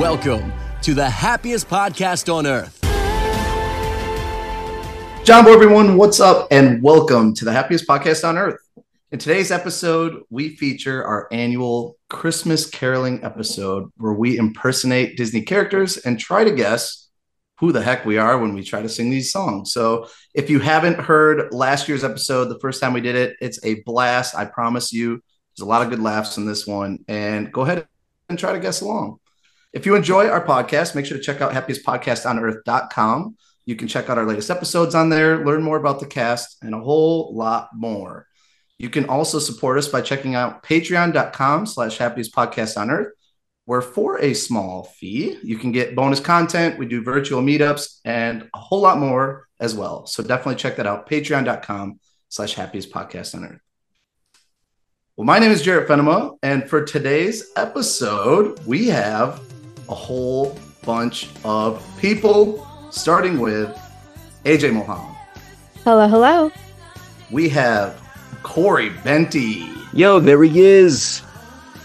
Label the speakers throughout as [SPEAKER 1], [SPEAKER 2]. [SPEAKER 1] Welcome to the happiest podcast on earth.
[SPEAKER 2] Jumbo, everyone, what's up? And welcome to the happiest podcast on earth. In today's episode, we feature our annual Christmas caroling episode where we impersonate Disney characters and try to guess who the heck we are when we try to sing these songs. So, if you haven't heard last year's episode, the first time we did it, it's a blast. I promise you, there's a lot of good laughs in this one. And go ahead and try to guess along. If you enjoy our podcast, make sure to check out happiestpodcastonearth.com. You can check out our latest episodes on there, learn more about the cast, and a whole lot more. You can also support us by checking out patreon.com slash happiest podcast on earth, where for a small fee, you can get bonus content. We do virtual meetups and a whole lot more as well. So definitely check that out. Patreon.com slash happiest podcast on earth. Well, my name is Jarrett Fenema, and for today's episode, we have a whole bunch of people, starting with AJ Mohan.
[SPEAKER 3] Hello, hello.
[SPEAKER 2] We have Corey Benty.
[SPEAKER 4] Yo, there he is.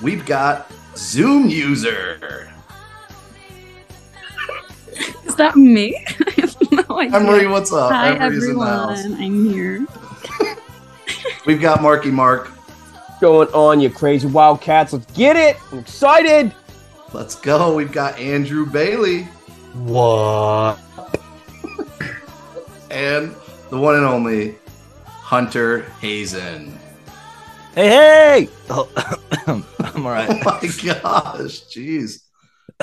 [SPEAKER 2] We've got Zoom user.
[SPEAKER 3] Is that me? I have no idea.
[SPEAKER 2] Emery, what's up?
[SPEAKER 3] Hi,
[SPEAKER 2] Emery's
[SPEAKER 3] everyone.
[SPEAKER 2] in the house.
[SPEAKER 3] I'm here.
[SPEAKER 2] We've got Marky Mark.
[SPEAKER 4] Going on, you crazy wildcats. Let's get it. I'm excited.
[SPEAKER 2] Let's go. We've got Andrew Bailey
[SPEAKER 4] What?
[SPEAKER 2] and the one and only Hunter Hazen.
[SPEAKER 4] Hey, hey. Oh, I'm all
[SPEAKER 2] Oh
[SPEAKER 4] right.
[SPEAKER 2] my gosh, jeez.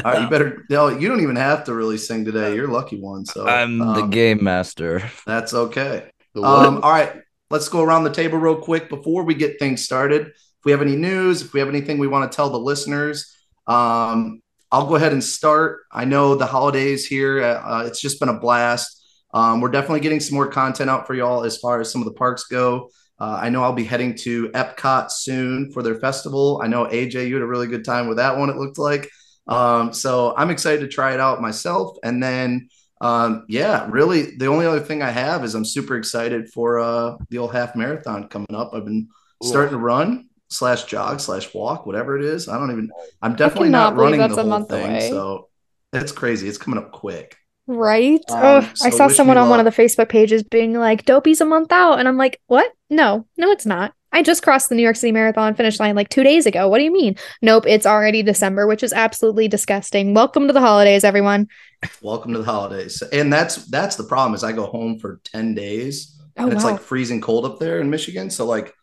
[SPEAKER 2] All right, you better. No, you don't even have to really sing today. You're a lucky one. So
[SPEAKER 4] I'm the
[SPEAKER 2] um,
[SPEAKER 4] game master.
[SPEAKER 2] That's okay. Um, all right, let's go around the table real quick before we get things started. If we have any news, if we have anything we want to tell the listeners, um, I'll go ahead and start. I know the holidays here, uh, it's just been a blast. Um, we're definitely getting some more content out for y'all as far as some of the parks go. Uh, I know I'll be heading to Epcot soon for their festival. I know AJ, you had a really good time with that one, it looked like. Um, so I'm excited to try it out myself. And then um, yeah, really. The only other thing I have is I'm super excited for uh, the old half marathon coming up. I've been starting to run slash jog slash walk, whatever it is. I don't even. I'm definitely
[SPEAKER 3] cannot
[SPEAKER 2] not
[SPEAKER 3] believe
[SPEAKER 2] running the
[SPEAKER 3] that's a
[SPEAKER 2] whole
[SPEAKER 3] month
[SPEAKER 2] thing,
[SPEAKER 3] away.
[SPEAKER 2] so it's crazy. It's coming up quick.
[SPEAKER 3] Right?
[SPEAKER 2] Um,
[SPEAKER 3] Ugh, I
[SPEAKER 2] so
[SPEAKER 3] saw
[SPEAKER 2] wish
[SPEAKER 3] someone
[SPEAKER 2] me
[SPEAKER 3] on one of the
[SPEAKER 2] luck.
[SPEAKER 3] Facebook pages being like, Dopey's a month out. And I'm like, what? No, no, it's not. I just crossed the New York City Marathon finish line like two days ago. What do you mean? Nope, it's already December, which is absolutely disgusting. Welcome to the holidays, everyone.
[SPEAKER 2] Welcome to the holidays, and that's that's the problem. Is I go home for ten days,
[SPEAKER 3] Oh,
[SPEAKER 2] and it's
[SPEAKER 3] wow.
[SPEAKER 2] like freezing cold up there in Michigan. So like.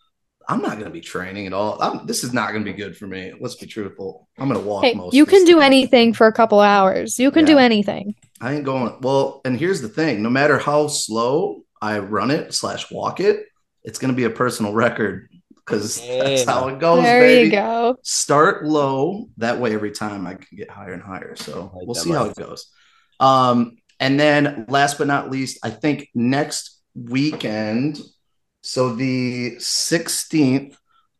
[SPEAKER 2] I'm not going to be training at all. I'm, this is not going to be good for me. Let's be truthful. I'm going to walk
[SPEAKER 3] hey,
[SPEAKER 2] most.
[SPEAKER 3] you
[SPEAKER 2] of this
[SPEAKER 3] can do
[SPEAKER 2] time.
[SPEAKER 3] anything for a couple hours. You can do
[SPEAKER 2] Yeah.
[SPEAKER 3] anything.
[SPEAKER 2] I ain't going. Well, and here's the thing: no matter how slow I run it slash walk it, it's going to be a personal record because that's
[SPEAKER 4] Yeah.
[SPEAKER 2] how it goes.
[SPEAKER 3] there
[SPEAKER 2] baby.
[SPEAKER 3] you go.
[SPEAKER 2] Start low. That way, every time I can get higher and higher. So
[SPEAKER 4] I like
[SPEAKER 2] we'll
[SPEAKER 4] that
[SPEAKER 2] see how it goes. Um, and then last but not least, I think next weekend, so the 16th,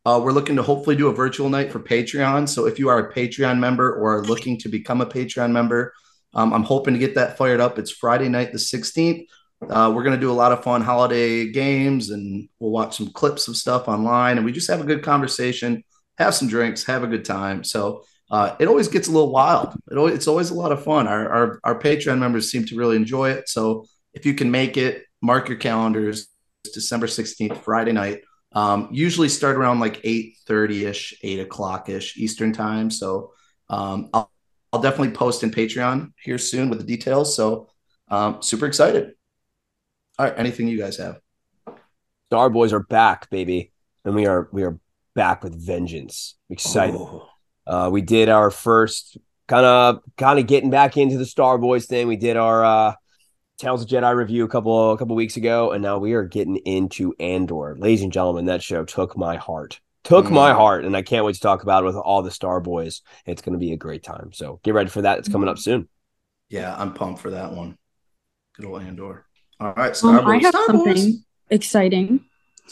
[SPEAKER 2] uh, we're looking to hopefully do a virtual night for Patreon. So if you are a Patreon member or are looking to become a Patreon member, um, I'm hoping to get that fired up. It's Friday night, the 16th. Uh, we're going to do a lot of fun holiday games and we'll watch some clips of stuff online and we just have a good conversation, have some drinks, have a good time. So uh, it always gets a little wild. It always, it's always a lot of fun. Our, our, our Patreon members seem to really enjoy it. So if you can make it, mark your calendars. It's December 16th, Friday night. Um, usually start around like 8.30 ish, 8 o'clock ish Eastern time. So um, I'll, I'll definitely post in Patreon here soon with the details. So um, super excited. All right, anything you guys have?
[SPEAKER 4] Star Boys are back, baby. And we are we are back with vengeance. Excited.
[SPEAKER 2] Ooh.
[SPEAKER 5] Oh.
[SPEAKER 4] Uh, we did our first kind of kind of getting back into the Star Boys thing. We did our uh, Tales of Jedi review a couple a couple weeks ago, and now we are getting into Andor, ladies and gentlemen. That show took my heart, took my
[SPEAKER 2] Mm.
[SPEAKER 4] heart, and I can't wait to talk about it with all the Star Boys. It's going to be a great time. So get ready for that. It's coming up soon.
[SPEAKER 2] Yeah, I'm pumped for that one. Good old Andor. All right, Star
[SPEAKER 6] Um, I
[SPEAKER 2] Wars,
[SPEAKER 6] have
[SPEAKER 2] Star Wars.
[SPEAKER 6] something exciting.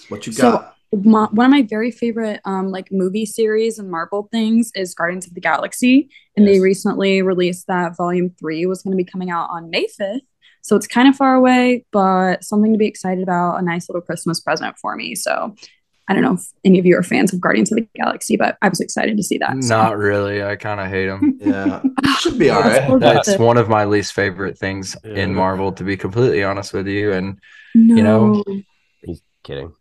[SPEAKER 2] What you
[SPEAKER 6] So-
[SPEAKER 2] got?
[SPEAKER 6] My, one of my very favorite um, like movie series and Marvel things is Guardians of the Galaxy, and they
[SPEAKER 2] Yes.
[SPEAKER 6] recently released that Volume Three was going to be coming out on May fifth. So it's kind of far away, but something to be excited about. A nice little Christmas present for me. So
[SPEAKER 7] I don't know if any of you are fans of Guardians of the Galaxy, but I was excited to see that. so.
[SPEAKER 8] Not really. I kind of hate him.
[SPEAKER 2] Yeah, should be all
[SPEAKER 7] That's
[SPEAKER 2] right.
[SPEAKER 7] so good.
[SPEAKER 8] That's one of my least favorite things in
[SPEAKER 4] Yeah.
[SPEAKER 8] Marvel, to be completely honest with you. And
[SPEAKER 7] no.
[SPEAKER 8] you know,
[SPEAKER 4] Kidding.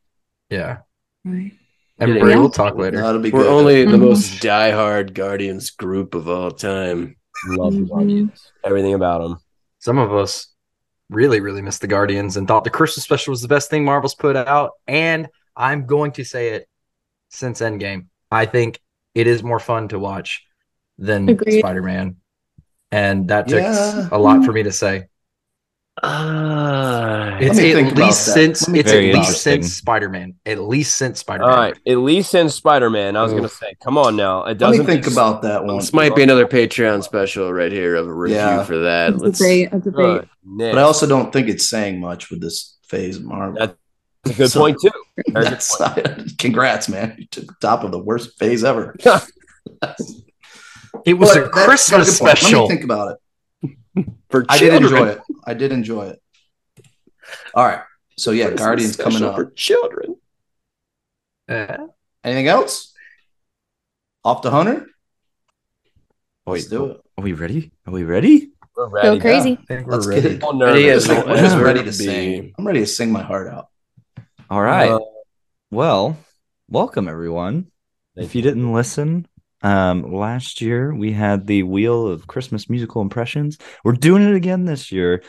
[SPEAKER 8] yeah,
[SPEAKER 7] Right.
[SPEAKER 8] and
[SPEAKER 4] Yeah.
[SPEAKER 8] Brie, we'll talk later.
[SPEAKER 2] That'll be
[SPEAKER 5] We're
[SPEAKER 2] good.
[SPEAKER 5] only the
[SPEAKER 7] Mhm.
[SPEAKER 5] most diehard Guardians group of all time.
[SPEAKER 4] Love the
[SPEAKER 7] Mhm.
[SPEAKER 4] Guardians. Everything about them.
[SPEAKER 8] Some of us really, really missed the Guardians and thought the Christmas special was the best thing Marvel's put out. And I'm going to say it since Endgame. I think it is more fun to watch than
[SPEAKER 7] Agreed.
[SPEAKER 8] Spider Man. And that takes
[SPEAKER 2] Yeah.
[SPEAKER 8] a lot for me to say.
[SPEAKER 5] Ah,
[SPEAKER 8] It's
[SPEAKER 2] me think
[SPEAKER 8] at
[SPEAKER 2] about
[SPEAKER 8] least
[SPEAKER 2] that.
[SPEAKER 8] since
[SPEAKER 2] Let me
[SPEAKER 8] it's at
[SPEAKER 2] think
[SPEAKER 9] about
[SPEAKER 8] least
[SPEAKER 9] that.
[SPEAKER 8] since Spider Man. At least since Spider
[SPEAKER 4] All
[SPEAKER 8] Man.
[SPEAKER 4] right. At least in Spider Man, I was
[SPEAKER 5] Oof.
[SPEAKER 4] gonna say, come on now. It
[SPEAKER 2] Let
[SPEAKER 4] doesn't
[SPEAKER 2] me think about that one.
[SPEAKER 5] this might be another Patreon special right here of a review
[SPEAKER 2] Yeah.
[SPEAKER 5] for that.
[SPEAKER 7] That's a
[SPEAKER 5] Let's
[SPEAKER 7] great, that's a great.
[SPEAKER 4] Good Nick.
[SPEAKER 2] but I also don't think it's saying much with this phase, Marvel.
[SPEAKER 4] That's That's a good point too. Very good
[SPEAKER 2] That's, congrats, man. You took the top of the worst phase ever.
[SPEAKER 8] It was
[SPEAKER 2] But
[SPEAKER 8] a
[SPEAKER 2] that's
[SPEAKER 8] Christmas
[SPEAKER 2] good point.
[SPEAKER 8] special.
[SPEAKER 2] Let me think about it.
[SPEAKER 5] for
[SPEAKER 2] I did
[SPEAKER 5] children.
[SPEAKER 2] enjoy it. I did enjoy it. All right. So yeah,
[SPEAKER 5] Christmas
[SPEAKER 2] Guardians coming
[SPEAKER 5] special
[SPEAKER 2] up.
[SPEAKER 5] for children.
[SPEAKER 8] Uh,
[SPEAKER 2] Anything else? Off to Hunter?
[SPEAKER 9] Wait,
[SPEAKER 2] Let's do it.
[SPEAKER 9] Are we ready? Are we ready?
[SPEAKER 4] We're
[SPEAKER 3] Go
[SPEAKER 4] ready.
[SPEAKER 3] crazy.
[SPEAKER 8] I think we're
[SPEAKER 2] Let's get
[SPEAKER 8] ready.
[SPEAKER 2] it.
[SPEAKER 4] All
[SPEAKER 5] And he
[SPEAKER 4] nervous.
[SPEAKER 5] has-
[SPEAKER 2] I'm
[SPEAKER 5] it has
[SPEAKER 2] just ready
[SPEAKER 5] be-
[SPEAKER 2] to sing. I'm ready to sing my heart out.
[SPEAKER 9] All right.
[SPEAKER 4] Uh,
[SPEAKER 9] well, welcome everyone.
[SPEAKER 4] Thank
[SPEAKER 9] If you didn't listen, um, last year we had the Wheel of Christmas musical impressions. We're doing it again this year.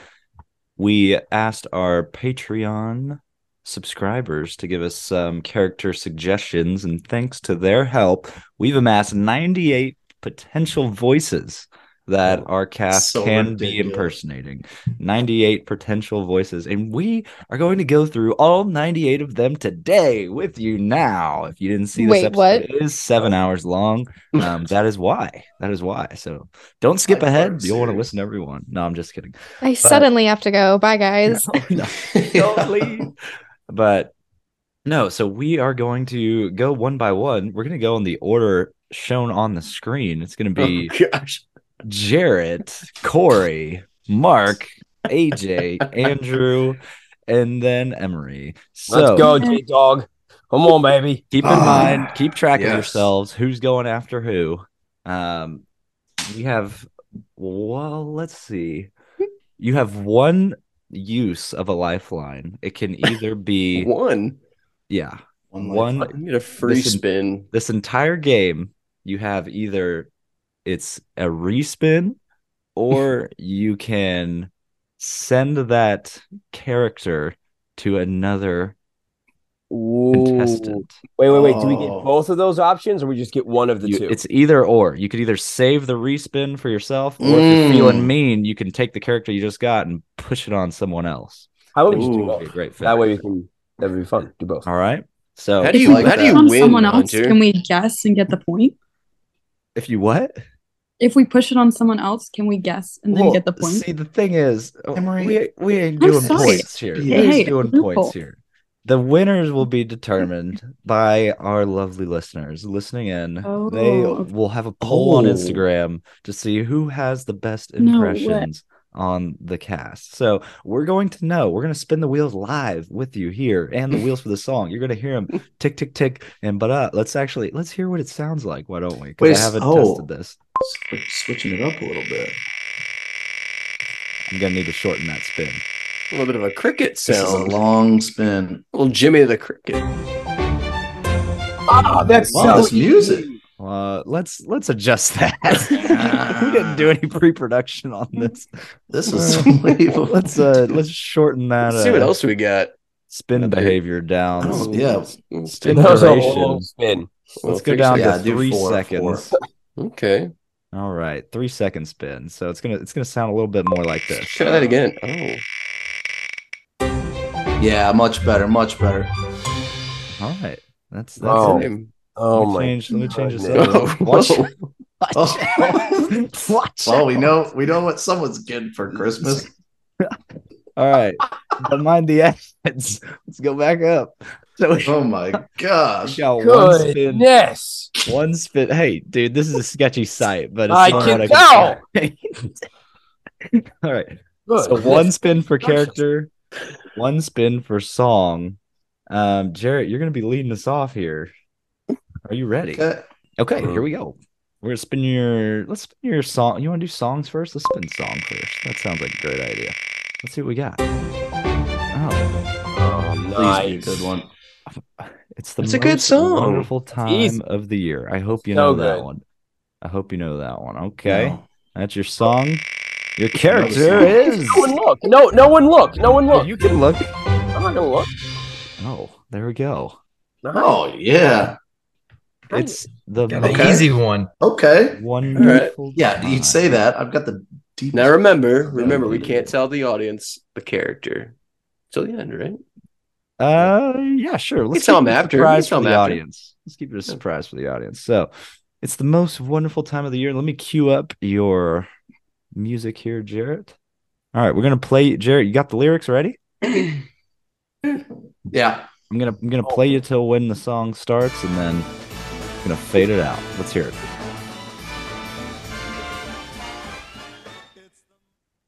[SPEAKER 9] We asked our Patreon subscribers to give us some character suggestions, and thanks to their help, we've amassed 98 potential voices that our cast
[SPEAKER 2] so
[SPEAKER 9] can be
[SPEAKER 2] ridiculous.
[SPEAKER 9] impersonating. 98 potential voices, and we are going to go through all 98 of them today with you now. If you didn't see this
[SPEAKER 3] Wait,
[SPEAKER 9] episode,
[SPEAKER 3] what?
[SPEAKER 9] it is seven hours long. Um, that is why. That is why. So don't skip
[SPEAKER 2] I
[SPEAKER 9] ahead.
[SPEAKER 2] thought it
[SPEAKER 9] You'll want to
[SPEAKER 2] was
[SPEAKER 9] listen to everyone. No, I'm just kidding.
[SPEAKER 3] I suddenly have to go. Bye, guys.
[SPEAKER 9] Oh, No, don't leave. But no, so we are going to go one by one. We're going to go in the order shown on the screen. It's going to be
[SPEAKER 5] Oh, gosh.
[SPEAKER 9] Jarrett, Corey, Mark, AJ, Andrew, and then Emery. So
[SPEAKER 4] Let's go, J Dog. Come on, baby.
[SPEAKER 9] keep in
[SPEAKER 2] Ah,
[SPEAKER 9] mind, keep track
[SPEAKER 2] yes.
[SPEAKER 9] of yourselves. Who's going after who? Um, you have well, let's see. You have one use of a lifeline. It can either be
[SPEAKER 5] One.
[SPEAKER 9] yeah,
[SPEAKER 2] One.
[SPEAKER 9] One-
[SPEAKER 2] life.
[SPEAKER 5] I need a free
[SPEAKER 9] This is-
[SPEAKER 5] spin.
[SPEAKER 9] this entire game you have either it's a respin or you can send that character to another contestant.
[SPEAKER 4] Wait, wait, wait. Do we get
[SPEAKER 2] Oh.
[SPEAKER 4] both of those options, or we just get one of the
[SPEAKER 9] You-
[SPEAKER 4] two?
[SPEAKER 9] it's either or. You could either save the respin for yourself, or if
[SPEAKER 2] Mm.
[SPEAKER 9] you're feeling mean, you can take the character you just got and push it on someone else.
[SPEAKER 4] How about we
[SPEAKER 9] Which
[SPEAKER 4] just do
[SPEAKER 2] Ooh.
[SPEAKER 9] would be a
[SPEAKER 4] both?
[SPEAKER 9] great fit.
[SPEAKER 4] Oh. That way we can. That would be fun. Do both.
[SPEAKER 9] All right. So
[SPEAKER 5] How do
[SPEAKER 7] If
[SPEAKER 5] you
[SPEAKER 7] we
[SPEAKER 2] like
[SPEAKER 5] how do
[SPEAKER 2] that.
[SPEAKER 5] you
[SPEAKER 7] on
[SPEAKER 5] win?
[SPEAKER 7] someone else,
[SPEAKER 5] Hunter?
[SPEAKER 7] can we guess and get the point?
[SPEAKER 9] if you what?
[SPEAKER 7] If we push it on someone else, can we guess and then
[SPEAKER 9] Well,
[SPEAKER 7] get the point?
[SPEAKER 9] See, the thing is, uh,
[SPEAKER 2] Emory,
[SPEAKER 9] we we ain't
[SPEAKER 7] I'm
[SPEAKER 9] doing
[SPEAKER 7] sorry.
[SPEAKER 9] points here. We
[SPEAKER 2] Hey,
[SPEAKER 9] ain't
[SPEAKER 7] hey,
[SPEAKER 9] doing
[SPEAKER 7] loophole.
[SPEAKER 9] points here. The winners will be determined by our lovely listeners listening in.
[SPEAKER 7] Oh,
[SPEAKER 9] they
[SPEAKER 7] okay.
[SPEAKER 9] will have a poll on
[SPEAKER 2] Oh.
[SPEAKER 9] Instagram to see who has the best
[SPEAKER 7] No way.
[SPEAKER 9] impressions on the cast. So we're going to know. We're going to spin the wheels live with you here, and the wheels for the song. You're going to hear them tick, tick, tick, and but uh, let's actually let's hear what it sounds like. Why don't we? 'Cause
[SPEAKER 2] Wait,
[SPEAKER 9] I haven't
[SPEAKER 2] oh.
[SPEAKER 9] tested this.
[SPEAKER 2] Sw- Switching it up a little bit.
[SPEAKER 9] I'm going to need to shorten that spin.
[SPEAKER 5] A little bit of a cricket
[SPEAKER 2] This is a
[SPEAKER 5] sound.
[SPEAKER 2] long spin.
[SPEAKER 5] Little Jimmy the cricket.
[SPEAKER 4] Ah, that's
[SPEAKER 2] Wow, this music.
[SPEAKER 9] Uh, let's let's adjust that. we didn't do any pre-production on this.
[SPEAKER 2] This is
[SPEAKER 9] Uh,
[SPEAKER 2] unbelievable.
[SPEAKER 9] Let's uh let's shorten that
[SPEAKER 5] Let's see what
[SPEAKER 9] uh,
[SPEAKER 5] else we got.
[SPEAKER 9] spin behavior
[SPEAKER 2] I
[SPEAKER 9] down.
[SPEAKER 2] don't-
[SPEAKER 9] Let's,
[SPEAKER 2] yeah.
[SPEAKER 5] Let's
[SPEAKER 9] Spin
[SPEAKER 5] take
[SPEAKER 4] That was a
[SPEAKER 9] duration.
[SPEAKER 4] long spin.
[SPEAKER 5] Well,
[SPEAKER 9] go
[SPEAKER 5] fix
[SPEAKER 9] down
[SPEAKER 5] it.
[SPEAKER 2] yeah,
[SPEAKER 9] to
[SPEAKER 2] do
[SPEAKER 9] three
[SPEAKER 2] four,
[SPEAKER 9] seconds.
[SPEAKER 2] four.
[SPEAKER 5] Okay.
[SPEAKER 9] All right, three second spin. So it's gonna it's gonna sound a little bit more like this.
[SPEAKER 5] Try that again. Oh.
[SPEAKER 2] Yeah, much better, much better.
[SPEAKER 9] All right, that's that's
[SPEAKER 4] Oh,
[SPEAKER 9] it.
[SPEAKER 4] Oh
[SPEAKER 9] Let me
[SPEAKER 4] my.
[SPEAKER 9] change- let me change this
[SPEAKER 4] goodness.
[SPEAKER 9] up. Watch-
[SPEAKER 5] Whoa.
[SPEAKER 2] Oh.
[SPEAKER 9] Watch Watch
[SPEAKER 2] Well, we
[SPEAKER 9] out.
[SPEAKER 2] know we know what someone's getting for Christmas.
[SPEAKER 9] All right, don't mind the ads. Let's go back up. So we
[SPEAKER 2] Oh my gosh.
[SPEAKER 9] got one spin
[SPEAKER 4] Goodness.
[SPEAKER 9] One spit. Hey, dude, this is a sketchy site, but it's
[SPEAKER 4] I
[SPEAKER 9] not
[SPEAKER 4] can
[SPEAKER 9] what I can tell. All right. So
[SPEAKER 4] Good.
[SPEAKER 9] one spin for character, one spin for song, Um, Jarrett, you're going to be leading us off here. Are you ready?
[SPEAKER 5] Okay.
[SPEAKER 9] Okay, here
[SPEAKER 4] Mm.
[SPEAKER 9] we go. We're gonna spin your. Let's spin your song. You want to do songs first? Let's spin song first. That sounds like a great idea. Let's see what we got. Oh,
[SPEAKER 2] Oh,
[SPEAKER 5] Please be a
[SPEAKER 2] nice.
[SPEAKER 5] good one.
[SPEAKER 9] it's the
[SPEAKER 2] That's a
[SPEAKER 9] most
[SPEAKER 2] good song.
[SPEAKER 9] Wonderful time
[SPEAKER 2] Jeez.
[SPEAKER 9] of the year. I hope you know
[SPEAKER 4] So
[SPEAKER 9] that
[SPEAKER 4] good.
[SPEAKER 9] one. I hope you know that one. Okay,
[SPEAKER 5] No.
[SPEAKER 9] that's your song. Your character
[SPEAKER 5] song.
[SPEAKER 9] is.
[SPEAKER 4] No one look. No, no one look. No one look.
[SPEAKER 9] You can look.
[SPEAKER 4] I'm not gonna look.
[SPEAKER 9] Oh, there we go.
[SPEAKER 5] Oh yeah.
[SPEAKER 9] It's the
[SPEAKER 8] Yeah, the
[SPEAKER 5] Okay.
[SPEAKER 8] easy one.
[SPEAKER 5] Okay.
[SPEAKER 9] wonderful.
[SPEAKER 5] Yeah, you'd say that. I've got the deep.
[SPEAKER 2] Now remember, remember, we can't tell the audience the character till the end, right?
[SPEAKER 9] Uh, yeah, sure. Let's
[SPEAKER 2] tell
[SPEAKER 9] keep
[SPEAKER 2] them
[SPEAKER 9] it a
[SPEAKER 2] after. You
[SPEAKER 9] surprise
[SPEAKER 2] tell
[SPEAKER 9] for the
[SPEAKER 2] them after.
[SPEAKER 9] audience. Let's keep it a surprise for the audience. So, it's the most wonderful time of the year. Let me cue up your music here, Jarrett. All right, we're gonna play. Jarrett, you got the lyrics ready?
[SPEAKER 5] Yeah.
[SPEAKER 9] I'm gonna I'm gonna
[SPEAKER 5] Oh.
[SPEAKER 9] play you till when the song starts, and then I'm gonna fade it out. Let's hear it.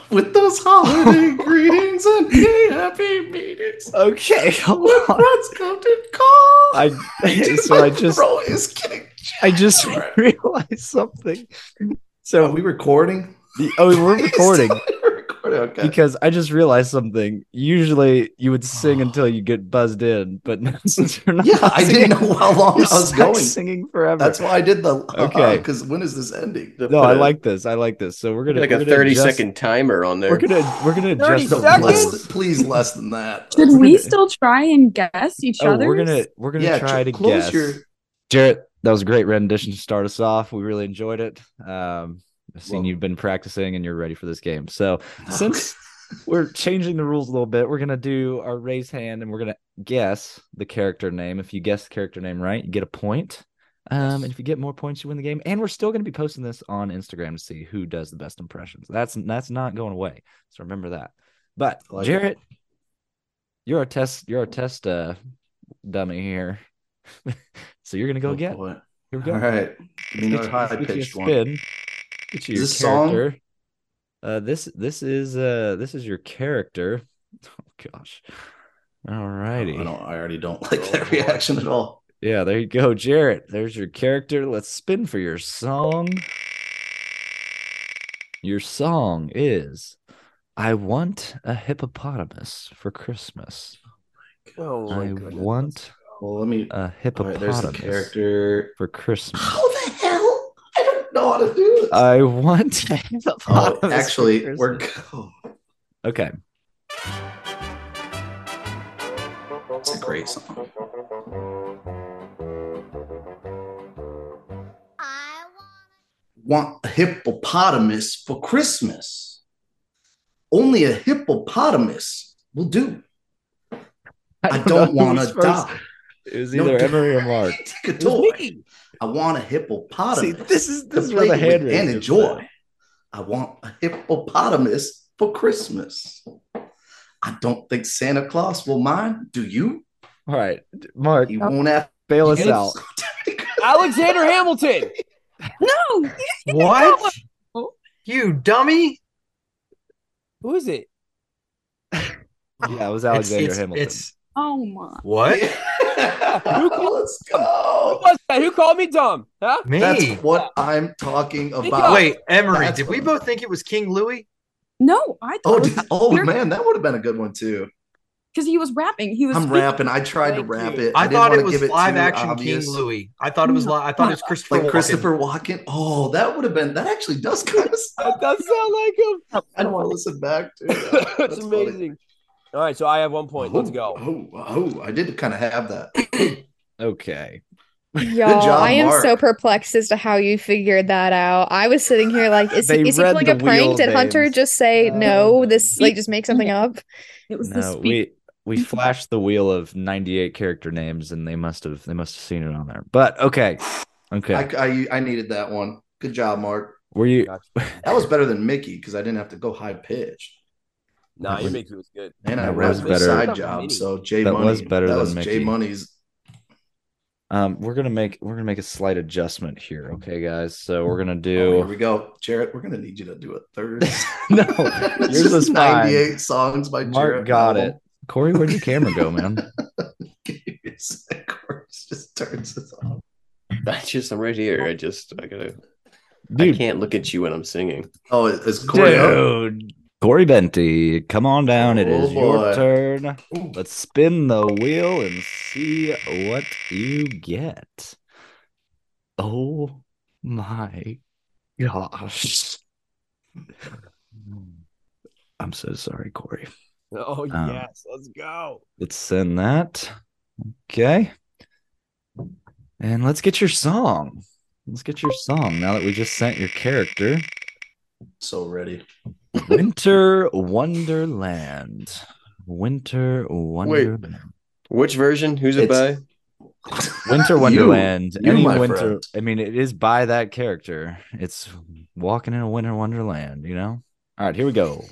[SPEAKER 5] With those holiday greetings and happy meetings,
[SPEAKER 9] Okay, hold
[SPEAKER 5] when friends come to call.
[SPEAKER 9] I
[SPEAKER 5] Dude,
[SPEAKER 9] so
[SPEAKER 5] my
[SPEAKER 9] I just
[SPEAKER 5] throat is getting.
[SPEAKER 9] I just realized something.
[SPEAKER 5] Are
[SPEAKER 9] So
[SPEAKER 5] we recording?
[SPEAKER 9] the, oh, we're recording.
[SPEAKER 5] We're recording. Okay.
[SPEAKER 9] because I just realized something. Usually, you would sing until you get buzzed in, but now since you're not,
[SPEAKER 5] yeah, I
[SPEAKER 9] singing,
[SPEAKER 5] didn't know how long I
[SPEAKER 9] you're
[SPEAKER 5] was
[SPEAKER 9] stuck
[SPEAKER 5] going.
[SPEAKER 9] singing forever.
[SPEAKER 5] That's why I did the.
[SPEAKER 9] Okay.
[SPEAKER 5] Because when is this ending?
[SPEAKER 2] The-
[SPEAKER 9] no,
[SPEAKER 2] put
[SPEAKER 9] I
[SPEAKER 2] a-
[SPEAKER 9] like this. I like this. So we're
[SPEAKER 2] put
[SPEAKER 9] gonna
[SPEAKER 2] like
[SPEAKER 9] we're
[SPEAKER 2] a
[SPEAKER 9] gonna
[SPEAKER 2] 30
[SPEAKER 9] adjust-
[SPEAKER 2] second timer on there.
[SPEAKER 9] We're gonna we're
[SPEAKER 4] 30
[SPEAKER 9] gonna adjust
[SPEAKER 5] No,
[SPEAKER 9] the
[SPEAKER 4] seconds?
[SPEAKER 5] less
[SPEAKER 9] levels.
[SPEAKER 5] th- please less than that.
[SPEAKER 7] Should
[SPEAKER 9] We're
[SPEAKER 7] we
[SPEAKER 9] gonna-
[SPEAKER 7] still try and guess each
[SPEAKER 9] Oh,
[SPEAKER 7] other?
[SPEAKER 9] we're gonna we're gonna
[SPEAKER 5] yeah,
[SPEAKER 9] try
[SPEAKER 5] tr-
[SPEAKER 9] to
[SPEAKER 5] close
[SPEAKER 9] guess.
[SPEAKER 5] your.
[SPEAKER 9] Jarrett, that was a great rendition to start us off. We really enjoyed it. Um, I've seen
[SPEAKER 5] Well-
[SPEAKER 9] you've been practicing and you're ready for this game. So
[SPEAKER 5] Oh,
[SPEAKER 9] since we're changing the rules a little bit, we're gonna do our raise hand and we're gonna guess the character name. If you guess the character name right, you get a point. Um, and if you get more points, you win the game. And we're still gonna be posting this on Instagram to see who does the best impressions. That's that's not going away. So remember that. But
[SPEAKER 5] I like it.
[SPEAKER 9] Jarrett, you're our test you're our test uh dummy here. so you're gonna go
[SPEAKER 5] Oh,
[SPEAKER 9] get
[SPEAKER 5] boy.
[SPEAKER 9] here we go.
[SPEAKER 5] All right. Give me
[SPEAKER 9] Let's
[SPEAKER 5] another
[SPEAKER 9] get you- let's get you
[SPEAKER 5] high
[SPEAKER 9] a
[SPEAKER 5] pitched one.
[SPEAKER 9] spin. Get you
[SPEAKER 5] Is
[SPEAKER 9] your
[SPEAKER 5] this song?
[SPEAKER 9] character. Uh, this this is uh this is your character. Oh gosh. All righty.
[SPEAKER 5] I don't. I already don't like
[SPEAKER 9] Oh,
[SPEAKER 5] that reaction at all.
[SPEAKER 9] Yeah, there you go, Jarrett. There's your character. Let's spin for your song. Your song is I want a hippopotamus for Christmas.
[SPEAKER 2] oh,
[SPEAKER 9] I want
[SPEAKER 5] Well, let me.
[SPEAKER 9] a
[SPEAKER 5] all right, there's
[SPEAKER 9] Uh, hippopotamus
[SPEAKER 5] the character.
[SPEAKER 9] for Christmas.
[SPEAKER 5] How the hell? I don't know how to do this.
[SPEAKER 9] I want a
[SPEAKER 5] oh,
[SPEAKER 9] hippopotamus. for
[SPEAKER 5] actually, we're.
[SPEAKER 9] Christmas.
[SPEAKER 5] Oh,
[SPEAKER 9] okay.
[SPEAKER 5] it's a great song. Want a hippopotamus for Christmas? Only a hippopotamus will do. I don't
[SPEAKER 9] know
[SPEAKER 5] want
[SPEAKER 9] who's
[SPEAKER 5] to
[SPEAKER 9] first.
[SPEAKER 5] die.
[SPEAKER 9] It was
[SPEAKER 5] No,
[SPEAKER 9] either
[SPEAKER 5] dude.
[SPEAKER 9] Emery or Mark.
[SPEAKER 5] Take a
[SPEAKER 9] It was
[SPEAKER 5] toy.
[SPEAKER 9] me.
[SPEAKER 5] I want a
[SPEAKER 9] See,
[SPEAKER 5] hippopotamus.
[SPEAKER 9] this is
[SPEAKER 5] to
[SPEAKER 9] this is where the
[SPEAKER 5] play with
[SPEAKER 9] hand
[SPEAKER 5] and
[SPEAKER 9] raising
[SPEAKER 5] enjoy.
[SPEAKER 9] is
[SPEAKER 5] I want a hippopotamus for Christmas. I don't think Santa Claus will mind. Do you?
[SPEAKER 9] at. All right, Mark,
[SPEAKER 5] He won't have
[SPEAKER 9] bail us
[SPEAKER 4] It's-
[SPEAKER 9] out.
[SPEAKER 4] Alexander Hamilton.
[SPEAKER 7] No,
[SPEAKER 8] What? You dummy!
[SPEAKER 4] Who is it?
[SPEAKER 9] Yeah, it was
[SPEAKER 8] It's-
[SPEAKER 9] Alexander
[SPEAKER 8] it's-
[SPEAKER 9] Hamilton.
[SPEAKER 8] It's
[SPEAKER 7] oh my.
[SPEAKER 8] what?
[SPEAKER 5] Let's
[SPEAKER 4] Who
[SPEAKER 5] go.
[SPEAKER 4] was that? Who called me dumb? Huh?
[SPEAKER 8] Me?
[SPEAKER 5] That's what I'm talking about.
[SPEAKER 8] Wait, Emery,
[SPEAKER 5] That's
[SPEAKER 8] did we
[SPEAKER 5] what-
[SPEAKER 8] both think it was King Louis?
[SPEAKER 7] No, I
[SPEAKER 5] Oh,
[SPEAKER 7] thought
[SPEAKER 5] d- oh man, that would have been a good one too.
[SPEAKER 7] because he was rapping. He was
[SPEAKER 5] I'm
[SPEAKER 7] speaking-
[SPEAKER 5] rapping. I tried to
[SPEAKER 4] Thank
[SPEAKER 5] rap
[SPEAKER 4] you.
[SPEAKER 5] it.
[SPEAKER 8] I,
[SPEAKER 5] didn't
[SPEAKER 8] thought
[SPEAKER 5] wanna
[SPEAKER 8] it was
[SPEAKER 5] give
[SPEAKER 8] live
[SPEAKER 5] too
[SPEAKER 8] action
[SPEAKER 5] obvious.
[SPEAKER 8] King Louis. I thought it was. Li- I thought it was Christopher.
[SPEAKER 5] Like
[SPEAKER 8] Walken.
[SPEAKER 5] Christopher Walken. Oh, that would have been. That actually does kind of.
[SPEAKER 4] That does sound like him.
[SPEAKER 5] I don't want to listen back to. that.
[SPEAKER 4] it's
[SPEAKER 5] That's funny.
[SPEAKER 4] amazing. All right, so I have one point. Let's go.
[SPEAKER 5] Oh, oh, oh, I did kind of have that.
[SPEAKER 9] okay.
[SPEAKER 3] Y'all,
[SPEAKER 5] job,
[SPEAKER 3] I am so
[SPEAKER 5] Mark.
[SPEAKER 3] perplexed as to how you figured that out. I was sitting here like, is,
[SPEAKER 9] They
[SPEAKER 3] is he
[SPEAKER 9] read
[SPEAKER 3] pulling
[SPEAKER 9] the
[SPEAKER 3] a prank?
[SPEAKER 9] wheel
[SPEAKER 3] Did Hunter
[SPEAKER 9] names.
[SPEAKER 3] just say
[SPEAKER 9] No.
[SPEAKER 3] no? This like just make something up.
[SPEAKER 7] It was the
[SPEAKER 9] No,
[SPEAKER 7] speak.
[SPEAKER 9] we we flashed the wheel of 98 character names and they must have they must have seen it on there. But okay. Okay.
[SPEAKER 2] I, I I needed that one. Good job, Mark.
[SPEAKER 9] Were you
[SPEAKER 2] That was better than Mickey because I didn't have to go high pitched.
[SPEAKER 10] Nah,
[SPEAKER 9] That
[SPEAKER 10] your
[SPEAKER 9] was-
[SPEAKER 10] Mickey was good.
[SPEAKER 2] And I
[SPEAKER 9] That
[SPEAKER 2] was
[SPEAKER 9] was
[SPEAKER 2] better.
[SPEAKER 9] better.
[SPEAKER 2] side job. So Jay
[SPEAKER 9] That
[SPEAKER 2] Money
[SPEAKER 9] was better
[SPEAKER 2] That
[SPEAKER 9] than
[SPEAKER 2] was Jay
[SPEAKER 9] Mickey.
[SPEAKER 2] Money's
[SPEAKER 9] um we're going to make we're going to make a slight adjustment here, okay guys? So we're going to
[SPEAKER 2] Oh, here
[SPEAKER 9] do
[SPEAKER 2] we go, Jarrett. We're gonna need you to do a third.
[SPEAKER 9] No.
[SPEAKER 2] It's
[SPEAKER 9] Yours
[SPEAKER 2] just
[SPEAKER 9] is fine.
[SPEAKER 2] 98 songs by
[SPEAKER 9] Mark
[SPEAKER 2] Jarrett.
[SPEAKER 9] got it. Corey, where'd your camera go, man?
[SPEAKER 2] it. Chorus just turns us off.
[SPEAKER 4] That's just I'm right here. I just I gotta I
[SPEAKER 9] Dude,
[SPEAKER 4] can't look at you when I'm singing.
[SPEAKER 2] Oh, it- it's Corey. up?
[SPEAKER 9] Dude. Corey Benty, come on down. it
[SPEAKER 2] Oh,
[SPEAKER 9] is your
[SPEAKER 2] boy.
[SPEAKER 9] turn. Let's spin the wheel and see what you get. Oh my gosh. I'm so sorry, Corey.
[SPEAKER 10] Oh
[SPEAKER 9] Um,
[SPEAKER 10] yes, let's go.
[SPEAKER 9] Let's send that. Okay. And let's get your song. Let's get your song now that we just sent your character.
[SPEAKER 2] So ready.
[SPEAKER 9] Winter Wonderland. Winter Wonderland.
[SPEAKER 4] Which version? Who's it by?
[SPEAKER 2] It's-
[SPEAKER 9] Winter
[SPEAKER 2] You-
[SPEAKER 9] Wonderland.
[SPEAKER 2] you,
[SPEAKER 9] Any
[SPEAKER 2] my
[SPEAKER 9] winter.
[SPEAKER 2] friend.
[SPEAKER 9] I mean, it is by that character. It's walking in a winter wonderland. You know. All right, here we go.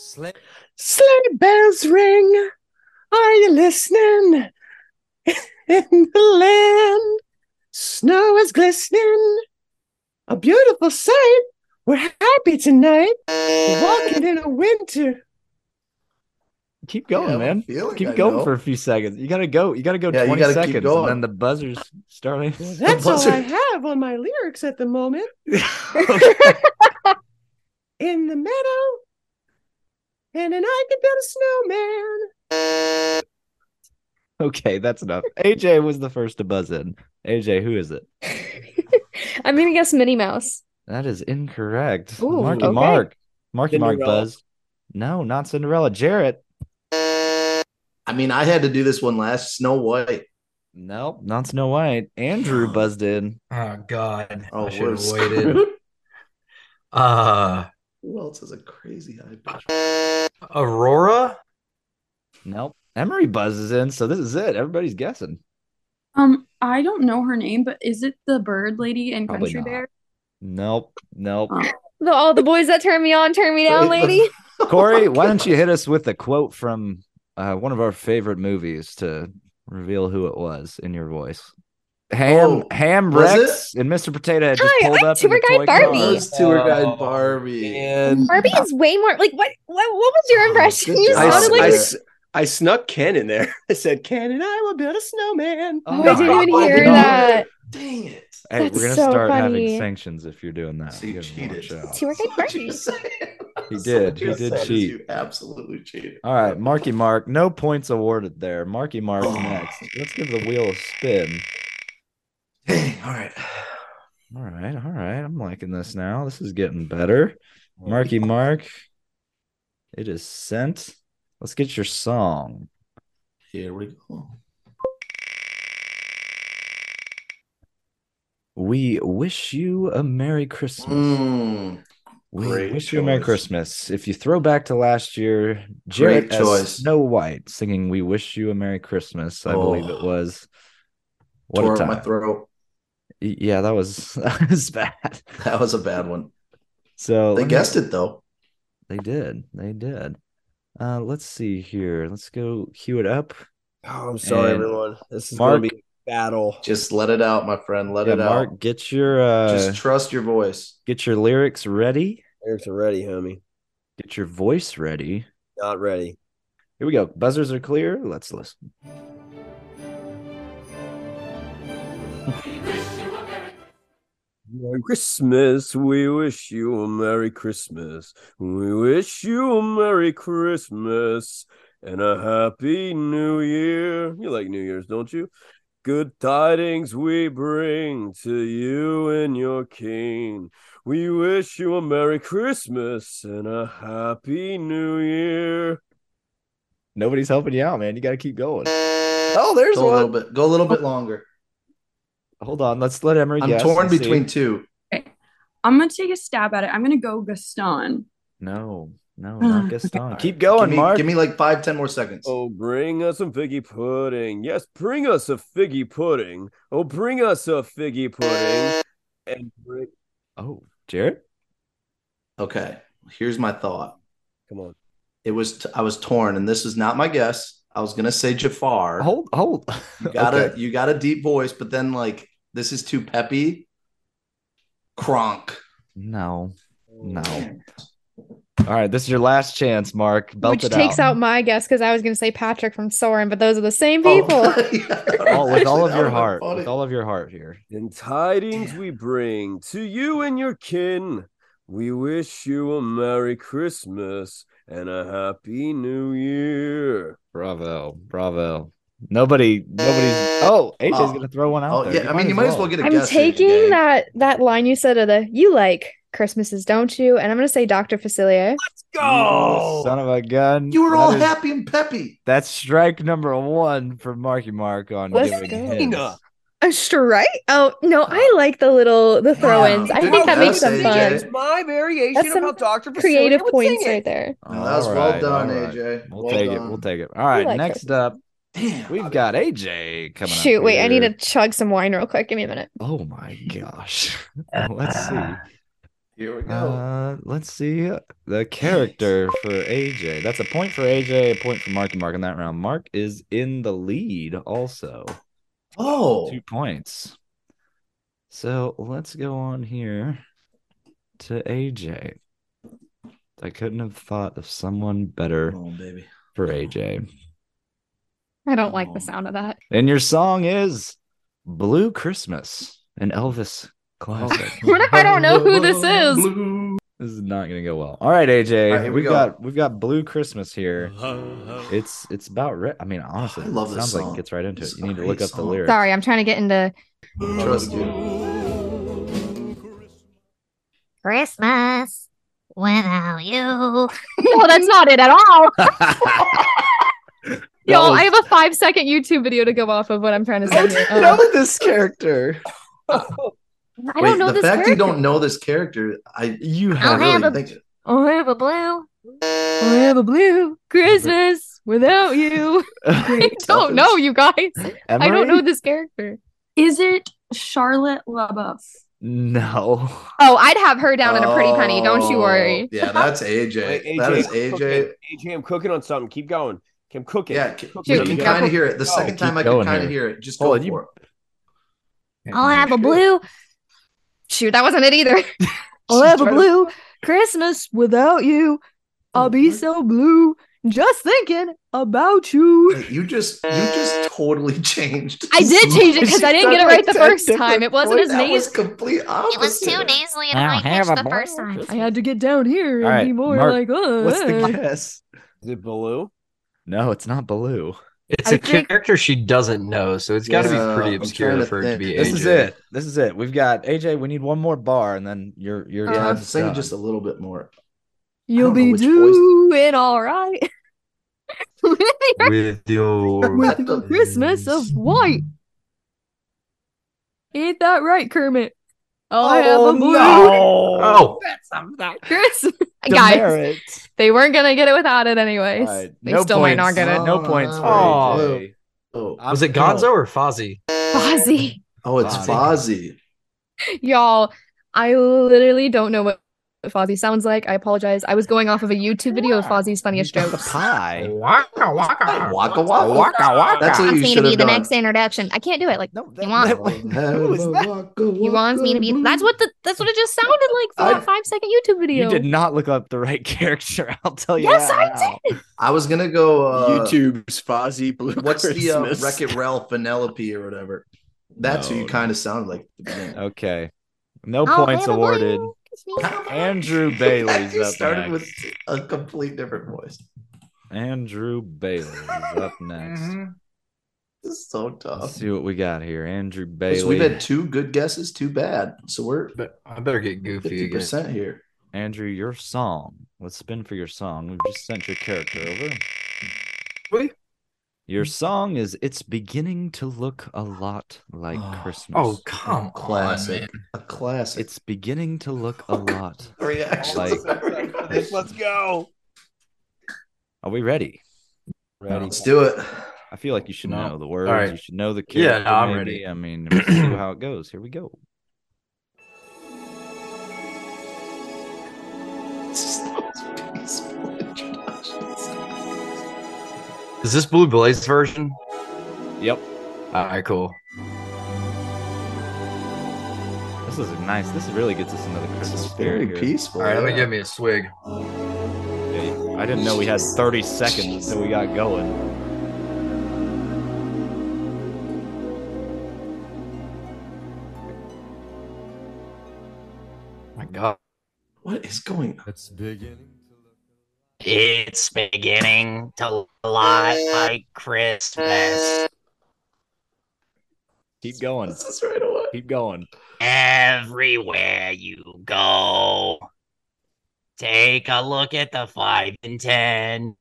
[SPEAKER 5] Sleigh bells ring. Are you listening? In the land, snow is glistening. A beautiful sight. We're happy tonight. We're walking in a winter.
[SPEAKER 9] Keep
[SPEAKER 2] Yeah,
[SPEAKER 9] going,
[SPEAKER 2] I'm
[SPEAKER 9] man.
[SPEAKER 2] feeling
[SPEAKER 9] Keep
[SPEAKER 2] I
[SPEAKER 9] going
[SPEAKER 2] know.
[SPEAKER 9] for a few seconds. You gotta go. You gotta go
[SPEAKER 2] Yeah, you
[SPEAKER 9] twenty
[SPEAKER 2] gotta keep
[SPEAKER 9] seconds,
[SPEAKER 2] going.
[SPEAKER 9] and then the buzzers starting.
[SPEAKER 5] Well, that's all
[SPEAKER 2] buzzer.
[SPEAKER 5] I have on my lyrics at the moment. in the meadow, and then I can build a snowman.
[SPEAKER 9] Okay, that's enough. AJ was the first to buzz in. AJ, who is it?
[SPEAKER 11] I'm gonna guess Minnie Mouse.
[SPEAKER 9] That is incorrect.
[SPEAKER 11] Ooh,
[SPEAKER 9] Marky
[SPEAKER 11] okay.
[SPEAKER 9] Mark. Marky Mark
[SPEAKER 10] Cinderella.
[SPEAKER 9] buzzed. No, not Cinderella. Jarrett.
[SPEAKER 2] I mean, I had to do this one last. Snow White.
[SPEAKER 9] Nope, not Snow White. Andrew buzzed in.
[SPEAKER 12] Oh God.
[SPEAKER 2] Oh,
[SPEAKER 12] I
[SPEAKER 2] we're
[SPEAKER 12] should have waited.
[SPEAKER 2] screwed.
[SPEAKER 12] Uh
[SPEAKER 2] Who else is a crazy high pitch?
[SPEAKER 12] Aurora?
[SPEAKER 9] Nope. Emery buzzes in, so this is it. Everybody's guessing.
[SPEAKER 7] Um, I don't know her name, but is it the bird lady in
[SPEAKER 9] Probably
[SPEAKER 7] Country
[SPEAKER 9] not.
[SPEAKER 7] Bear?
[SPEAKER 9] Nope. Nope.
[SPEAKER 11] The, all the boys that turn me on, turn me down, lady.
[SPEAKER 9] Corey,
[SPEAKER 11] Oh,
[SPEAKER 9] why don't you hit us with a quote from uh, one of our favorite movies to reveal who it was in your voice? Ham
[SPEAKER 2] Oh,
[SPEAKER 9] Ham
[SPEAKER 2] was
[SPEAKER 9] Rex and Mr. Potato Head just
[SPEAKER 11] Hi,
[SPEAKER 9] pulled
[SPEAKER 11] I'm
[SPEAKER 9] up in
[SPEAKER 11] Tour
[SPEAKER 9] the
[SPEAKER 11] Guide
[SPEAKER 9] toy
[SPEAKER 11] Barbie.
[SPEAKER 9] car.
[SPEAKER 2] Those two are guy
[SPEAKER 12] Oh,
[SPEAKER 2] Barbie.
[SPEAKER 12] And
[SPEAKER 11] Barbie is way more like what? What? What was
[SPEAKER 2] Oh,
[SPEAKER 11] your impression?
[SPEAKER 2] good
[SPEAKER 11] You
[SPEAKER 2] job.
[SPEAKER 4] I,
[SPEAKER 11] sounded
[SPEAKER 4] s-
[SPEAKER 11] like
[SPEAKER 4] I
[SPEAKER 2] Sounds
[SPEAKER 4] s- I snuck Ken in there. I said Ken and I will build a snowman.
[SPEAKER 11] Oh, I didn't even
[SPEAKER 2] Oh,
[SPEAKER 11] hear
[SPEAKER 2] no.
[SPEAKER 11] that.
[SPEAKER 2] Dang it.
[SPEAKER 9] Hey, we're
[SPEAKER 11] That's
[SPEAKER 9] gonna
[SPEAKER 11] so
[SPEAKER 9] start having
[SPEAKER 11] funny.
[SPEAKER 9] sanctions if you're doing that.
[SPEAKER 2] So you
[SPEAKER 9] You gotta watch
[SPEAKER 2] cheated.
[SPEAKER 9] out.
[SPEAKER 11] Tour guide
[SPEAKER 2] That's what you're
[SPEAKER 11] Barbie.
[SPEAKER 2] saying.
[SPEAKER 9] He
[SPEAKER 2] That's
[SPEAKER 9] did.
[SPEAKER 2] what
[SPEAKER 9] He
[SPEAKER 2] you're
[SPEAKER 9] did
[SPEAKER 2] saying is
[SPEAKER 9] cheat.
[SPEAKER 2] You absolutely cheated.
[SPEAKER 9] All right, Marky Mark, no points awarded there. Marky Mark
[SPEAKER 2] Oh.
[SPEAKER 9] next. Let's give the wheel a spin.
[SPEAKER 2] Dang. All right.
[SPEAKER 9] All right, all right. I'm liking this now. This is getting better. Marky Mark, it is sent. Let's get your song.
[SPEAKER 2] Here we go.
[SPEAKER 9] We wish you a Merry Christmas.
[SPEAKER 2] Mm,
[SPEAKER 9] we
[SPEAKER 2] great
[SPEAKER 9] wish you a Merry
[SPEAKER 2] choice.
[SPEAKER 9] Christmas. If you throw back to last year, Jared
[SPEAKER 2] Great choice.
[SPEAKER 9] Snow White singing "We Wish You a Merry Christmas." I believe it
[SPEAKER 2] Oh.
[SPEAKER 9] was. What
[SPEAKER 2] tore
[SPEAKER 9] a
[SPEAKER 2] up
[SPEAKER 9] time!
[SPEAKER 2] my throat.
[SPEAKER 9] Y- Yeah, that was that was bad.
[SPEAKER 2] That was a bad one.
[SPEAKER 9] So
[SPEAKER 2] They
[SPEAKER 9] let me-
[SPEAKER 2] guessed it though.
[SPEAKER 9] They did. They did. Uh, let's see here. Let's go cue it up.
[SPEAKER 10] Oh, I'm sorry,
[SPEAKER 9] And
[SPEAKER 10] everyone. This is
[SPEAKER 9] Mark-
[SPEAKER 10] gonna be a battle.
[SPEAKER 2] Just let it out, my friend. Let
[SPEAKER 9] Yeah,
[SPEAKER 2] it
[SPEAKER 9] Mark,
[SPEAKER 2] out.
[SPEAKER 9] get your uh,
[SPEAKER 2] Just trust your voice.
[SPEAKER 9] get your lyrics ready.
[SPEAKER 10] Eric's ready, homie.
[SPEAKER 9] Get your voice ready.
[SPEAKER 10] Not ready.
[SPEAKER 9] Here we go. Buzzers are clear. Let's listen.
[SPEAKER 7] Um,
[SPEAKER 10] Merry Christmas. We wish you a Merry Christmas. We wish you a Merry Christmas and a Happy New Year. You like New Year's, don't you? Good tidings we bring to you and your king. We wish you a Merry Christmas and a Happy New Year.
[SPEAKER 9] Nobody's helping you out, man. You got to keep going. Oh, there's
[SPEAKER 2] Go a little
[SPEAKER 9] one.
[SPEAKER 2] bit. Go a little bit longer.
[SPEAKER 9] Hold on. Let's let Emery
[SPEAKER 2] I'm
[SPEAKER 9] guess
[SPEAKER 2] torn
[SPEAKER 9] and see.
[SPEAKER 2] between two.
[SPEAKER 7] I'm gonna take a stab at it. I'm gonna go Gaston.
[SPEAKER 9] No, no,
[SPEAKER 7] Ah.
[SPEAKER 9] not Gaston.
[SPEAKER 2] Alright.
[SPEAKER 9] Keep going,
[SPEAKER 2] give me,
[SPEAKER 9] Mark.
[SPEAKER 2] Give me like five, ten more seconds.
[SPEAKER 10] Oh, bring us a figgy pudding. Yes, bring us a figgy pudding. Oh, bring us a figgy pudding. And bring...
[SPEAKER 9] Oh, Jared.
[SPEAKER 2] Okay. Here's my thought.
[SPEAKER 10] Come on.
[SPEAKER 2] It was t- I was torn, and this is not my guess. I was gonna say Jafar.
[SPEAKER 9] Hold, hold.
[SPEAKER 2] you gotta
[SPEAKER 9] Okay.
[SPEAKER 2] you got a deep voice, but then like this is too peppy. Kronk.
[SPEAKER 9] No, no. All right, this is your last chance, Mark. Belt
[SPEAKER 11] Which
[SPEAKER 9] it
[SPEAKER 11] takes
[SPEAKER 9] out.
[SPEAKER 11] out. my guess because I was going to say Patrick from Soren, but those are the same people.
[SPEAKER 2] Oh, yeah.
[SPEAKER 9] all, with all
[SPEAKER 2] Actually,
[SPEAKER 9] of
[SPEAKER 2] that would've
[SPEAKER 9] your
[SPEAKER 2] been
[SPEAKER 9] heart,
[SPEAKER 2] funny.
[SPEAKER 9] with all of your heart here.
[SPEAKER 10] And tidings we bring to you and your kin. We wish you a Merry Christmas and a Happy New Year.
[SPEAKER 9] Bravo, bravo. Nobody, nobody's. Oh, AJ's
[SPEAKER 2] Oh.
[SPEAKER 9] gonna throw one out.
[SPEAKER 2] Oh,
[SPEAKER 9] there.
[SPEAKER 2] yeah. I mean, you might as well get a
[SPEAKER 11] I'm
[SPEAKER 2] guess. here, you
[SPEAKER 11] taking
[SPEAKER 2] gang.
[SPEAKER 11] that that line you said of the you like Christmases, don't you? And I'm going to say Dr. Facilier.
[SPEAKER 8] Oh!
[SPEAKER 9] Go, son of a gun.
[SPEAKER 2] You were
[SPEAKER 9] That
[SPEAKER 2] all
[SPEAKER 9] is-
[SPEAKER 2] happy and peppy.
[SPEAKER 9] That's strike number one for Marky Mark on
[SPEAKER 11] Let's
[SPEAKER 9] giving
[SPEAKER 11] go.
[SPEAKER 9] hints.
[SPEAKER 11] A strike? Uh, Oh no, I like the little the throw-ins.
[SPEAKER 2] Wow,
[SPEAKER 11] I
[SPEAKER 2] good
[SPEAKER 11] think that
[SPEAKER 2] job,
[SPEAKER 11] makes them
[SPEAKER 2] AJ.
[SPEAKER 11] fun.
[SPEAKER 2] That's
[SPEAKER 10] my variation
[SPEAKER 11] That's some
[SPEAKER 10] of how Dr. Facilier
[SPEAKER 11] Creative
[SPEAKER 10] would
[SPEAKER 11] points
[SPEAKER 10] sing
[SPEAKER 11] right
[SPEAKER 10] it.
[SPEAKER 11] there.
[SPEAKER 2] No, that was
[SPEAKER 9] All
[SPEAKER 2] well
[SPEAKER 9] right,
[SPEAKER 2] done,
[SPEAKER 9] all right.
[SPEAKER 2] AJ.
[SPEAKER 9] We'll
[SPEAKER 2] Well
[SPEAKER 9] take it.
[SPEAKER 2] done.
[SPEAKER 9] We'll take it. All right,
[SPEAKER 11] like
[SPEAKER 9] next
[SPEAKER 11] her.
[SPEAKER 9] up,
[SPEAKER 2] Damn.
[SPEAKER 9] we've got AJ coming up.
[SPEAKER 11] Shoot, wait, I need
[SPEAKER 9] here.
[SPEAKER 11] to chug some wine real quick. Give me a minute.
[SPEAKER 9] Oh my gosh. Let's see.
[SPEAKER 2] Here we go.
[SPEAKER 9] Uh, let's see the character for AJ. That's a point for AJ, a point for Mark and Mark in that round. Mark is in the lead also.
[SPEAKER 2] oh,
[SPEAKER 9] Two points. So let's go on here to AJ. I couldn't have thought of someone better
[SPEAKER 2] Come on, baby.
[SPEAKER 9] for AJ.
[SPEAKER 11] I don't like
[SPEAKER 2] Oh.
[SPEAKER 11] the sound of that.
[SPEAKER 9] And your song is Blue Christmas, an Elvis classic.
[SPEAKER 11] I don't know who this is.
[SPEAKER 2] Blue.
[SPEAKER 9] This is not gonna go well. All right, AJ.
[SPEAKER 2] All right, here we
[SPEAKER 9] we've
[SPEAKER 2] go. Mm-hmm.
[SPEAKER 9] got we've got Blue Christmas here. It's it's about right. I mean, honestly,
[SPEAKER 2] I love
[SPEAKER 9] it
[SPEAKER 2] this
[SPEAKER 9] sounds like
[SPEAKER 2] song.
[SPEAKER 9] it gets right into
[SPEAKER 2] It's
[SPEAKER 9] it.
[SPEAKER 2] a
[SPEAKER 9] You need to
[SPEAKER 2] great
[SPEAKER 9] look up the
[SPEAKER 2] song.
[SPEAKER 9] lyrics.
[SPEAKER 11] Sorry, I'm trying to get into
[SPEAKER 2] Trust you.
[SPEAKER 5] Christmas without you.
[SPEAKER 11] No, that's not it at all.
[SPEAKER 9] That
[SPEAKER 11] Y'all,
[SPEAKER 9] was-
[SPEAKER 11] I have a five second YouTube video to go off of what I'm trying to say. here. Uh,
[SPEAKER 13] this character.
[SPEAKER 11] I
[SPEAKER 2] Wait,
[SPEAKER 11] don't know
[SPEAKER 2] the
[SPEAKER 11] this
[SPEAKER 2] fact
[SPEAKER 11] character.
[SPEAKER 2] you don't know this character, I
[SPEAKER 9] you
[SPEAKER 2] I
[SPEAKER 9] have
[SPEAKER 5] have
[SPEAKER 2] really
[SPEAKER 5] a-
[SPEAKER 2] think
[SPEAKER 5] Oh, I have a blue.
[SPEAKER 11] I have a blue Christmas without you. I don't know, you guys. I don't know
[SPEAKER 9] Emery?
[SPEAKER 11] this character.
[SPEAKER 7] Is it Charlotte LaBeouf?
[SPEAKER 9] No.
[SPEAKER 11] Oh, I'd have her down in a pretty penny. Don't you
[SPEAKER 2] Oh,
[SPEAKER 11] worry.
[SPEAKER 2] Yeah, that's AJ.
[SPEAKER 10] Wait, AJ,
[SPEAKER 2] that is
[SPEAKER 10] I'm
[SPEAKER 2] AJ.
[SPEAKER 10] cooking. AJ, I'm cooking on something. Keep going. Keep cooking.
[SPEAKER 2] Yeah, c-
[SPEAKER 10] Cooking.
[SPEAKER 2] we
[SPEAKER 11] Dude,
[SPEAKER 2] can
[SPEAKER 11] go.
[SPEAKER 2] kind of hear it. The
[SPEAKER 10] Go.
[SPEAKER 2] second time I
[SPEAKER 9] Oh, Keep
[SPEAKER 2] could
[SPEAKER 9] going
[SPEAKER 2] kind of
[SPEAKER 9] here.
[SPEAKER 2] hear it. Just go
[SPEAKER 9] Hold on,
[SPEAKER 2] for
[SPEAKER 9] you-
[SPEAKER 2] it.
[SPEAKER 5] I'll have a blue.
[SPEAKER 11] Shoot, that wasn't it either. I'll have a blue Christmas without you.
[SPEAKER 7] Oh,
[SPEAKER 11] I'll be so blue just thinking about you.
[SPEAKER 2] Wait, you just you just totally changed.
[SPEAKER 11] I did change it because I didn't get it right the first time. It wasn't as
[SPEAKER 2] that was
[SPEAKER 11] nasal.
[SPEAKER 2] complete
[SPEAKER 5] It was
[SPEAKER 2] opposite.
[SPEAKER 5] too nasally and
[SPEAKER 9] I'll
[SPEAKER 5] I
[SPEAKER 9] have
[SPEAKER 5] catch
[SPEAKER 9] a
[SPEAKER 5] the
[SPEAKER 9] blue
[SPEAKER 5] first time.
[SPEAKER 9] Christmas.
[SPEAKER 11] I had to get down here and
[SPEAKER 9] All right,
[SPEAKER 11] be more
[SPEAKER 9] Mark,
[SPEAKER 11] like, oh,
[SPEAKER 9] What's the guess?
[SPEAKER 10] Is it Baloo?
[SPEAKER 9] No, it's not Baloo.
[SPEAKER 8] It's
[SPEAKER 11] I
[SPEAKER 8] a
[SPEAKER 11] think-
[SPEAKER 8] character she doesn't know, so it's got to
[SPEAKER 2] Yeah,
[SPEAKER 8] be pretty
[SPEAKER 2] I'm
[SPEAKER 8] obscure
[SPEAKER 2] trying to
[SPEAKER 8] for it to
[SPEAKER 2] think.
[SPEAKER 8] be.
[SPEAKER 9] This
[SPEAKER 8] AJ.
[SPEAKER 9] is it. This is it. We've got AJ. We need one more bar, and then you're you're
[SPEAKER 11] Uh,
[SPEAKER 2] Yeah,
[SPEAKER 9] time's
[SPEAKER 2] sing
[SPEAKER 9] done.
[SPEAKER 2] just a little bit more.
[SPEAKER 11] You'll
[SPEAKER 2] don't know
[SPEAKER 11] be
[SPEAKER 2] which voice-
[SPEAKER 11] doing all right.
[SPEAKER 8] with your
[SPEAKER 11] With your Christmas of white. Ain't that right, Kermit? I'll have a blue
[SPEAKER 8] Oh,
[SPEAKER 11] Christmas. Guys,
[SPEAKER 9] Demerit.
[SPEAKER 11] they weren't gonna get it without it anyways.
[SPEAKER 9] All right,
[SPEAKER 11] They
[SPEAKER 9] no
[SPEAKER 11] still might not
[SPEAKER 9] points.
[SPEAKER 11] get it.
[SPEAKER 9] No points for
[SPEAKER 8] Oh.
[SPEAKER 9] AJ.
[SPEAKER 2] Oh,
[SPEAKER 9] I'm
[SPEAKER 8] was it
[SPEAKER 9] still-
[SPEAKER 8] Gonzo or Fozzie?
[SPEAKER 11] Fozzie,
[SPEAKER 2] oh, it's
[SPEAKER 9] Fozzie.
[SPEAKER 2] Fozzie.
[SPEAKER 11] y'all, I literally don't know what Fozzie sounds like. I apologize. I was going off of a YouTube video of Fozzie's funniest
[SPEAKER 9] The
[SPEAKER 11] jokes.
[SPEAKER 9] pie.
[SPEAKER 2] Waka waka waka
[SPEAKER 9] waka.
[SPEAKER 2] That's what
[SPEAKER 5] Wants
[SPEAKER 2] you
[SPEAKER 5] me to
[SPEAKER 2] should
[SPEAKER 5] be
[SPEAKER 2] have
[SPEAKER 5] the
[SPEAKER 2] done.
[SPEAKER 5] next introduction. I can't do it. Like
[SPEAKER 9] No,
[SPEAKER 5] You want-
[SPEAKER 9] who was that?
[SPEAKER 5] he wants me to be. That's what the. That's what it just sounded like for
[SPEAKER 2] I-
[SPEAKER 5] that five second YouTube video.
[SPEAKER 9] You did not look up the right character. I'll tell you.
[SPEAKER 5] Yes,
[SPEAKER 9] that
[SPEAKER 5] I
[SPEAKER 9] now.
[SPEAKER 5] did.
[SPEAKER 2] I was gonna go. Uh,
[SPEAKER 14] YouTube's Fozzie Blue.
[SPEAKER 2] What's the uh,
[SPEAKER 14] Christmas.
[SPEAKER 2] Wreck It Ralph Penelope or whatever? That's who
[SPEAKER 9] No,
[SPEAKER 2] you
[SPEAKER 9] no.
[SPEAKER 2] kind of sound like. At the beginning.
[SPEAKER 9] Okay, no
[SPEAKER 5] I'll
[SPEAKER 9] points
[SPEAKER 5] have a
[SPEAKER 9] awarded.
[SPEAKER 5] blue Christmas.
[SPEAKER 9] Andrew Bailey's
[SPEAKER 2] You
[SPEAKER 9] up
[SPEAKER 2] started
[SPEAKER 9] next.
[SPEAKER 2] with a complete different voice.
[SPEAKER 9] Andrew Bailey is
[SPEAKER 8] Uh-huh.
[SPEAKER 9] up next.
[SPEAKER 2] This is so tough.
[SPEAKER 9] Let's see what we got here. Andrew
[SPEAKER 2] Because
[SPEAKER 9] Bailey.
[SPEAKER 2] we've had two good guesses, too bad. So we're
[SPEAKER 8] But I better get goofy
[SPEAKER 2] fifty
[SPEAKER 8] again.
[SPEAKER 2] percent here.
[SPEAKER 9] Andrew, your song. Let's spin for your song. We've just sent your character over.
[SPEAKER 8] Really?
[SPEAKER 9] Your song is It's Beginning to Look a Lot Like Christmas.
[SPEAKER 8] Oh, come on,
[SPEAKER 2] Classic.
[SPEAKER 8] man.
[SPEAKER 2] A classic.
[SPEAKER 9] It's beginning to look a lot.
[SPEAKER 2] Reactions.
[SPEAKER 9] like-
[SPEAKER 4] Let's go.
[SPEAKER 9] Are we ready?
[SPEAKER 4] Ready.
[SPEAKER 2] Let's do it.
[SPEAKER 9] I feel like you should
[SPEAKER 8] No.
[SPEAKER 9] know the words.
[SPEAKER 8] right.
[SPEAKER 9] You should know the
[SPEAKER 8] Yeah,
[SPEAKER 9] character.
[SPEAKER 8] no, I'm
[SPEAKER 9] maybe.
[SPEAKER 8] ready.
[SPEAKER 9] I mean, we'll see how it goes. Here we go.
[SPEAKER 2] This is the most peaceful introduction.
[SPEAKER 8] Is this Blue Blaze version?
[SPEAKER 9] Yep.
[SPEAKER 8] All right, cool.
[SPEAKER 9] This is nice. This really gets us into the
[SPEAKER 2] This
[SPEAKER 9] Christmas
[SPEAKER 2] is
[SPEAKER 9] spirit
[SPEAKER 2] very
[SPEAKER 9] here.
[SPEAKER 2] peaceful.
[SPEAKER 8] All right, let me
[SPEAKER 2] yeah.
[SPEAKER 8] give me a swig.
[SPEAKER 9] Yeah, I didn't know we had 30 seconds until we got going.
[SPEAKER 8] my God.
[SPEAKER 2] What is going on?
[SPEAKER 14] It's beginning to look a lot like Christmas.
[SPEAKER 9] Keep going.
[SPEAKER 2] This is right away.
[SPEAKER 9] Keep going.
[SPEAKER 14] Everywhere you go, take a look at the five and ten.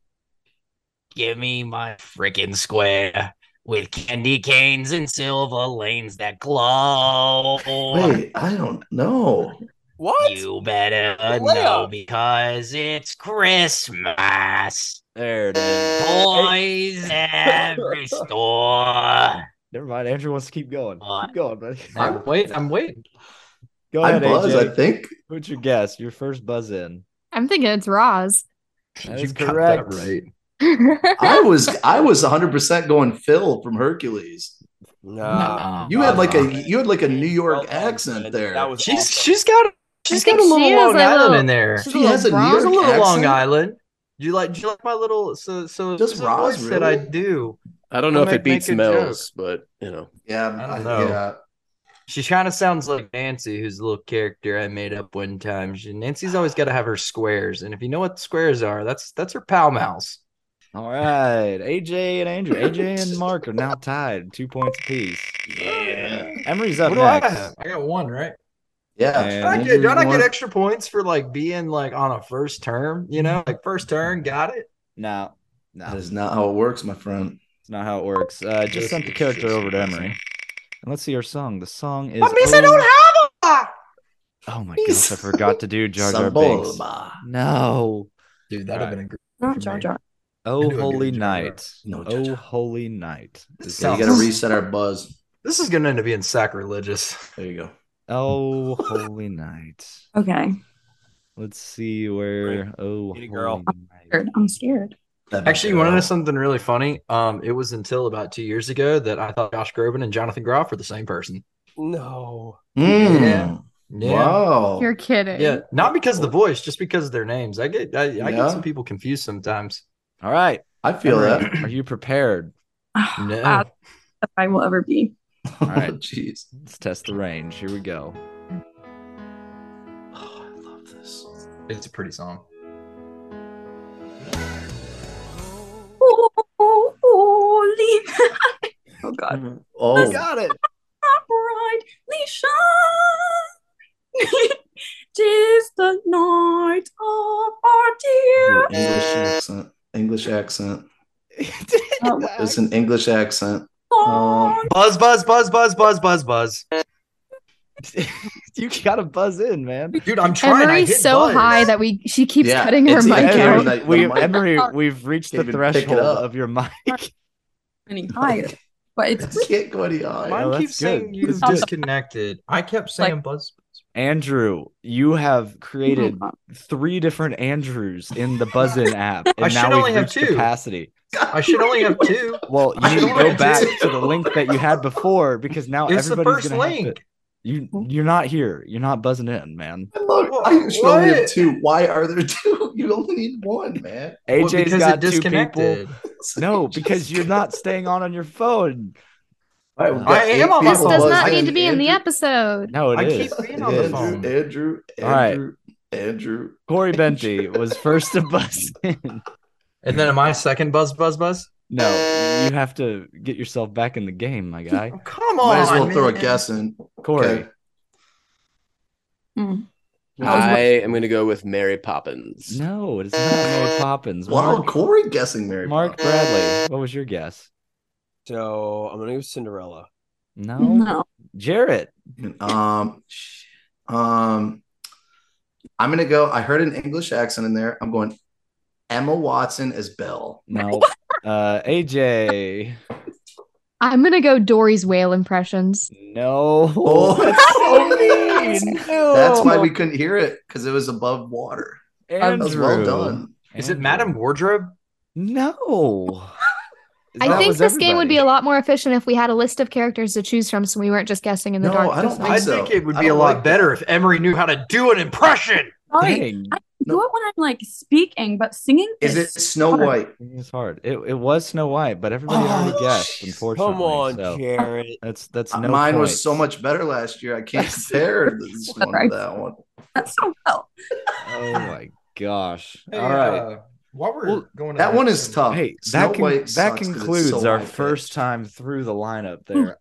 [SPEAKER 14] Give me my frickin' square with candy canes and silver lanes that glow.
[SPEAKER 2] Wait, I don't know.
[SPEAKER 4] What?
[SPEAKER 14] You better know
[SPEAKER 4] Well.
[SPEAKER 14] because it's Christmas.
[SPEAKER 9] There it is.
[SPEAKER 14] Toys every store.
[SPEAKER 9] Never mind. Andrew wants to keep going. Keep going, buddy.
[SPEAKER 8] I'm Uh, wait. I'm waiting.
[SPEAKER 9] Go
[SPEAKER 2] I
[SPEAKER 9] ahead,
[SPEAKER 2] buzz,
[SPEAKER 9] AJ.
[SPEAKER 2] I think.
[SPEAKER 9] What's your guess? Your first buzz in.
[SPEAKER 7] I'm thinking it's Roz.
[SPEAKER 9] That
[SPEAKER 8] You
[SPEAKER 9] is
[SPEAKER 8] got
[SPEAKER 9] correct.
[SPEAKER 8] That right.
[SPEAKER 2] I was I was 100% going Phil from Hercules.
[SPEAKER 4] Nah.
[SPEAKER 2] You had like
[SPEAKER 8] Uh-huh.
[SPEAKER 2] a you had like a New York
[SPEAKER 4] Well,
[SPEAKER 2] accent there.
[SPEAKER 4] That was
[SPEAKER 8] She's
[SPEAKER 4] awesome.
[SPEAKER 8] she's got she's got
[SPEAKER 7] think
[SPEAKER 8] a little
[SPEAKER 7] she has
[SPEAKER 8] Long
[SPEAKER 7] a
[SPEAKER 8] Island
[SPEAKER 7] little-
[SPEAKER 8] in there.
[SPEAKER 2] she has a New
[SPEAKER 7] Bronx.
[SPEAKER 8] There's
[SPEAKER 2] York
[SPEAKER 8] a little Long
[SPEAKER 2] accent?
[SPEAKER 8] Island. Do you like do you like my little so so
[SPEAKER 2] Just
[SPEAKER 8] so
[SPEAKER 2] Roz,
[SPEAKER 8] voice that I
[SPEAKER 2] really?
[SPEAKER 8] do?
[SPEAKER 15] I don't know
[SPEAKER 8] I
[SPEAKER 15] if
[SPEAKER 8] might
[SPEAKER 15] it beats
[SPEAKER 8] make a joke.
[SPEAKER 15] Mel's, but you know.
[SPEAKER 2] Yeah,
[SPEAKER 8] I don't know.
[SPEAKER 2] yeah.
[SPEAKER 8] She kind of sounds like Nancy, who's a little character I made up one time. She, Nancy's always got to have her squares, and if you know what squares are, that's that's her pal mouse.
[SPEAKER 9] All right. AJ and Andrew. AJ and Mark are now tied, two points apiece.
[SPEAKER 15] Yeah.
[SPEAKER 9] Emery's up
[SPEAKER 8] what do I have?
[SPEAKER 9] next.
[SPEAKER 8] I got one right.
[SPEAKER 2] Yeah.
[SPEAKER 9] And
[SPEAKER 8] Do I get,
[SPEAKER 2] Andrew's
[SPEAKER 8] do I not
[SPEAKER 2] one.
[SPEAKER 8] get extra points for like being like on a first term? You know, like first term, got it.
[SPEAKER 9] No, no,
[SPEAKER 2] That
[SPEAKER 9] that's
[SPEAKER 2] is not how it works, my friend.
[SPEAKER 9] not how it works. Uh, I just
[SPEAKER 8] This
[SPEAKER 9] sent the
[SPEAKER 8] is
[SPEAKER 9] character
[SPEAKER 8] just
[SPEAKER 9] over to
[SPEAKER 8] amazing.
[SPEAKER 9] Emery. And let's see our song. The song is.
[SPEAKER 14] But miss, I
[SPEAKER 9] Oh-
[SPEAKER 14] don't have a.
[SPEAKER 9] Oh my gosh, I forgot to do Jar Jar Binks.
[SPEAKER 2] Saboba.
[SPEAKER 9] No.
[SPEAKER 8] Dude, that'd have
[SPEAKER 9] Alright.
[SPEAKER 8] been a great.
[SPEAKER 7] Not
[SPEAKER 8] for
[SPEAKER 7] Jar
[SPEAKER 8] me.
[SPEAKER 7] Jar.
[SPEAKER 9] Oh
[SPEAKER 8] do a
[SPEAKER 9] holy
[SPEAKER 8] good Jar Jar.
[SPEAKER 9] night.
[SPEAKER 2] No, Jar
[SPEAKER 9] Oh
[SPEAKER 2] Jar.
[SPEAKER 9] holy night.
[SPEAKER 8] This
[SPEAKER 2] Yeah, you
[SPEAKER 8] sounds-
[SPEAKER 2] got to reset our buzz.
[SPEAKER 8] This is gonna end up being sacrilegious.
[SPEAKER 2] There you go.
[SPEAKER 9] Oh holy night.
[SPEAKER 7] Okay.
[SPEAKER 9] Let's see where. Oh
[SPEAKER 4] Get
[SPEAKER 9] holy
[SPEAKER 4] it, girl.
[SPEAKER 9] night.
[SPEAKER 7] I'm scared.
[SPEAKER 2] That
[SPEAKER 8] Actually, you
[SPEAKER 2] better.
[SPEAKER 8] want to know something really funny? Um, it was until about two years ago that I thought Josh Groban and Jonathan Groff were the same person.
[SPEAKER 4] No.
[SPEAKER 2] Mm.
[SPEAKER 8] Yeah. Yeah.
[SPEAKER 2] Wow.
[SPEAKER 7] You're kidding.
[SPEAKER 8] Yeah, not because of the voice, just because of their names. I get, I, I
[SPEAKER 2] Yeah.
[SPEAKER 8] get some people confused sometimes.
[SPEAKER 9] All right.
[SPEAKER 2] I feel that.
[SPEAKER 9] Are you prepared?
[SPEAKER 8] No.
[SPEAKER 7] Uh, if I will ever be.
[SPEAKER 2] All
[SPEAKER 9] right.
[SPEAKER 2] Oh, Jeez.
[SPEAKER 9] Let's test the range. Here we go.
[SPEAKER 2] Oh, I love this.
[SPEAKER 8] It's a pretty song.
[SPEAKER 7] Oh, oh, oh, leave. oh God.
[SPEAKER 9] Mm-hmm.
[SPEAKER 2] Oh,
[SPEAKER 9] it.
[SPEAKER 7] Not brightly shine. Tis the night of our dear.
[SPEAKER 2] Ooh, English accent. English accent.
[SPEAKER 7] Um,
[SPEAKER 2] It's Oh, an English accent.
[SPEAKER 7] Lord.
[SPEAKER 8] Buzz, buzz, buzz, buzz, buzz, buzz, buzz.
[SPEAKER 9] you gotta buzz in, man.
[SPEAKER 8] Dude, I'm trying. I
[SPEAKER 11] Emery's
[SPEAKER 8] hit
[SPEAKER 11] so
[SPEAKER 8] buzz.
[SPEAKER 11] high that we she keeps
[SPEAKER 2] Yeah,
[SPEAKER 7] cutting
[SPEAKER 9] It's
[SPEAKER 7] her
[SPEAKER 2] it's
[SPEAKER 7] mic
[SPEAKER 2] either
[SPEAKER 7] out.
[SPEAKER 9] Emery,
[SPEAKER 2] that- the
[SPEAKER 9] we,
[SPEAKER 2] mic
[SPEAKER 9] Emery, we've reached the
[SPEAKER 2] can't even pick it
[SPEAKER 9] threshold
[SPEAKER 2] up.
[SPEAKER 9] of your mic.
[SPEAKER 7] Any higher. But it's
[SPEAKER 2] It can't go any higher.
[SPEAKER 9] Mine
[SPEAKER 8] Mine
[SPEAKER 9] Oh, that's
[SPEAKER 8] keeps saying
[SPEAKER 9] good.
[SPEAKER 8] you
[SPEAKER 9] That's good.
[SPEAKER 8] disconnected. I kept saying buzz.
[SPEAKER 9] Andrew, you have created
[SPEAKER 7] Oh,
[SPEAKER 9] three different Andrews in the Buzzin app, and
[SPEAKER 8] I should
[SPEAKER 9] now
[SPEAKER 8] only
[SPEAKER 9] we've
[SPEAKER 8] have
[SPEAKER 9] reached
[SPEAKER 8] two.
[SPEAKER 9] capacity.
[SPEAKER 8] I should only have two.
[SPEAKER 9] Well, you
[SPEAKER 8] I
[SPEAKER 9] need to
[SPEAKER 8] should only
[SPEAKER 9] go
[SPEAKER 8] have
[SPEAKER 9] back
[SPEAKER 8] two.
[SPEAKER 9] to the link that you had before because now
[SPEAKER 8] It's the
[SPEAKER 9] everybody's
[SPEAKER 8] first
[SPEAKER 9] gonna have to-
[SPEAKER 8] link.
[SPEAKER 9] you you're not here. You're not buzzing in, man.
[SPEAKER 2] I love
[SPEAKER 8] Wha-
[SPEAKER 2] I should only have
[SPEAKER 8] what?
[SPEAKER 2] two. Why are there two? You only need one, man.
[SPEAKER 8] Well,
[SPEAKER 9] AJ's got two people.
[SPEAKER 2] It's like
[SPEAKER 9] No,
[SPEAKER 2] you just-
[SPEAKER 9] because you're not staying on on your phone.
[SPEAKER 2] All right, we've
[SPEAKER 9] I
[SPEAKER 2] got
[SPEAKER 8] am
[SPEAKER 2] eight
[SPEAKER 8] on my
[SPEAKER 16] This
[SPEAKER 2] people
[SPEAKER 8] phone.
[SPEAKER 16] does
[SPEAKER 8] was
[SPEAKER 16] not
[SPEAKER 2] buzzing
[SPEAKER 16] need to be in the
[SPEAKER 2] Andrew-
[SPEAKER 16] episode.
[SPEAKER 9] No, it
[SPEAKER 8] I
[SPEAKER 9] is.
[SPEAKER 8] keep being on the
[SPEAKER 9] It is.
[SPEAKER 8] phone.
[SPEAKER 2] Andrew, Andrew,
[SPEAKER 9] All right.
[SPEAKER 2] Andrew, Andrew.
[SPEAKER 9] Corey Benty was first to buzz in.
[SPEAKER 8] And then am I second buzz, buzz, buzz?
[SPEAKER 9] No, you have to get yourself back in the game, my guy.
[SPEAKER 8] Come on.
[SPEAKER 2] Might as well throw a
[SPEAKER 8] man.
[SPEAKER 2] guess in.
[SPEAKER 9] Corey.
[SPEAKER 2] Okay.
[SPEAKER 7] mm.
[SPEAKER 15] I am gonna go with Mary Poppins.
[SPEAKER 9] No, it is not Mary Poppins.
[SPEAKER 2] Wow,
[SPEAKER 9] Mark,
[SPEAKER 2] Corey guessing Mary.
[SPEAKER 9] Mark
[SPEAKER 2] Poppins.
[SPEAKER 9] Bradley. What was your guess?
[SPEAKER 4] So I'm gonna go Cinderella.
[SPEAKER 9] No.
[SPEAKER 7] No.
[SPEAKER 9] Jarrett.
[SPEAKER 2] Um, um, I'm gonna go. I heard an English accent in there. I'm going Emma Watson as Belle.
[SPEAKER 9] No. uh, AJ.
[SPEAKER 11] I'm gonna go Dory's whale impressions.
[SPEAKER 9] No.
[SPEAKER 2] Oh, that's so mean.
[SPEAKER 9] No.
[SPEAKER 2] That's why we couldn't hear it because it was above water. That was well
[SPEAKER 9] Andrew.
[SPEAKER 2] done.
[SPEAKER 8] Is it Madam Wardrobe?
[SPEAKER 9] No.
[SPEAKER 11] I
[SPEAKER 9] That
[SPEAKER 11] think
[SPEAKER 9] was
[SPEAKER 11] this game would be
[SPEAKER 9] everybody.
[SPEAKER 11] a lot more efficient if we had a list of characters to choose from, so we weren't just guessing in the
[SPEAKER 2] No,
[SPEAKER 11] dark.
[SPEAKER 2] I don't
[SPEAKER 11] just
[SPEAKER 2] think
[SPEAKER 11] now.
[SPEAKER 8] I
[SPEAKER 2] so.
[SPEAKER 8] think it would
[SPEAKER 2] I
[SPEAKER 8] be a
[SPEAKER 2] don't
[SPEAKER 8] lot
[SPEAKER 2] like that.
[SPEAKER 8] better if Emery knew how to do an impression.
[SPEAKER 7] Sorry,
[SPEAKER 9] Dang.
[SPEAKER 7] I can
[SPEAKER 2] No.
[SPEAKER 7] do it when I'm like speaking, but singing
[SPEAKER 2] Is it Snow
[SPEAKER 7] hard.
[SPEAKER 2] White?
[SPEAKER 9] It's hard. It, it was Snow White, but everybody already
[SPEAKER 2] Oh,
[SPEAKER 9] guessed,
[SPEAKER 2] jeez.
[SPEAKER 9] unfortunately.
[SPEAKER 4] Come on,
[SPEAKER 9] so
[SPEAKER 4] Jarrett.
[SPEAKER 9] that's that's no
[SPEAKER 2] Uh, Mine
[SPEAKER 9] points.
[SPEAKER 2] was so much better last year. I can't compare this one to that one.
[SPEAKER 7] That's so well.
[SPEAKER 9] Oh my gosh!
[SPEAKER 8] Hey,
[SPEAKER 9] All right.
[SPEAKER 8] uh, while we're
[SPEAKER 9] Well,
[SPEAKER 8] going, to
[SPEAKER 2] That one is tough.
[SPEAKER 9] hey,
[SPEAKER 2] Snow
[SPEAKER 9] that, con-
[SPEAKER 2] White
[SPEAKER 9] that
[SPEAKER 2] sucks 'cause it's
[SPEAKER 9] concludes
[SPEAKER 2] so
[SPEAKER 9] our
[SPEAKER 2] high-pitched.
[SPEAKER 9] first time through the lineup there.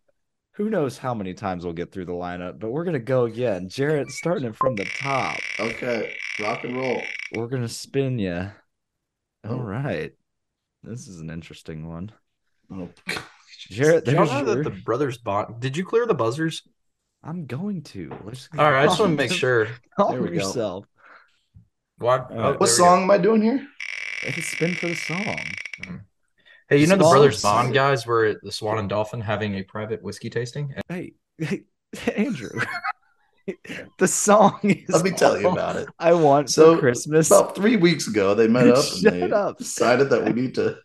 [SPEAKER 9] Who knows how many times we'll get through the lineup, but we're going to go again. Jarrett, starting it from the top,
[SPEAKER 2] Okay, rock and roll.
[SPEAKER 9] we're going to spin you. All
[SPEAKER 2] Oh.
[SPEAKER 9] right. This is an interesting one.
[SPEAKER 2] Oh.
[SPEAKER 9] Jarrett,
[SPEAKER 8] Did y'all
[SPEAKER 9] there's
[SPEAKER 8] know
[SPEAKER 9] your...
[SPEAKER 8] that the brothers bond? Did you clear the buzzers?
[SPEAKER 9] I'm going to. Let's
[SPEAKER 8] All right, I just want to make
[SPEAKER 9] Calm
[SPEAKER 8] sure.
[SPEAKER 9] Calm
[SPEAKER 2] There we go.
[SPEAKER 9] yourself.
[SPEAKER 8] Why, oh,
[SPEAKER 9] right. What
[SPEAKER 8] there we go.
[SPEAKER 2] What song am I doing here?
[SPEAKER 9] It's spin for the song.
[SPEAKER 8] Hey, you know the
[SPEAKER 9] Swan
[SPEAKER 8] brothers
[SPEAKER 9] Song.
[SPEAKER 8] Bond guys were at the Swan and Dolphin having a private whiskey tasting.
[SPEAKER 9] Hey, hey Andrew. the song is
[SPEAKER 2] Let me tell you
[SPEAKER 9] all
[SPEAKER 2] about it.
[SPEAKER 9] I want
[SPEAKER 2] So,
[SPEAKER 9] for Christmas.
[SPEAKER 2] About three weeks ago, they met up and
[SPEAKER 9] Shut
[SPEAKER 2] they
[SPEAKER 9] up.
[SPEAKER 2] decided that we need to.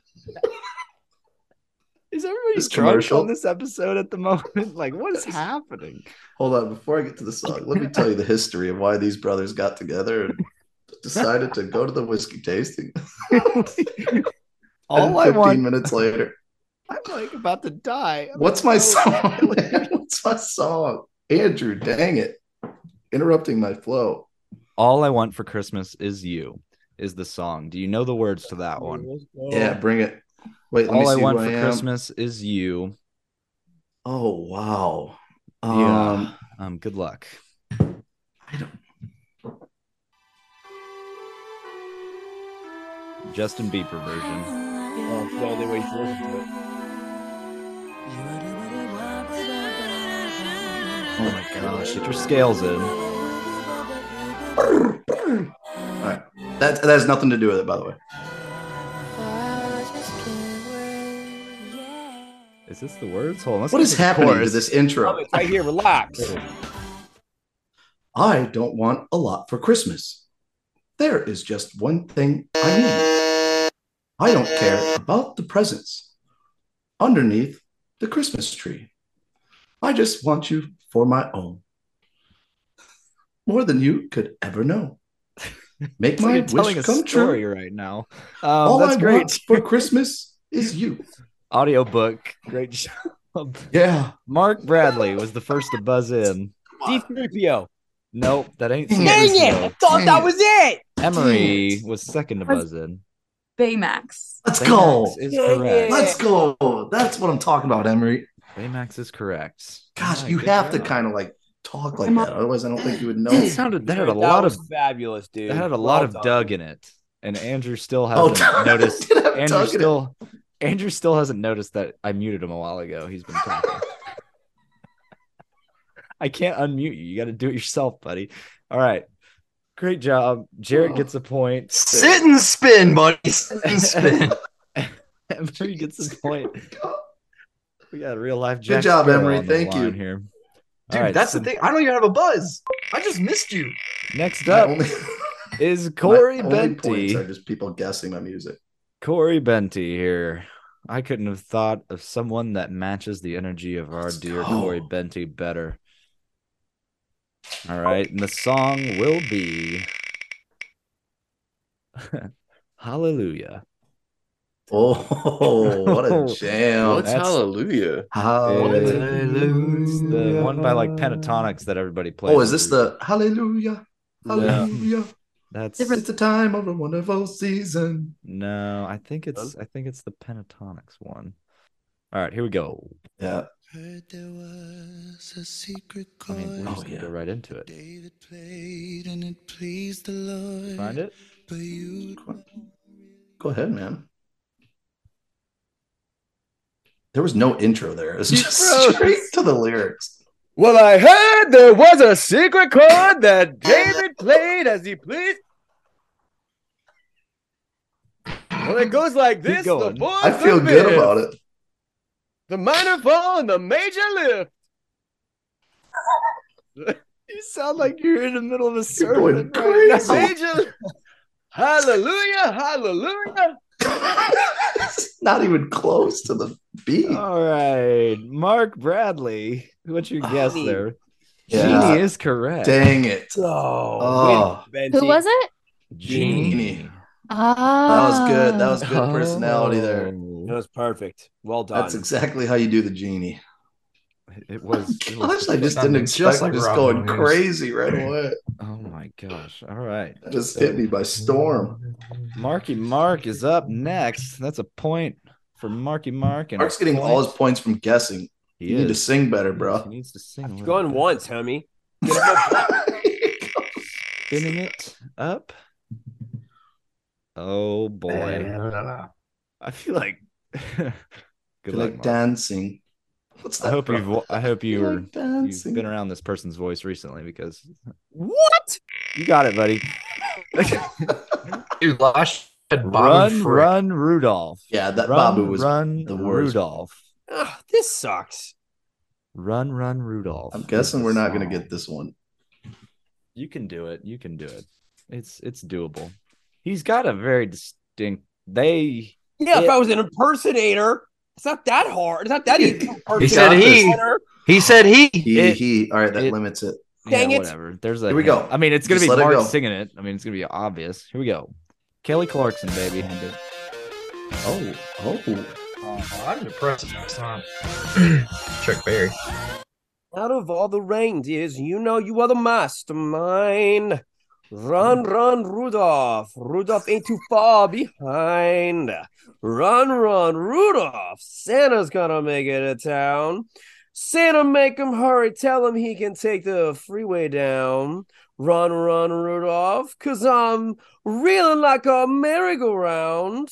[SPEAKER 9] Is everybody
[SPEAKER 2] This
[SPEAKER 9] drunk
[SPEAKER 2] commercial?
[SPEAKER 9] on this episode at the moment? Like, what is happening?
[SPEAKER 2] Hold on, before I get to the song, let me tell you the history of why these brothers got together and decided to go to the whiskey tasting.
[SPEAKER 9] All
[SPEAKER 2] And
[SPEAKER 9] I
[SPEAKER 2] 15
[SPEAKER 9] want,
[SPEAKER 2] minutes later.
[SPEAKER 9] I'm like about to die. I'm
[SPEAKER 2] What's
[SPEAKER 9] like, "Oh."
[SPEAKER 2] my song?
[SPEAKER 9] no.
[SPEAKER 2] man? What's my song? Andrew, dang it. Interrupting my flow.
[SPEAKER 9] All I want for Christmas is you. Is the song? Do you know the words to that one?
[SPEAKER 2] Yeah, bring it. Wait, let me
[SPEAKER 9] Oh. All
[SPEAKER 2] see
[SPEAKER 9] I want
[SPEAKER 2] who
[SPEAKER 9] for
[SPEAKER 2] I am.
[SPEAKER 9] Christmas is you.
[SPEAKER 2] Oh, wow. Um,
[SPEAKER 9] yeah. Um. Good luck.
[SPEAKER 2] I don't-
[SPEAKER 9] Justin Bieber version.
[SPEAKER 4] Oh, it's the only way to listen to it.
[SPEAKER 2] Oh my gosh.
[SPEAKER 9] Get your scales in.
[SPEAKER 2] That, that has nothing to do with it, by the way.
[SPEAKER 9] Is this the words? Hold on. Let's
[SPEAKER 2] What
[SPEAKER 9] get
[SPEAKER 2] is
[SPEAKER 9] the
[SPEAKER 2] happening
[SPEAKER 9] chorus.
[SPEAKER 2] to this intro?
[SPEAKER 4] It's right here. Relax.
[SPEAKER 2] I don't want a lot for Christmas. There is just one thing I need. I don't care about the presents underneath the Christmas tree. I just want you for my own. More than you could ever know. Make
[SPEAKER 9] It's like
[SPEAKER 2] my
[SPEAKER 9] you're telling
[SPEAKER 2] wish
[SPEAKER 9] a
[SPEAKER 2] come
[SPEAKER 9] story
[SPEAKER 2] true.
[SPEAKER 9] right now.
[SPEAKER 2] All
[SPEAKER 9] Um,
[SPEAKER 2] I
[SPEAKER 9] that's great.
[SPEAKER 2] want for Christmas is you.
[SPEAKER 9] Audiobook. Great job.
[SPEAKER 2] Yeah.
[SPEAKER 9] Mark Bradley was the first to buzz in.
[SPEAKER 4] D3PO.
[SPEAKER 9] Nope, that ain't
[SPEAKER 2] Dang
[SPEAKER 9] Snoopy.
[SPEAKER 2] thought that was
[SPEAKER 4] it.
[SPEAKER 9] Emery
[SPEAKER 2] Dang
[SPEAKER 9] was second to
[SPEAKER 7] That's-
[SPEAKER 9] buzz in.
[SPEAKER 7] Baymax.
[SPEAKER 2] Let's go.
[SPEAKER 9] Baymax is correct.
[SPEAKER 2] Let's go. That's what I'm talking about, Emery.
[SPEAKER 9] Baymax is correct.
[SPEAKER 2] Gosh,
[SPEAKER 9] All right,
[SPEAKER 2] you
[SPEAKER 9] good
[SPEAKER 2] have to
[SPEAKER 9] job.
[SPEAKER 2] kind of like talk like
[SPEAKER 7] Am I-
[SPEAKER 2] that. Otherwise, I don't think you would know.
[SPEAKER 9] That sounded. That had a lot of.
[SPEAKER 4] fabulous, dude.
[SPEAKER 9] That had a
[SPEAKER 4] Well
[SPEAKER 9] lot of
[SPEAKER 4] done.
[SPEAKER 9] Doug in it, and Andrew still
[SPEAKER 2] Oh,
[SPEAKER 9] hasn't noticed.
[SPEAKER 2] did have
[SPEAKER 9] Andrew
[SPEAKER 2] Doug in it.
[SPEAKER 9] still. Andrew still hasn't noticed that I muted him a while ago. He's been talking. I can't unmute you. You got to do it yourself, buddy. All right. Great job. Jarrett
[SPEAKER 2] Wow.
[SPEAKER 9] gets a point.
[SPEAKER 8] Sit and spin, buddy. Sit and spin.
[SPEAKER 9] Emery gets a point. We got a real life.
[SPEAKER 2] Good job, Emery. Thank you.
[SPEAKER 9] Here,
[SPEAKER 8] Dude,
[SPEAKER 9] All right,
[SPEAKER 8] that's
[SPEAKER 9] so
[SPEAKER 8] the thing. I don't even have a buzz. I just missed you.
[SPEAKER 9] Next
[SPEAKER 2] My
[SPEAKER 9] up
[SPEAKER 2] only-
[SPEAKER 9] is Corey
[SPEAKER 2] my only points are
[SPEAKER 9] Benty.
[SPEAKER 2] just people guessing my music.
[SPEAKER 9] Corey Benty here. I couldn't have thought of someone that matches the energy of our
[SPEAKER 2] Let's
[SPEAKER 9] dear
[SPEAKER 2] go.
[SPEAKER 9] Corey Benty better. All right, and the song will be Hallelujah.
[SPEAKER 2] Oh, what a jam!
[SPEAKER 17] What's
[SPEAKER 9] that's-
[SPEAKER 17] Hallelujah?
[SPEAKER 9] It's the one by like pentatonics that everybody plays.
[SPEAKER 2] Oh, is this the Hallelujah?
[SPEAKER 4] Um,
[SPEAKER 9] No.
[SPEAKER 2] Hallelujah!
[SPEAKER 9] That's
[SPEAKER 2] It's the time of a wonderful season.
[SPEAKER 9] No, I think it's I think it's the pentatonics one. All right, here we go.
[SPEAKER 2] Yeah.
[SPEAKER 5] Heard there was a secret
[SPEAKER 9] I mean, we're
[SPEAKER 2] Oh,
[SPEAKER 9] just gonna go
[SPEAKER 2] yeah.
[SPEAKER 9] right into it.
[SPEAKER 5] David played and it pleased the Lord.
[SPEAKER 9] Find it.
[SPEAKER 5] But you
[SPEAKER 2] Go- Go ahead, man. There was no intro there. It's just straight to the lyrics.
[SPEAKER 18] Well, I heard there was a secret chord that David played as he pleased. Well, it goes like this: the
[SPEAKER 2] going.
[SPEAKER 18] fourth,
[SPEAKER 2] I feel
[SPEAKER 18] the
[SPEAKER 2] good
[SPEAKER 18] fifth,
[SPEAKER 2] about it.
[SPEAKER 18] The minor fall and the major lift.
[SPEAKER 14] You sound like you're in the middle of a
[SPEAKER 2] sermon.
[SPEAKER 18] Major. Hallelujah! Hallelujah!
[SPEAKER 2] Not even close to the beat.
[SPEAKER 9] All right, Mark Bradley. What's your guess there?
[SPEAKER 2] Yeah.
[SPEAKER 9] Genie is correct.
[SPEAKER 2] Dang it.
[SPEAKER 9] Oh,
[SPEAKER 11] Who was it?
[SPEAKER 2] Genie.
[SPEAKER 11] Oh,
[SPEAKER 2] That was good.
[SPEAKER 11] Ah.
[SPEAKER 2] That was good personality there. That
[SPEAKER 4] was perfect. Well done.
[SPEAKER 2] Oh. That's exactly how you do the genie.
[SPEAKER 9] It was.
[SPEAKER 2] Gosh, I just didn't expect like just going crazy right away.
[SPEAKER 9] Oh my gosh! All right,
[SPEAKER 2] That just hit me by storm.
[SPEAKER 9] Marky Mark is up next. That's a point for Marky Mark. And a
[SPEAKER 2] Mark's getting
[SPEAKER 9] point-
[SPEAKER 2] all his points from guessing.
[SPEAKER 9] He
[SPEAKER 2] you need to
[SPEAKER 9] is.
[SPEAKER 2] sing better, bro.
[SPEAKER 9] He needs to sing. a
[SPEAKER 4] It's
[SPEAKER 9] little
[SPEAKER 4] going once, homie.
[SPEAKER 9] spinning it up. Oh boy. I feel like good
[SPEAKER 2] Feel like
[SPEAKER 9] Mark.
[SPEAKER 2] dancing. What's that
[SPEAKER 9] I hope
[SPEAKER 2] from?
[SPEAKER 9] you've I hope you
[SPEAKER 2] Feel
[SPEAKER 9] were,
[SPEAKER 2] like
[SPEAKER 9] you've been around this person's voice recently because
[SPEAKER 18] What?
[SPEAKER 9] you got it, buddy.
[SPEAKER 8] Dude, Lush had Bobby
[SPEAKER 9] run,
[SPEAKER 8] Frick.
[SPEAKER 9] run, Rudolph.
[SPEAKER 2] Yeah, that
[SPEAKER 9] run,
[SPEAKER 2] Babu was
[SPEAKER 9] run,
[SPEAKER 2] the worst.
[SPEAKER 9] Rudolph.
[SPEAKER 4] Ugh, this sucks.
[SPEAKER 9] Run, run, Rudolph.
[SPEAKER 2] I'm guessing we're not gonna get this one.
[SPEAKER 9] You can do it. You can do it. It's it's doable. He's got a very distinct. They
[SPEAKER 4] Yeah, if
[SPEAKER 9] it-
[SPEAKER 4] I was an impersonator, it's not that hard. It's not that easy.
[SPEAKER 9] He said he.
[SPEAKER 8] He said he.
[SPEAKER 2] He
[SPEAKER 9] It-
[SPEAKER 2] he. All right, that limits it.
[SPEAKER 4] Dang
[SPEAKER 9] yeah,
[SPEAKER 4] it.
[SPEAKER 9] Whatever. There's a.
[SPEAKER 2] Here we go.
[SPEAKER 9] I mean, it's gonna
[SPEAKER 2] Just
[SPEAKER 9] be
[SPEAKER 2] let it
[SPEAKER 9] Mark
[SPEAKER 2] go.
[SPEAKER 9] singing it. I mean, it's gonna be obvious. Here we go. Kelly Clarkson, baby.
[SPEAKER 2] Oh, oh.
[SPEAKER 8] I'm impressed next time. Chuck Berry.
[SPEAKER 4] Out of all the reindeers, you know you are the mastermind. Run, run, Rudolph. Rudolph ain't too far behind. Run, run, Rudolph. Santa's gonna make it to town. Santa, make him hurry. Tell him he can take the freeway down. Run, run, Rudolph, cause I'm reeling like a merry-go-round.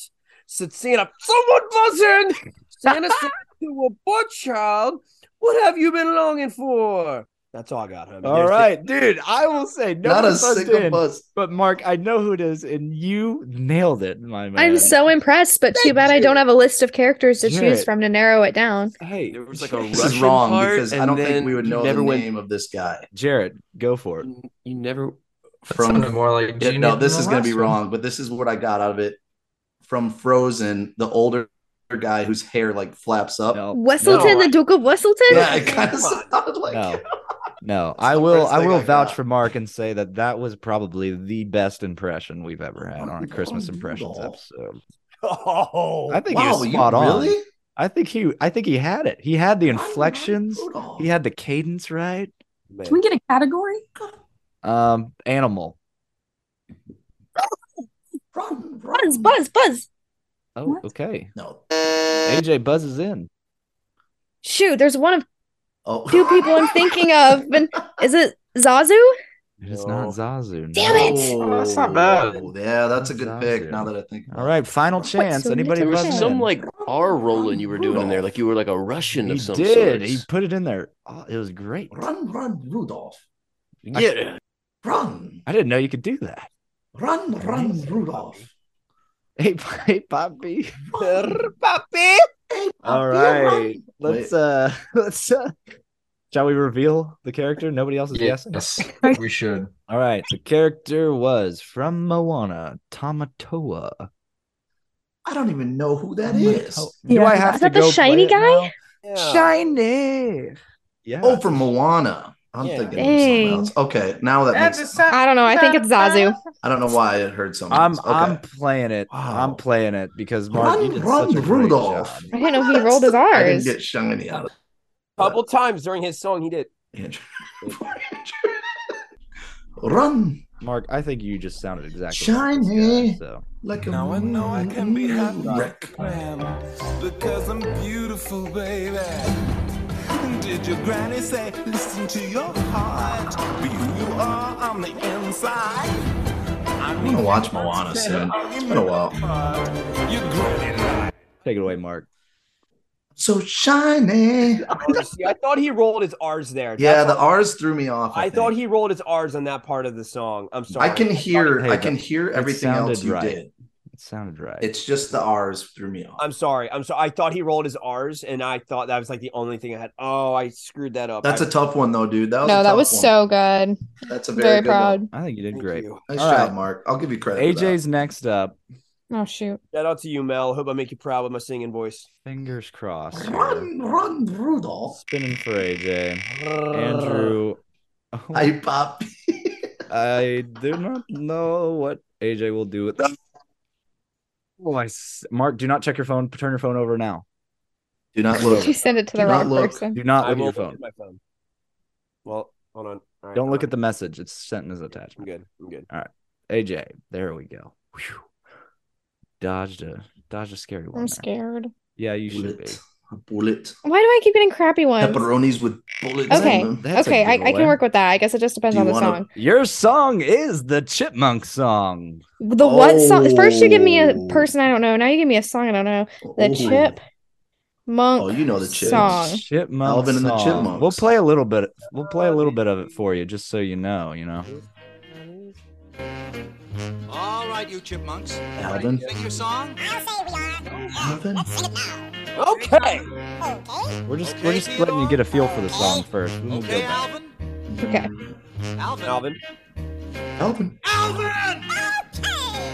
[SPEAKER 4] Said Santa, someone buzz in. Santa said to a poor child, what have you been longing for? That's all I got, homie.
[SPEAKER 9] All
[SPEAKER 4] There's
[SPEAKER 9] right, dude. I will say no
[SPEAKER 4] Not
[SPEAKER 9] one
[SPEAKER 4] a
[SPEAKER 9] buzzed
[SPEAKER 4] single
[SPEAKER 9] in,
[SPEAKER 4] buzz.
[SPEAKER 9] But Mark, I know who it is, and you nailed it, my man.
[SPEAKER 3] I'm so impressed, but too bad I don't have a list of characters to choose
[SPEAKER 9] Garrett.
[SPEAKER 3] from to narrow it down.
[SPEAKER 9] Hey, there
[SPEAKER 19] was like a
[SPEAKER 2] This
[SPEAKER 19] Russian
[SPEAKER 2] is wrong
[SPEAKER 19] part,
[SPEAKER 2] because I
[SPEAKER 19] and
[SPEAKER 2] don't
[SPEAKER 19] then
[SPEAKER 2] think we would
[SPEAKER 19] you
[SPEAKER 2] know
[SPEAKER 19] never
[SPEAKER 2] the
[SPEAKER 19] went-
[SPEAKER 2] name of this guy.
[SPEAKER 9] Jared, go for it.
[SPEAKER 19] You never
[SPEAKER 8] sounded more like
[SPEAKER 2] Yeah,
[SPEAKER 8] Genie
[SPEAKER 2] no,
[SPEAKER 8] from
[SPEAKER 2] this
[SPEAKER 8] the
[SPEAKER 2] is gonna be
[SPEAKER 8] last one.
[SPEAKER 2] wrong, but this is what I got out of it from Frozen, the older guy whose hair like flaps up.
[SPEAKER 9] Oh,
[SPEAKER 3] Wesselton, the Duke of Wesselton?
[SPEAKER 2] Yeah, it kind of sounded like
[SPEAKER 9] No, no. I will.
[SPEAKER 2] first
[SPEAKER 9] I
[SPEAKER 2] thing
[SPEAKER 9] will
[SPEAKER 2] I
[SPEAKER 9] vouch for Mark and say that that was probably the best impression we've ever had on a Christmas impressions episode.
[SPEAKER 4] Oh,
[SPEAKER 9] I think he
[SPEAKER 4] wow,
[SPEAKER 9] was
[SPEAKER 4] you
[SPEAKER 9] spot on.
[SPEAKER 4] really?
[SPEAKER 9] I think he. I think he had it. He had the inflections. He had the cadence right.
[SPEAKER 6] Can we get a category?
[SPEAKER 9] Um, animal.
[SPEAKER 20] Buzz, buzz, buzz.
[SPEAKER 9] Oh, okay.
[SPEAKER 2] No.
[SPEAKER 9] AJ buzzes in.
[SPEAKER 3] Shoot, there's one of
[SPEAKER 2] Oh.
[SPEAKER 3] two people I'm thinking of. And is it Zazu?
[SPEAKER 9] It's not Zazu. no.
[SPEAKER 3] Damn it!
[SPEAKER 2] Oh,
[SPEAKER 3] that's not
[SPEAKER 2] bad. Yeah, that's a good pick. Now that I think,
[SPEAKER 9] All right, final chance. Anybody
[SPEAKER 19] there was
[SPEAKER 9] buzz
[SPEAKER 19] some
[SPEAKER 9] in?
[SPEAKER 19] like R rolling you were doing in there, like you were like a Russian
[SPEAKER 9] He
[SPEAKER 19] of some sort.
[SPEAKER 9] did. He put it in there. Oh, it was great.
[SPEAKER 2] Run, run, Rudolph.
[SPEAKER 19] Yeah.
[SPEAKER 2] Run.
[SPEAKER 9] I didn't know you could do that.
[SPEAKER 2] Run, run, Rudolph.
[SPEAKER 9] Hey, hey, Poppy.
[SPEAKER 4] Poppy.
[SPEAKER 9] All right. Let's uh let's uh shall we reveal the character? Nobody else is guessing.
[SPEAKER 8] Yes, we should.
[SPEAKER 9] All right. The character was from Moana, Tamatoa.
[SPEAKER 2] I don't even know who that is.
[SPEAKER 9] Do I have to go play it now?
[SPEAKER 14] Shiny.
[SPEAKER 9] Yeah.
[SPEAKER 2] Oh, from Moana. I'm
[SPEAKER 14] Yeah.
[SPEAKER 2] thinking of something
[SPEAKER 3] Dang.
[SPEAKER 2] else. Okay, now that makes.
[SPEAKER 3] I don't know. I think it's Zazu.
[SPEAKER 2] I don't know why I heard something.
[SPEAKER 9] I'm
[SPEAKER 2] else. Okay.
[SPEAKER 9] I'm playing it. I'm playing it because Mark you
[SPEAKER 2] Run,
[SPEAKER 9] did
[SPEAKER 2] run,
[SPEAKER 9] such a great
[SPEAKER 2] Rudolph.
[SPEAKER 9] job.
[SPEAKER 3] I didn't know he rolled his
[SPEAKER 2] I didn't
[SPEAKER 3] R's.
[SPEAKER 2] get shiny out of
[SPEAKER 4] a couple times during his song he did.
[SPEAKER 2] Run.
[SPEAKER 9] Mark, I think you just sounded exactly like this
[SPEAKER 2] shiny.
[SPEAKER 9] guy, so
[SPEAKER 2] Like a
[SPEAKER 21] Now I know I can be happy
[SPEAKER 2] wreck.
[SPEAKER 21] because I'm beautiful, baby. Did your granny say, listen to your heart? Be who you are on the inside.
[SPEAKER 2] I'm gonna watch Moana soon. It's been a while.
[SPEAKER 9] Take it away, Mark.
[SPEAKER 2] so shiny.
[SPEAKER 4] See, I thought he rolled his R's there.
[SPEAKER 2] Yeah,
[SPEAKER 4] That's
[SPEAKER 2] the
[SPEAKER 4] all-
[SPEAKER 2] R's threw me off.
[SPEAKER 4] I,
[SPEAKER 2] I,
[SPEAKER 4] thought he rolled his R's on that part of the song. I'm sorry.
[SPEAKER 2] I can hear.
[SPEAKER 4] thought he-
[SPEAKER 2] I can hear
[SPEAKER 4] it
[SPEAKER 2] everything else
[SPEAKER 4] sounded
[SPEAKER 2] you
[SPEAKER 4] right.
[SPEAKER 2] did.
[SPEAKER 9] It sounded right.
[SPEAKER 2] It's just the R's threw me off.
[SPEAKER 4] I'm sorry. I'm sorry. I thought he rolled his R's, and I thought that was like the only thing I had. Oh, I screwed that up.
[SPEAKER 2] That's
[SPEAKER 4] a
[SPEAKER 2] a tough one though, dude. That was
[SPEAKER 3] no,
[SPEAKER 2] a
[SPEAKER 3] that
[SPEAKER 2] tough
[SPEAKER 3] was
[SPEAKER 2] one.
[SPEAKER 3] so good.
[SPEAKER 2] That's a
[SPEAKER 3] I'm
[SPEAKER 2] very,
[SPEAKER 3] very
[SPEAKER 2] good
[SPEAKER 3] proud.
[SPEAKER 2] One.
[SPEAKER 9] I think you did great.
[SPEAKER 2] Nice
[SPEAKER 9] All
[SPEAKER 2] job,
[SPEAKER 9] right.
[SPEAKER 2] Mark. I'll give you credit. for that.
[SPEAKER 9] AJ's next up.
[SPEAKER 3] Oh shoot!
[SPEAKER 4] Shout out to you, Mel. Hope I make you proud with my singing voice.
[SPEAKER 9] Fingers crossed.
[SPEAKER 2] Run, run, Rudolph.
[SPEAKER 9] Spinning for AJ. Andrew. oh,
[SPEAKER 2] Hi, Pop.
[SPEAKER 9] I do not know what AJ will do with that. Oh, I s- Mark, do not check your phone. Turn your phone over now.
[SPEAKER 2] Do not
[SPEAKER 3] look. You sent it to the Do not wrong look. person.
[SPEAKER 9] Do not
[SPEAKER 4] I
[SPEAKER 9] look at
[SPEAKER 4] will
[SPEAKER 9] your
[SPEAKER 4] look
[SPEAKER 9] phone.
[SPEAKER 4] at my phone. Well, hold on. All right,
[SPEAKER 9] Don't
[SPEAKER 4] hold
[SPEAKER 9] look
[SPEAKER 4] on.
[SPEAKER 9] at the message. It's sent as attachment.
[SPEAKER 4] I'm good. I'm good.
[SPEAKER 9] All right. AJ, there we go. Whew. Dodged a dodged a scary one.
[SPEAKER 3] I'm
[SPEAKER 9] there.
[SPEAKER 3] scared.
[SPEAKER 9] Yeah, you should be.
[SPEAKER 2] A bullet.
[SPEAKER 3] Why do I keep getting crappy ones?
[SPEAKER 2] Pepperonis with bullets.
[SPEAKER 3] Okay,
[SPEAKER 2] In them.
[SPEAKER 9] That's a
[SPEAKER 3] okay, I, I
[SPEAKER 9] giveaway.
[SPEAKER 3] can work with that. I guess it just depends
[SPEAKER 9] Do
[SPEAKER 3] on
[SPEAKER 9] you
[SPEAKER 3] the
[SPEAKER 9] wanna-
[SPEAKER 3] song.
[SPEAKER 9] Your song is the chipmunk song.
[SPEAKER 3] The what song? First, you give me a person I don't know. Now you give me a song I don't know. The
[SPEAKER 9] Oh.
[SPEAKER 3] chip monk.
[SPEAKER 2] Oh, you know the
[SPEAKER 3] chip song.
[SPEAKER 9] Chipmunk
[SPEAKER 2] Alvin and the
[SPEAKER 9] song.
[SPEAKER 2] Chipmunks.
[SPEAKER 9] We'll play a little bit. We'll play a little bit of it for you, just so you know. You know.
[SPEAKER 22] All right, you chipmunks.
[SPEAKER 9] Alvin?
[SPEAKER 22] Ready to Sing your song. I'll say we are.
[SPEAKER 2] Alvin?
[SPEAKER 22] Let's sing it now.
[SPEAKER 4] Okay.
[SPEAKER 22] Okay.
[SPEAKER 9] We're just we're just letting you get a feel for the song first. We won't go
[SPEAKER 22] Okay,
[SPEAKER 9] back.
[SPEAKER 22] Alvin.
[SPEAKER 3] Okay.
[SPEAKER 22] Alvin.
[SPEAKER 4] Alvin.
[SPEAKER 2] Alvin.
[SPEAKER 22] Alvin.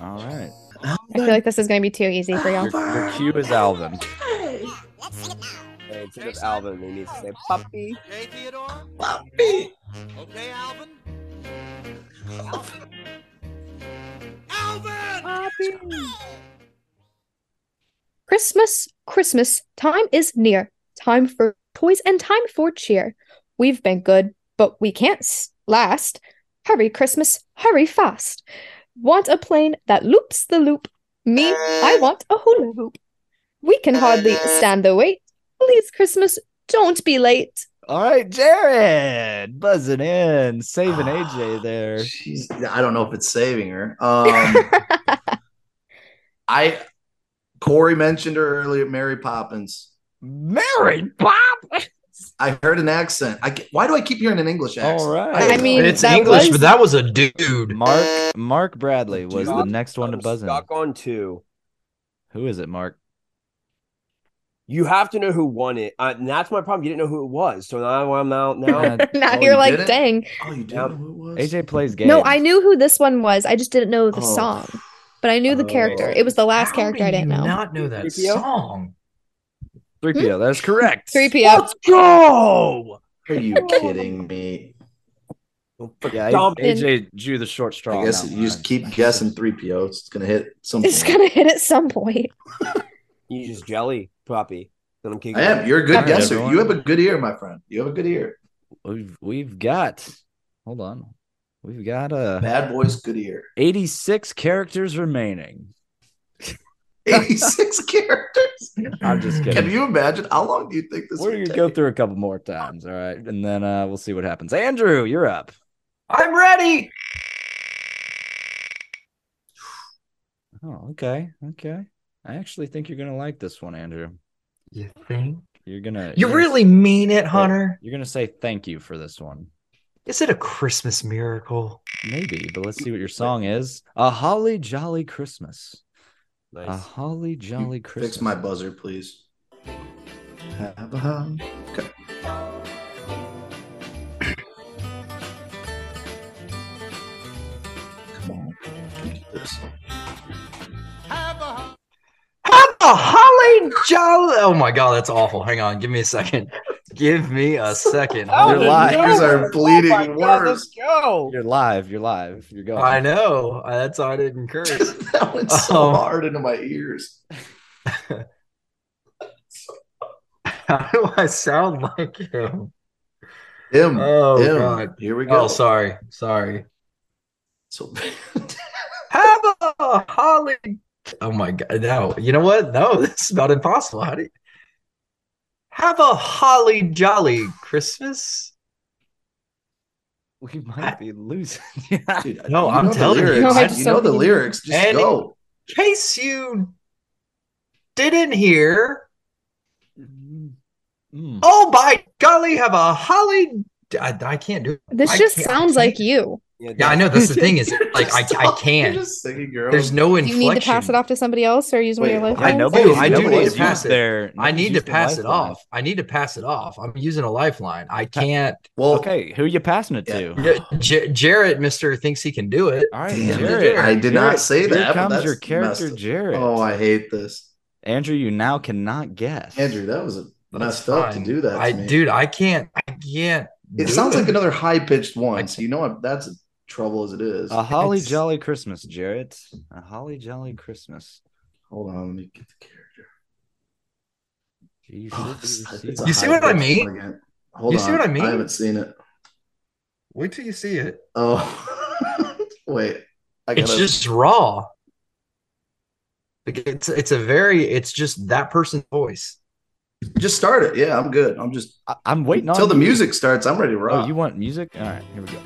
[SPEAKER 9] All right.
[SPEAKER 3] I feel like this is going to be too easy for y'all.
[SPEAKER 9] Your, your cue is Alvin.
[SPEAKER 4] Hey, instead of Alvin, they need to say puppy.
[SPEAKER 22] Okay, Theodore.
[SPEAKER 2] Puppy.
[SPEAKER 22] Okay, Alvin.
[SPEAKER 3] Christmas, Christmas time is near. Time for toys and time for cheer. We've been good, but we can't s- last. Hurry, Christmas, hurry fast. Want a plane that loops the loop. Me, I want a hula hoop. We can hardly stand the wait. Please, Christmas, don't be late.
[SPEAKER 9] All right, Jared, buzzing in, saving AJ there.
[SPEAKER 2] She's. I don't know if it's saving her. Um, I. Corey mentioned her earlier. Mary Poppins.
[SPEAKER 9] Mary Pop.
[SPEAKER 2] I heard an accent. I get- why do I keep hearing an English accent?
[SPEAKER 9] All right.
[SPEAKER 3] I mean,
[SPEAKER 8] it's
[SPEAKER 3] that
[SPEAKER 8] English,
[SPEAKER 3] was-
[SPEAKER 8] but that was a dude.
[SPEAKER 9] Mark Mark Bradley was the
[SPEAKER 4] Dude,
[SPEAKER 9] next one to buzz in.
[SPEAKER 4] Stuck on two.
[SPEAKER 9] Who is it, Mark?
[SPEAKER 4] You have to know who won it. Uh, and that's my problem. You didn't know who it was. So now I'm out. Now,
[SPEAKER 9] Yeah.
[SPEAKER 3] now
[SPEAKER 9] Oh,
[SPEAKER 3] you're
[SPEAKER 9] you
[SPEAKER 3] like,
[SPEAKER 9] did it?
[SPEAKER 3] dang.
[SPEAKER 2] Oh, you did.
[SPEAKER 9] AJ plays games.
[SPEAKER 3] No, I knew who this one was. I just didn't know the
[SPEAKER 9] Oh.
[SPEAKER 3] song, but I knew the
[SPEAKER 9] Oh.
[SPEAKER 3] character. It was the last character I
[SPEAKER 8] did
[SPEAKER 3] didn't know.
[SPEAKER 8] not know that
[SPEAKER 4] 3PO?
[SPEAKER 8] song.
[SPEAKER 9] 3PO. That's correct.
[SPEAKER 3] 3PO.
[SPEAKER 8] Let's go.
[SPEAKER 2] Are you kidding me?
[SPEAKER 9] Yeah,
[SPEAKER 2] Dumb.
[SPEAKER 9] AJ drew the short straw.
[SPEAKER 2] I
[SPEAKER 9] on
[SPEAKER 2] guess
[SPEAKER 9] that
[SPEAKER 2] you just keep guessing three PO. It's gonna hit something.
[SPEAKER 3] It's gonna hit at some point.
[SPEAKER 4] you just jelly puppy. Then I'm kicking
[SPEAKER 2] I am.
[SPEAKER 4] it.
[SPEAKER 2] You're a good
[SPEAKER 9] Alright,
[SPEAKER 2] guesser.
[SPEAKER 9] everyone.
[SPEAKER 2] You have a good ear, my friend. You have a good ear.
[SPEAKER 9] one. We've we've got. Hold on. We've got uh
[SPEAKER 2] Bad boys, good ear.
[SPEAKER 9] 86 characters remaining.
[SPEAKER 2] 86 characters.
[SPEAKER 9] I'm just kidding.
[SPEAKER 2] Can you imagine? How long do you think this
[SPEAKER 9] We're
[SPEAKER 2] would
[SPEAKER 9] gonna
[SPEAKER 2] take?
[SPEAKER 9] go through a couple more times, all right, and then uh, we'll see what happens. Andrew, you're up.
[SPEAKER 8] I'm ready.
[SPEAKER 9] Oh, okay, okay. I actually think you're gonna like this one, Andrew.
[SPEAKER 8] You think?
[SPEAKER 9] You're gonna.
[SPEAKER 8] You
[SPEAKER 9] you're gonna
[SPEAKER 8] really mean it, Hunter?
[SPEAKER 9] You're gonna say thank you for this one.
[SPEAKER 8] Is it a Christmas miracle?
[SPEAKER 9] Maybe, but let's see what your song is. A holly jolly Christmas. A
[SPEAKER 4] Nice.
[SPEAKER 9] holly jolly Christmas.
[SPEAKER 2] Fix my buzzer, please. Have a hug. Okay. Come on. we can do this.
[SPEAKER 8] Have a holly jolly. Oh my god, that's awful. Hang on, give me a second. Give me a second.
[SPEAKER 4] Oh,
[SPEAKER 9] You're live.
[SPEAKER 2] Fingers are bleeding
[SPEAKER 4] my God, let's
[SPEAKER 2] worse.
[SPEAKER 4] go.
[SPEAKER 9] You're live. You're live. You're going.
[SPEAKER 8] I know. I- That's why I didn't curse.
[SPEAKER 2] That went so
[SPEAKER 8] Oh.
[SPEAKER 2] hard into my ears.
[SPEAKER 8] How do I sound like him?
[SPEAKER 2] Him.
[SPEAKER 8] Oh
[SPEAKER 2] him.
[SPEAKER 8] god.
[SPEAKER 2] Here we go.
[SPEAKER 8] Oh, sorry. Sorry.
[SPEAKER 2] So
[SPEAKER 8] Have a holly. Oh my god. No. You know what? No, this is about impossible. How do you... Have a holly jolly Christmas.
[SPEAKER 9] We might be losing.
[SPEAKER 2] Dude, No, you I'm know the telling you. lyrics. No, I You just know don't the think- lyrics. Just
[SPEAKER 8] And
[SPEAKER 2] go.
[SPEAKER 8] In case you didn't hear, oh by golly, have a holly. I, I can't do it.
[SPEAKER 3] This
[SPEAKER 8] I
[SPEAKER 3] just
[SPEAKER 8] can't-
[SPEAKER 3] sounds like you.
[SPEAKER 8] Yeah, I know. That's the thing is, like, I, I can't. There's no
[SPEAKER 3] Do you need to
[SPEAKER 8] inflection.
[SPEAKER 3] pass it off to somebody else or use one of your lifelines?
[SPEAKER 8] I know,
[SPEAKER 3] but
[SPEAKER 8] I do need to pass it.
[SPEAKER 9] their-
[SPEAKER 8] I need to
[SPEAKER 9] used their
[SPEAKER 8] pass it
[SPEAKER 9] lifeline.
[SPEAKER 8] off. I need to pass it off. I'm using a lifeline. I can't.
[SPEAKER 2] Well,
[SPEAKER 9] okay, who you passing it to?
[SPEAKER 8] J- J- Jarrett, Mister, thinks he can do it.
[SPEAKER 9] All right,
[SPEAKER 2] Damn it. I did not say that.
[SPEAKER 9] Here
[SPEAKER 2] but
[SPEAKER 9] comes
[SPEAKER 2] that's
[SPEAKER 9] your
[SPEAKER 2] messed
[SPEAKER 9] character,
[SPEAKER 2] up.
[SPEAKER 9] Jared.
[SPEAKER 2] Oh, I hate this.
[SPEAKER 9] Andrew, you now cannot guess.
[SPEAKER 2] Andrew, that was a messed up to do that. to
[SPEAKER 8] Um, I,
[SPEAKER 2] me.
[SPEAKER 8] dude, I can't. I can't.
[SPEAKER 2] It
[SPEAKER 8] do
[SPEAKER 2] sounds like
[SPEAKER 8] it.
[SPEAKER 2] another high pitched one. So you know what? That's trouble as it is.
[SPEAKER 9] A holly jolly Christmas, Jarrett. A holly jolly Christmas.
[SPEAKER 2] Hold on, let me get the
[SPEAKER 9] character.
[SPEAKER 2] Oh, It's a
[SPEAKER 8] You see what I
[SPEAKER 2] high-pitched
[SPEAKER 8] mean?
[SPEAKER 2] one again. Hold
[SPEAKER 8] You see
[SPEAKER 2] on,
[SPEAKER 8] what I mean?
[SPEAKER 2] I haven't seen it.
[SPEAKER 8] Wait till you see it.
[SPEAKER 2] Oh, wait. I
[SPEAKER 8] it's
[SPEAKER 2] gotta-
[SPEAKER 8] just raw. Like, It's it's a very. It's just that person's voice.
[SPEAKER 2] Just start it. Yeah, I'm good. I'm just.
[SPEAKER 9] I'm waiting on
[SPEAKER 2] till the
[SPEAKER 9] you.
[SPEAKER 2] music starts. I'm ready to rock.
[SPEAKER 9] Oh, you want music? All right, here we go.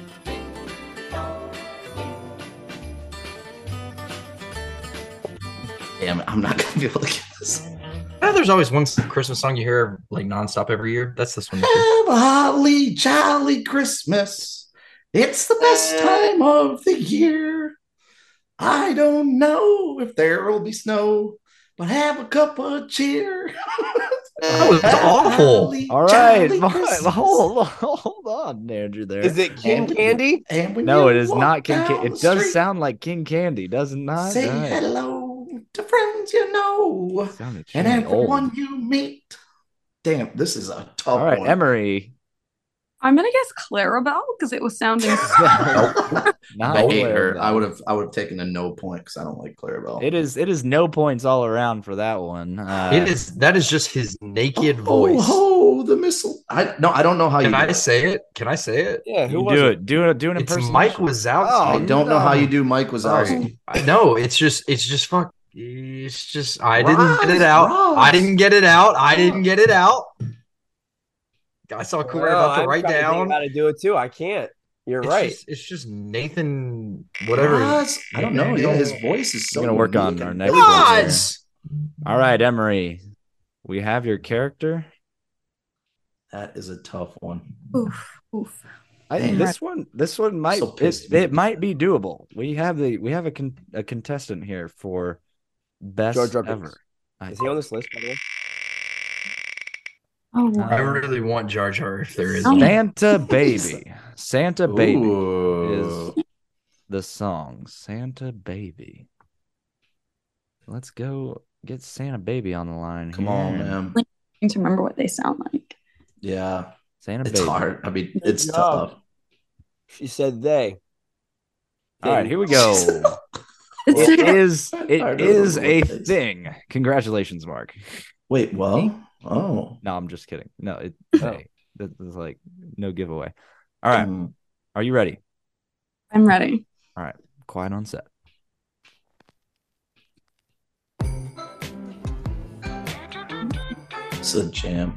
[SPEAKER 2] Damn it! I'm not gonna be able to get this.
[SPEAKER 8] I know there's always one Christmas song you hear like nonstop every year. That's this one.
[SPEAKER 2] Have a holly jolly Christmas. It's the best
[SPEAKER 8] Uh,
[SPEAKER 2] time of the year. I don't know if there will be snow, but have a cup of cheer.
[SPEAKER 8] That was awful.
[SPEAKER 9] All right,
[SPEAKER 2] jolly Christmas.
[SPEAKER 9] hold on, hold on, Andrew. There
[SPEAKER 2] Is it King
[SPEAKER 9] And-
[SPEAKER 2] Candy? And when
[SPEAKER 9] no,
[SPEAKER 2] you
[SPEAKER 9] it is
[SPEAKER 2] walk
[SPEAKER 9] not King.
[SPEAKER 2] down
[SPEAKER 9] Ca-
[SPEAKER 2] the
[SPEAKER 9] it does
[SPEAKER 2] street,
[SPEAKER 9] sound like King Candy, does it not?
[SPEAKER 2] Say
[SPEAKER 9] All right.
[SPEAKER 2] hello to friends you know,
[SPEAKER 9] Sounded
[SPEAKER 2] and
[SPEAKER 9] extremely old.
[SPEAKER 2] everyone you meet. Damn, this is a tough
[SPEAKER 9] All right,
[SPEAKER 2] one.
[SPEAKER 9] Emery.
[SPEAKER 6] I'm gonna guess Clarabelle because it was sounding. so-
[SPEAKER 9] Not
[SPEAKER 2] I hate her.
[SPEAKER 9] Clarabelle.
[SPEAKER 2] I would have. I would have taken a no point because I don't like Clarabelle.
[SPEAKER 9] It is it is no points all around for that one. Uh,
[SPEAKER 8] It is that is just his naked
[SPEAKER 2] Oh,
[SPEAKER 8] voice.
[SPEAKER 2] ho, the missile! I no, I don't know how you.
[SPEAKER 8] Can
[SPEAKER 2] do
[SPEAKER 8] I
[SPEAKER 2] it.
[SPEAKER 8] say it? Can I say it?
[SPEAKER 9] Yeah, who You was do it? it. Do it. Do an
[SPEAKER 8] It's
[SPEAKER 9] impersonation.
[SPEAKER 8] Mike Wazowski.
[SPEAKER 9] Oh,
[SPEAKER 2] I don't know how you do Mike Wazowski.
[SPEAKER 8] Sorry. I know. It's just. It's just fuck. It's just. I didn't get it out. I didn't get it out. I didn't get it out. I saw Corey
[SPEAKER 4] Well,
[SPEAKER 8] about to
[SPEAKER 4] I'm
[SPEAKER 8] write
[SPEAKER 4] trying think
[SPEAKER 8] down.
[SPEAKER 4] how to do it too. I can't. You're
[SPEAKER 8] It's
[SPEAKER 4] right.
[SPEAKER 8] just- it's just Nathan. Whatever.
[SPEAKER 2] Roz? I don't know. Yeah, his voice is so.
[SPEAKER 9] We're gonna work on
[SPEAKER 2] unique
[SPEAKER 9] our
[SPEAKER 2] and
[SPEAKER 9] next
[SPEAKER 2] everything.
[SPEAKER 9] one here.
[SPEAKER 8] Roz!
[SPEAKER 9] All right, Emery. We have your character.
[SPEAKER 2] That is a tough one.
[SPEAKER 6] Oof, oof.
[SPEAKER 9] I think
[SPEAKER 2] Dang.
[SPEAKER 9] this one this one might
[SPEAKER 2] So pissed
[SPEAKER 9] it, it might be doable. We have the we have a con- a contestant here for best
[SPEAKER 4] George Ruckers.
[SPEAKER 9] ever. I,
[SPEAKER 4] Is he on this list, by the way?
[SPEAKER 6] Oh,
[SPEAKER 8] I
[SPEAKER 9] um,
[SPEAKER 8] really want Jar Jar if there
[SPEAKER 9] Oh,
[SPEAKER 8] is. one.
[SPEAKER 9] Santa Baby. Santa Baby
[SPEAKER 2] Ooh.
[SPEAKER 9] is the song. Santa Baby. Let's go get Santa Baby on the line.
[SPEAKER 2] Come on,
[SPEAKER 9] here.
[SPEAKER 2] man.
[SPEAKER 6] to remember what they sound like.
[SPEAKER 2] Yeah,
[SPEAKER 9] Santa
[SPEAKER 2] it's
[SPEAKER 9] Baby.
[SPEAKER 2] hard. I mean, it's
[SPEAKER 4] No.
[SPEAKER 2] tough.
[SPEAKER 4] She said they.
[SPEAKER 9] All right, here we go. it is
[SPEAKER 2] I
[SPEAKER 9] it
[SPEAKER 2] don't
[SPEAKER 9] is
[SPEAKER 2] know
[SPEAKER 9] a
[SPEAKER 2] what it is.
[SPEAKER 9] thing. Congratulations, Mark.
[SPEAKER 2] Wait, well, oh,
[SPEAKER 9] No, I'm just kidding. No, it hey, this is like no giveaway. All right.
[SPEAKER 2] Mm. Hmm.
[SPEAKER 9] Are you ready?
[SPEAKER 6] I'm ready.
[SPEAKER 9] All right. Quiet on set.
[SPEAKER 2] it's a jam.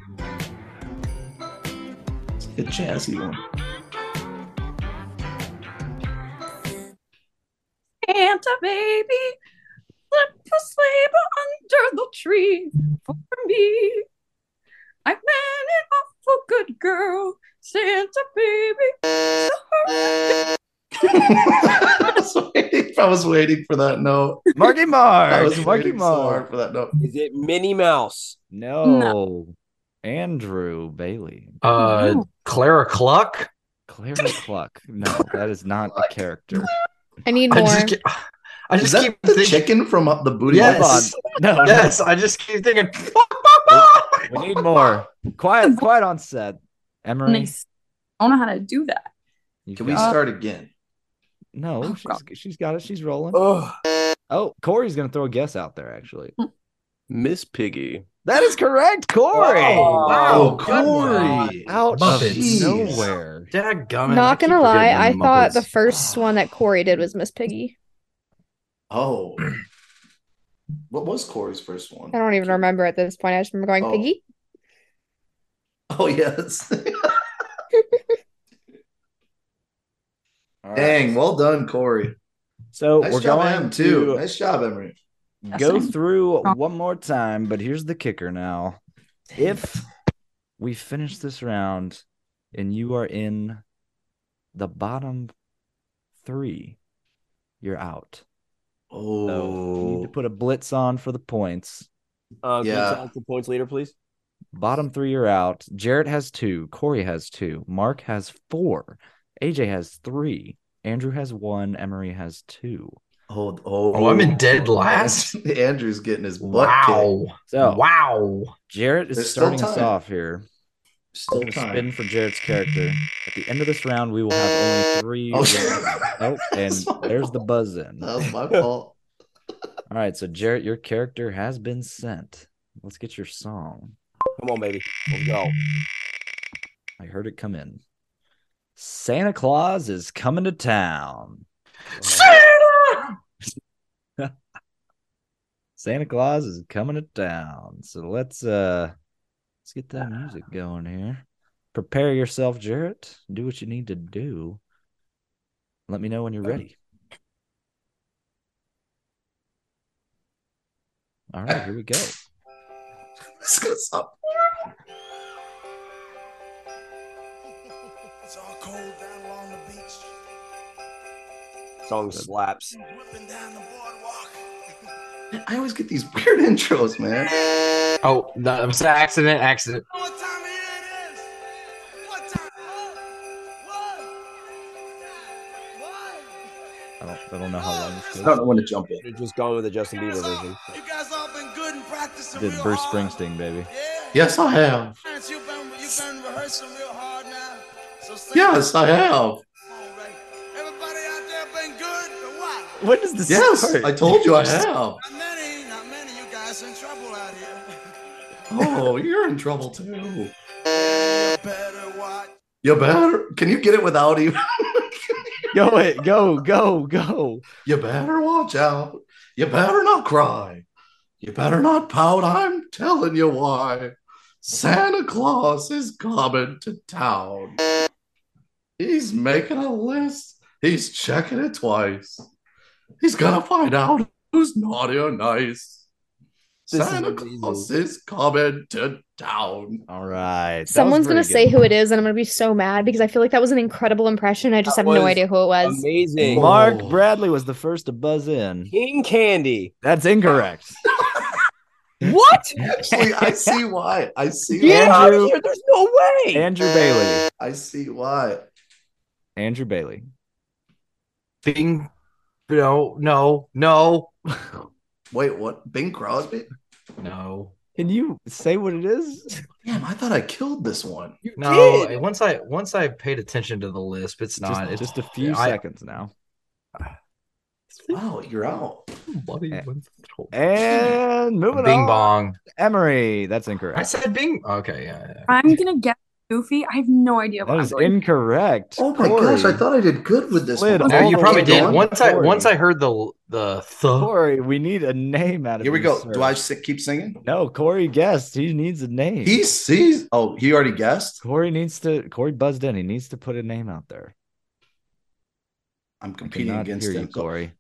[SPEAKER 2] It's a jazzy one.
[SPEAKER 6] Santa baby, let the sleigh under the tree for me. I have been an awful good girl, Santa baby.
[SPEAKER 2] was waiting- I was waiting for that note.
[SPEAKER 9] Marky
[SPEAKER 2] I
[SPEAKER 9] Mark.
[SPEAKER 2] was
[SPEAKER 9] Marky
[SPEAKER 2] waiting so hard
[SPEAKER 9] Mark.
[SPEAKER 2] for that note.
[SPEAKER 4] Is it Minnie Mouse?
[SPEAKER 9] No. Andrew Bailey.
[SPEAKER 8] Uh, Clara Cluck.
[SPEAKER 9] Clara Cluck. No, that is not a character.
[SPEAKER 3] I need
[SPEAKER 8] I
[SPEAKER 3] more.
[SPEAKER 8] just keep, I
[SPEAKER 2] Is
[SPEAKER 8] just
[SPEAKER 2] that
[SPEAKER 8] keep
[SPEAKER 2] the
[SPEAKER 8] thinking.
[SPEAKER 2] chicken from up the booty?
[SPEAKER 8] Yes.
[SPEAKER 2] Hole?
[SPEAKER 9] No, no.
[SPEAKER 8] yes. I just keep thinking.
[SPEAKER 9] We need more. Quiet, quiet on set. Emery.
[SPEAKER 6] Nice. I don't know how to do that.
[SPEAKER 9] you
[SPEAKER 2] Can we
[SPEAKER 9] got-
[SPEAKER 2] start again?
[SPEAKER 9] No,
[SPEAKER 6] Oh,
[SPEAKER 9] she's,
[SPEAKER 6] God.
[SPEAKER 9] she's got it. She's rolling.
[SPEAKER 4] Oh,
[SPEAKER 9] Oh, Corey's gonna throw a guess out there. Actually,
[SPEAKER 6] Hmm.
[SPEAKER 19] Miss Piggy.
[SPEAKER 9] that is correct, Corey.
[SPEAKER 2] Oh,
[SPEAKER 8] Wow, good one.
[SPEAKER 2] Corey.
[SPEAKER 9] Out
[SPEAKER 8] Muppets.
[SPEAKER 9] of nowhere.
[SPEAKER 8] Dadgummit, I
[SPEAKER 3] Not
[SPEAKER 8] keep
[SPEAKER 3] gonna lie,
[SPEAKER 8] forgetting
[SPEAKER 3] I
[SPEAKER 8] the
[SPEAKER 3] thought the
[SPEAKER 8] Muppets.
[SPEAKER 3] first one that Corey did was Miss Piggy.
[SPEAKER 2] Oh. What was Corey's first one?
[SPEAKER 3] I don't even remember at this point. I just remember going
[SPEAKER 2] Oh.
[SPEAKER 3] Piggy.
[SPEAKER 2] Oh yes. All Dang, well done, Corey.
[SPEAKER 9] So
[SPEAKER 2] nice
[SPEAKER 9] we're
[SPEAKER 2] job,
[SPEAKER 9] going
[SPEAKER 2] Em, too.
[SPEAKER 9] to-
[SPEAKER 2] Nice job, Emery.
[SPEAKER 9] Go through one more time, but here's the kicker now. If we finish this round and you are in the bottom three, you're out.
[SPEAKER 2] Oh,
[SPEAKER 9] you need to put a blitz on for the points.
[SPEAKER 4] Uh, can you
[SPEAKER 9] Yeah.
[SPEAKER 4] tell us the points leader, please.
[SPEAKER 9] Bottom three are out. Jarrett has two. Corey has two. Mark has four. AJ has three. Andrew has one. Emery has two.
[SPEAKER 2] Oh, oh,
[SPEAKER 8] Oh, I'm in dead last.
[SPEAKER 2] Andrew's getting his butt
[SPEAKER 8] Wow.
[SPEAKER 2] kicked.
[SPEAKER 9] So
[SPEAKER 8] wow.
[SPEAKER 9] Jarrett is
[SPEAKER 2] There's still
[SPEAKER 9] starting us
[SPEAKER 2] time.
[SPEAKER 9] off here.
[SPEAKER 2] Still
[SPEAKER 9] We'll
[SPEAKER 2] time.
[SPEAKER 9] spin for Jarrett's character. At the end of this round, we will have only three.
[SPEAKER 2] Oh.
[SPEAKER 9] rounds. Oh, and there's the buzz in.
[SPEAKER 2] That was my fault.
[SPEAKER 9] All right, so Jarrett, your character has been sent. Let's get your song.
[SPEAKER 4] Come on, baby. Let's go.
[SPEAKER 9] I heard it come in. Santa Claus is coming to town.
[SPEAKER 6] Santa!
[SPEAKER 9] Santa Claus is coming to town. So let's uh let's get that music
[SPEAKER 3] Ah.
[SPEAKER 9] going here. Prepare yourself, Jarrett. Do what you need to do. Let me know when you're ready. All right, here we go.
[SPEAKER 2] It's gonna stop.
[SPEAKER 21] It's all cold down along the beach,
[SPEAKER 4] Song slaps.
[SPEAKER 21] whipping down the boardwalk.
[SPEAKER 2] Man, I always get these weird intros, man.
[SPEAKER 8] Oh, no, I'm saying accident, accident.
[SPEAKER 21] What time of year it is? What time? What? What?
[SPEAKER 9] I don't, I don't know how long this goes.
[SPEAKER 4] I don't know when to
[SPEAKER 2] jump in.
[SPEAKER 4] Should've Just gone with the Justin Bieber version.
[SPEAKER 21] You guys all been good in practicing
[SPEAKER 9] Did
[SPEAKER 21] real
[SPEAKER 9] Bruce
[SPEAKER 21] hard.
[SPEAKER 9] Springsteen, baby.
[SPEAKER 2] Yes, I have.
[SPEAKER 21] Clarence, You've been, you've been rehearsing real hard now. So sing
[SPEAKER 2] Yes, I have.
[SPEAKER 21] Everybody out there been good or what?
[SPEAKER 9] When does this
[SPEAKER 2] Yes,
[SPEAKER 9] start?
[SPEAKER 2] I told you I have.
[SPEAKER 21] Not many, not many. You guys in trouble out here.
[SPEAKER 2] Oh, you're in trouble too.
[SPEAKER 21] You better watch.
[SPEAKER 2] You better. Can you get it without even?
[SPEAKER 9] Yo, wait, go, go, go.
[SPEAKER 2] You better watch out. You better not cry. You better not pout. I'm telling you why. Santa Claus is coming to town. He's making a list. He's checking it twice. He's gonna find out who's naughty or nice.
[SPEAKER 9] This is
[SPEAKER 2] Santa
[SPEAKER 9] amazing.
[SPEAKER 2] Claus is coming to town.
[SPEAKER 9] All right. that was
[SPEAKER 3] Someone's gonna
[SPEAKER 9] pretty
[SPEAKER 3] say
[SPEAKER 9] good.
[SPEAKER 3] who it is, and I'm gonna be so mad because I feel like that was an incredible impression. I just
[SPEAKER 9] That
[SPEAKER 3] have no
[SPEAKER 9] was
[SPEAKER 3] idea who it was.
[SPEAKER 4] Amazing.
[SPEAKER 9] Mark Bradley was the first to buzz in.
[SPEAKER 4] King Candy.
[SPEAKER 9] That's incorrect.
[SPEAKER 4] What?
[SPEAKER 2] Actually, I see why. I see
[SPEAKER 9] Get
[SPEAKER 2] why.
[SPEAKER 9] out of here.
[SPEAKER 4] There's no way.
[SPEAKER 9] Andrew Bailey.
[SPEAKER 2] I see why.
[SPEAKER 9] Andrew Bailey.
[SPEAKER 8] Bing. No, no, no,
[SPEAKER 2] Wait, what? Bing Crosby?
[SPEAKER 8] no.
[SPEAKER 9] Can you say what it is?
[SPEAKER 2] Damn, I thought I killed this one.
[SPEAKER 8] No, once I once I paid attention to the lisp, it's
[SPEAKER 9] Just- oh,
[SPEAKER 8] not.
[SPEAKER 9] just a few seconds now.
[SPEAKER 2] Wow, you're out.
[SPEAKER 9] Eh. And moving
[SPEAKER 8] Bing
[SPEAKER 9] on.
[SPEAKER 8] bong.
[SPEAKER 9] Emery. That's incorrect.
[SPEAKER 8] I said bing. Okay, yeah, yeah.
[SPEAKER 7] I'm gonna get goofy. I have no idea.
[SPEAKER 9] that
[SPEAKER 7] what
[SPEAKER 9] is
[SPEAKER 7] I'm doing.
[SPEAKER 9] incorrect.
[SPEAKER 2] Oh my gosh, I thought I did good with this
[SPEAKER 9] Slid
[SPEAKER 2] one.
[SPEAKER 8] No,
[SPEAKER 9] all
[SPEAKER 8] you
[SPEAKER 9] the
[SPEAKER 8] probably
[SPEAKER 9] way
[SPEAKER 8] did.
[SPEAKER 9] down.
[SPEAKER 8] Once I
[SPEAKER 9] Corey.
[SPEAKER 8] once I heard the the th.
[SPEAKER 9] Corey, we need a name out of
[SPEAKER 2] Here we
[SPEAKER 9] you,
[SPEAKER 2] go.
[SPEAKER 9] sir.
[SPEAKER 2] Do I si- keep singing?
[SPEAKER 9] No, Corey guessed. He needs a name.
[SPEAKER 2] He sees. Oh, he already guessed.
[SPEAKER 9] Corey needs to. Corey buzzed in. He needs to put a name out there.
[SPEAKER 2] I'm
[SPEAKER 9] I
[SPEAKER 2] competing
[SPEAKER 9] cannot
[SPEAKER 2] against
[SPEAKER 9] hear you,
[SPEAKER 2] him.
[SPEAKER 9] Corey.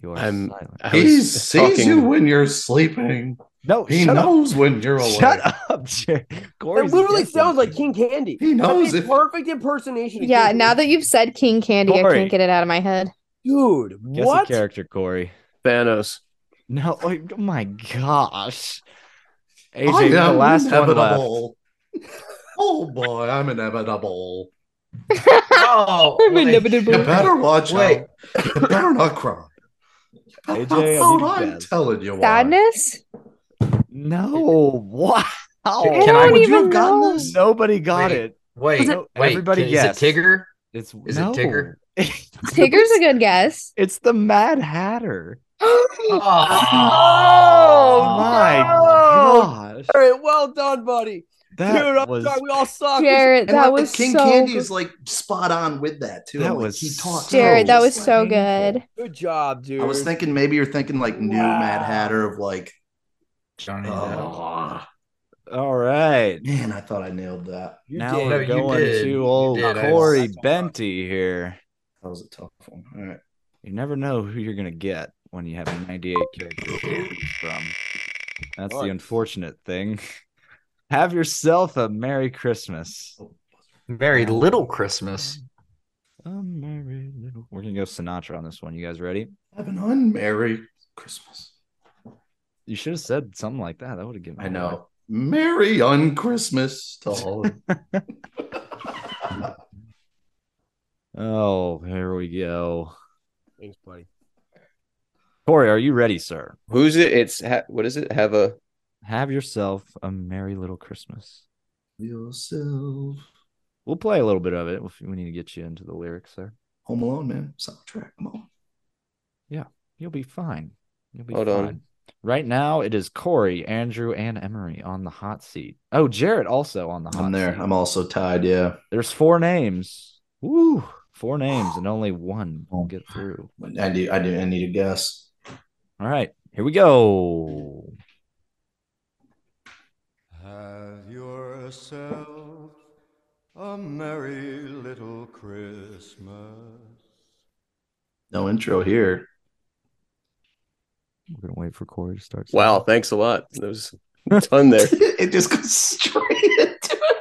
[SPEAKER 9] You are
[SPEAKER 19] I'm-
[SPEAKER 9] silent.
[SPEAKER 19] I
[SPEAKER 2] He
[SPEAKER 19] was
[SPEAKER 2] sees
[SPEAKER 19] talking-
[SPEAKER 2] you when you're sleeping.
[SPEAKER 9] No,
[SPEAKER 2] he
[SPEAKER 9] Oh, shut up.
[SPEAKER 2] knows when you're awake.
[SPEAKER 9] Shut up, Jerry. Corey's
[SPEAKER 4] It literally
[SPEAKER 9] guessing.
[SPEAKER 4] sounds like King Candy.
[SPEAKER 2] He knows
[SPEAKER 4] That'd be
[SPEAKER 2] if-
[SPEAKER 4] perfect impersonation. of
[SPEAKER 3] Yeah,
[SPEAKER 4] King
[SPEAKER 3] now that you've said King Candy, I
[SPEAKER 9] Corey.
[SPEAKER 3] can't get it out of my head.
[SPEAKER 4] Dude,
[SPEAKER 9] Guess
[SPEAKER 4] what?
[SPEAKER 9] a character, Corey.
[SPEAKER 19] Thanos.
[SPEAKER 9] No, oh my gosh.
[SPEAKER 2] I
[SPEAKER 9] AJ, you're the
[SPEAKER 2] am
[SPEAKER 9] last one
[SPEAKER 2] inevitable. oh boy, I'm inevitable.
[SPEAKER 8] Oh, wait.
[SPEAKER 2] You better watch
[SPEAKER 8] Wait.
[SPEAKER 2] out. You better not cry.
[SPEAKER 9] left. AJ,
[SPEAKER 2] Oh,
[SPEAKER 9] I need
[SPEAKER 2] I'm
[SPEAKER 9] to guess.
[SPEAKER 2] telling you why.
[SPEAKER 3] Sadness?
[SPEAKER 9] No, wow.
[SPEAKER 8] Can- can I-
[SPEAKER 2] Would
[SPEAKER 3] even
[SPEAKER 2] you have gotten
[SPEAKER 3] know.
[SPEAKER 2] this?
[SPEAKER 9] Nobody got
[SPEAKER 8] Wait.
[SPEAKER 9] it.
[SPEAKER 8] Wait,
[SPEAKER 9] Was it-
[SPEAKER 8] wait.
[SPEAKER 9] Everybody
[SPEAKER 8] is
[SPEAKER 9] guessed.
[SPEAKER 8] it Tigger?
[SPEAKER 9] It's
[SPEAKER 8] Is
[SPEAKER 9] no.
[SPEAKER 8] it Tigger?
[SPEAKER 3] Tigger's a good guess.
[SPEAKER 9] It's the Mad Hatter.
[SPEAKER 4] Oh,
[SPEAKER 9] my gosh.
[SPEAKER 4] All right, well done, buddy.
[SPEAKER 9] That
[SPEAKER 4] Dude, I'm
[SPEAKER 9] was
[SPEAKER 4] sorry, we all suck.
[SPEAKER 3] Jared,
[SPEAKER 2] And
[SPEAKER 3] that
[SPEAKER 2] like,
[SPEAKER 3] was
[SPEAKER 2] King
[SPEAKER 3] so
[SPEAKER 2] Candy
[SPEAKER 3] good.
[SPEAKER 2] is like spot on with that too.
[SPEAKER 9] That
[SPEAKER 2] I'm like,
[SPEAKER 9] was
[SPEAKER 2] he talks.
[SPEAKER 3] Jared,
[SPEAKER 2] so
[SPEAKER 3] that was so
[SPEAKER 2] slang.
[SPEAKER 3] good.
[SPEAKER 4] Good job, dude.
[SPEAKER 2] I was thinking maybe you're thinking like new Mad Hatter of like,
[SPEAKER 8] Johnny Depp.
[SPEAKER 2] oh,
[SPEAKER 9] All right.
[SPEAKER 2] man, I thought I nailed that.
[SPEAKER 4] You
[SPEAKER 9] now
[SPEAKER 4] did.
[SPEAKER 9] we're
[SPEAKER 8] No, you
[SPEAKER 9] going
[SPEAKER 8] did.
[SPEAKER 9] to
[SPEAKER 8] You
[SPEAKER 9] old
[SPEAKER 8] did. I-
[SPEAKER 9] Corey Benty here.
[SPEAKER 2] That was a tough one. All right.
[SPEAKER 9] You never know who you're gonna get when you have 98 characters to choose from. That's the
[SPEAKER 2] Alright.
[SPEAKER 9] unfortunate thing. Have yourself a Merry Christmas.
[SPEAKER 4] Merry Little Christmas.
[SPEAKER 9] A Merry Little. We're gonna go Sinatra on this one. You guys ready?
[SPEAKER 2] Have an unmerry Christmas.
[SPEAKER 9] You should have said something like that. That would have given.
[SPEAKER 2] I know. Merry un Christmas to all of
[SPEAKER 9] Oh, here we go.
[SPEAKER 21] Thanks, buddy.
[SPEAKER 9] Corey, are you ready, sir?
[SPEAKER 8] Who's it? It's ha- what is it? Have a
[SPEAKER 9] Have yourself a merry little Christmas.
[SPEAKER 2] yourself.
[SPEAKER 9] We'll play a little bit of it. if We need to get you into the lyrics there.
[SPEAKER 2] Home Alone, man. Soundtrack. Come on.
[SPEAKER 9] Yeah, you'll be fine. You'll be
[SPEAKER 8] Hold
[SPEAKER 9] fine.
[SPEAKER 8] on.
[SPEAKER 9] Right now, it is Corey, Andrew, and Emery on the hot seat. Oh, Jarrett also on the hot
[SPEAKER 2] I'm there.
[SPEAKER 9] seat.
[SPEAKER 2] I'm also tied. Yeah.
[SPEAKER 9] There's four names. Woo! Four names, and only one
[SPEAKER 2] Oh.
[SPEAKER 9] will get through.
[SPEAKER 2] I do. I do. I need a guess.
[SPEAKER 9] All right, here we go.
[SPEAKER 10] Have yourself a merry little Christmas.
[SPEAKER 2] No intro here.
[SPEAKER 9] We're gonna wait for Corey to start.
[SPEAKER 8] wow. Thanks a lot. There was a ton there.
[SPEAKER 2] it just goes straight into it.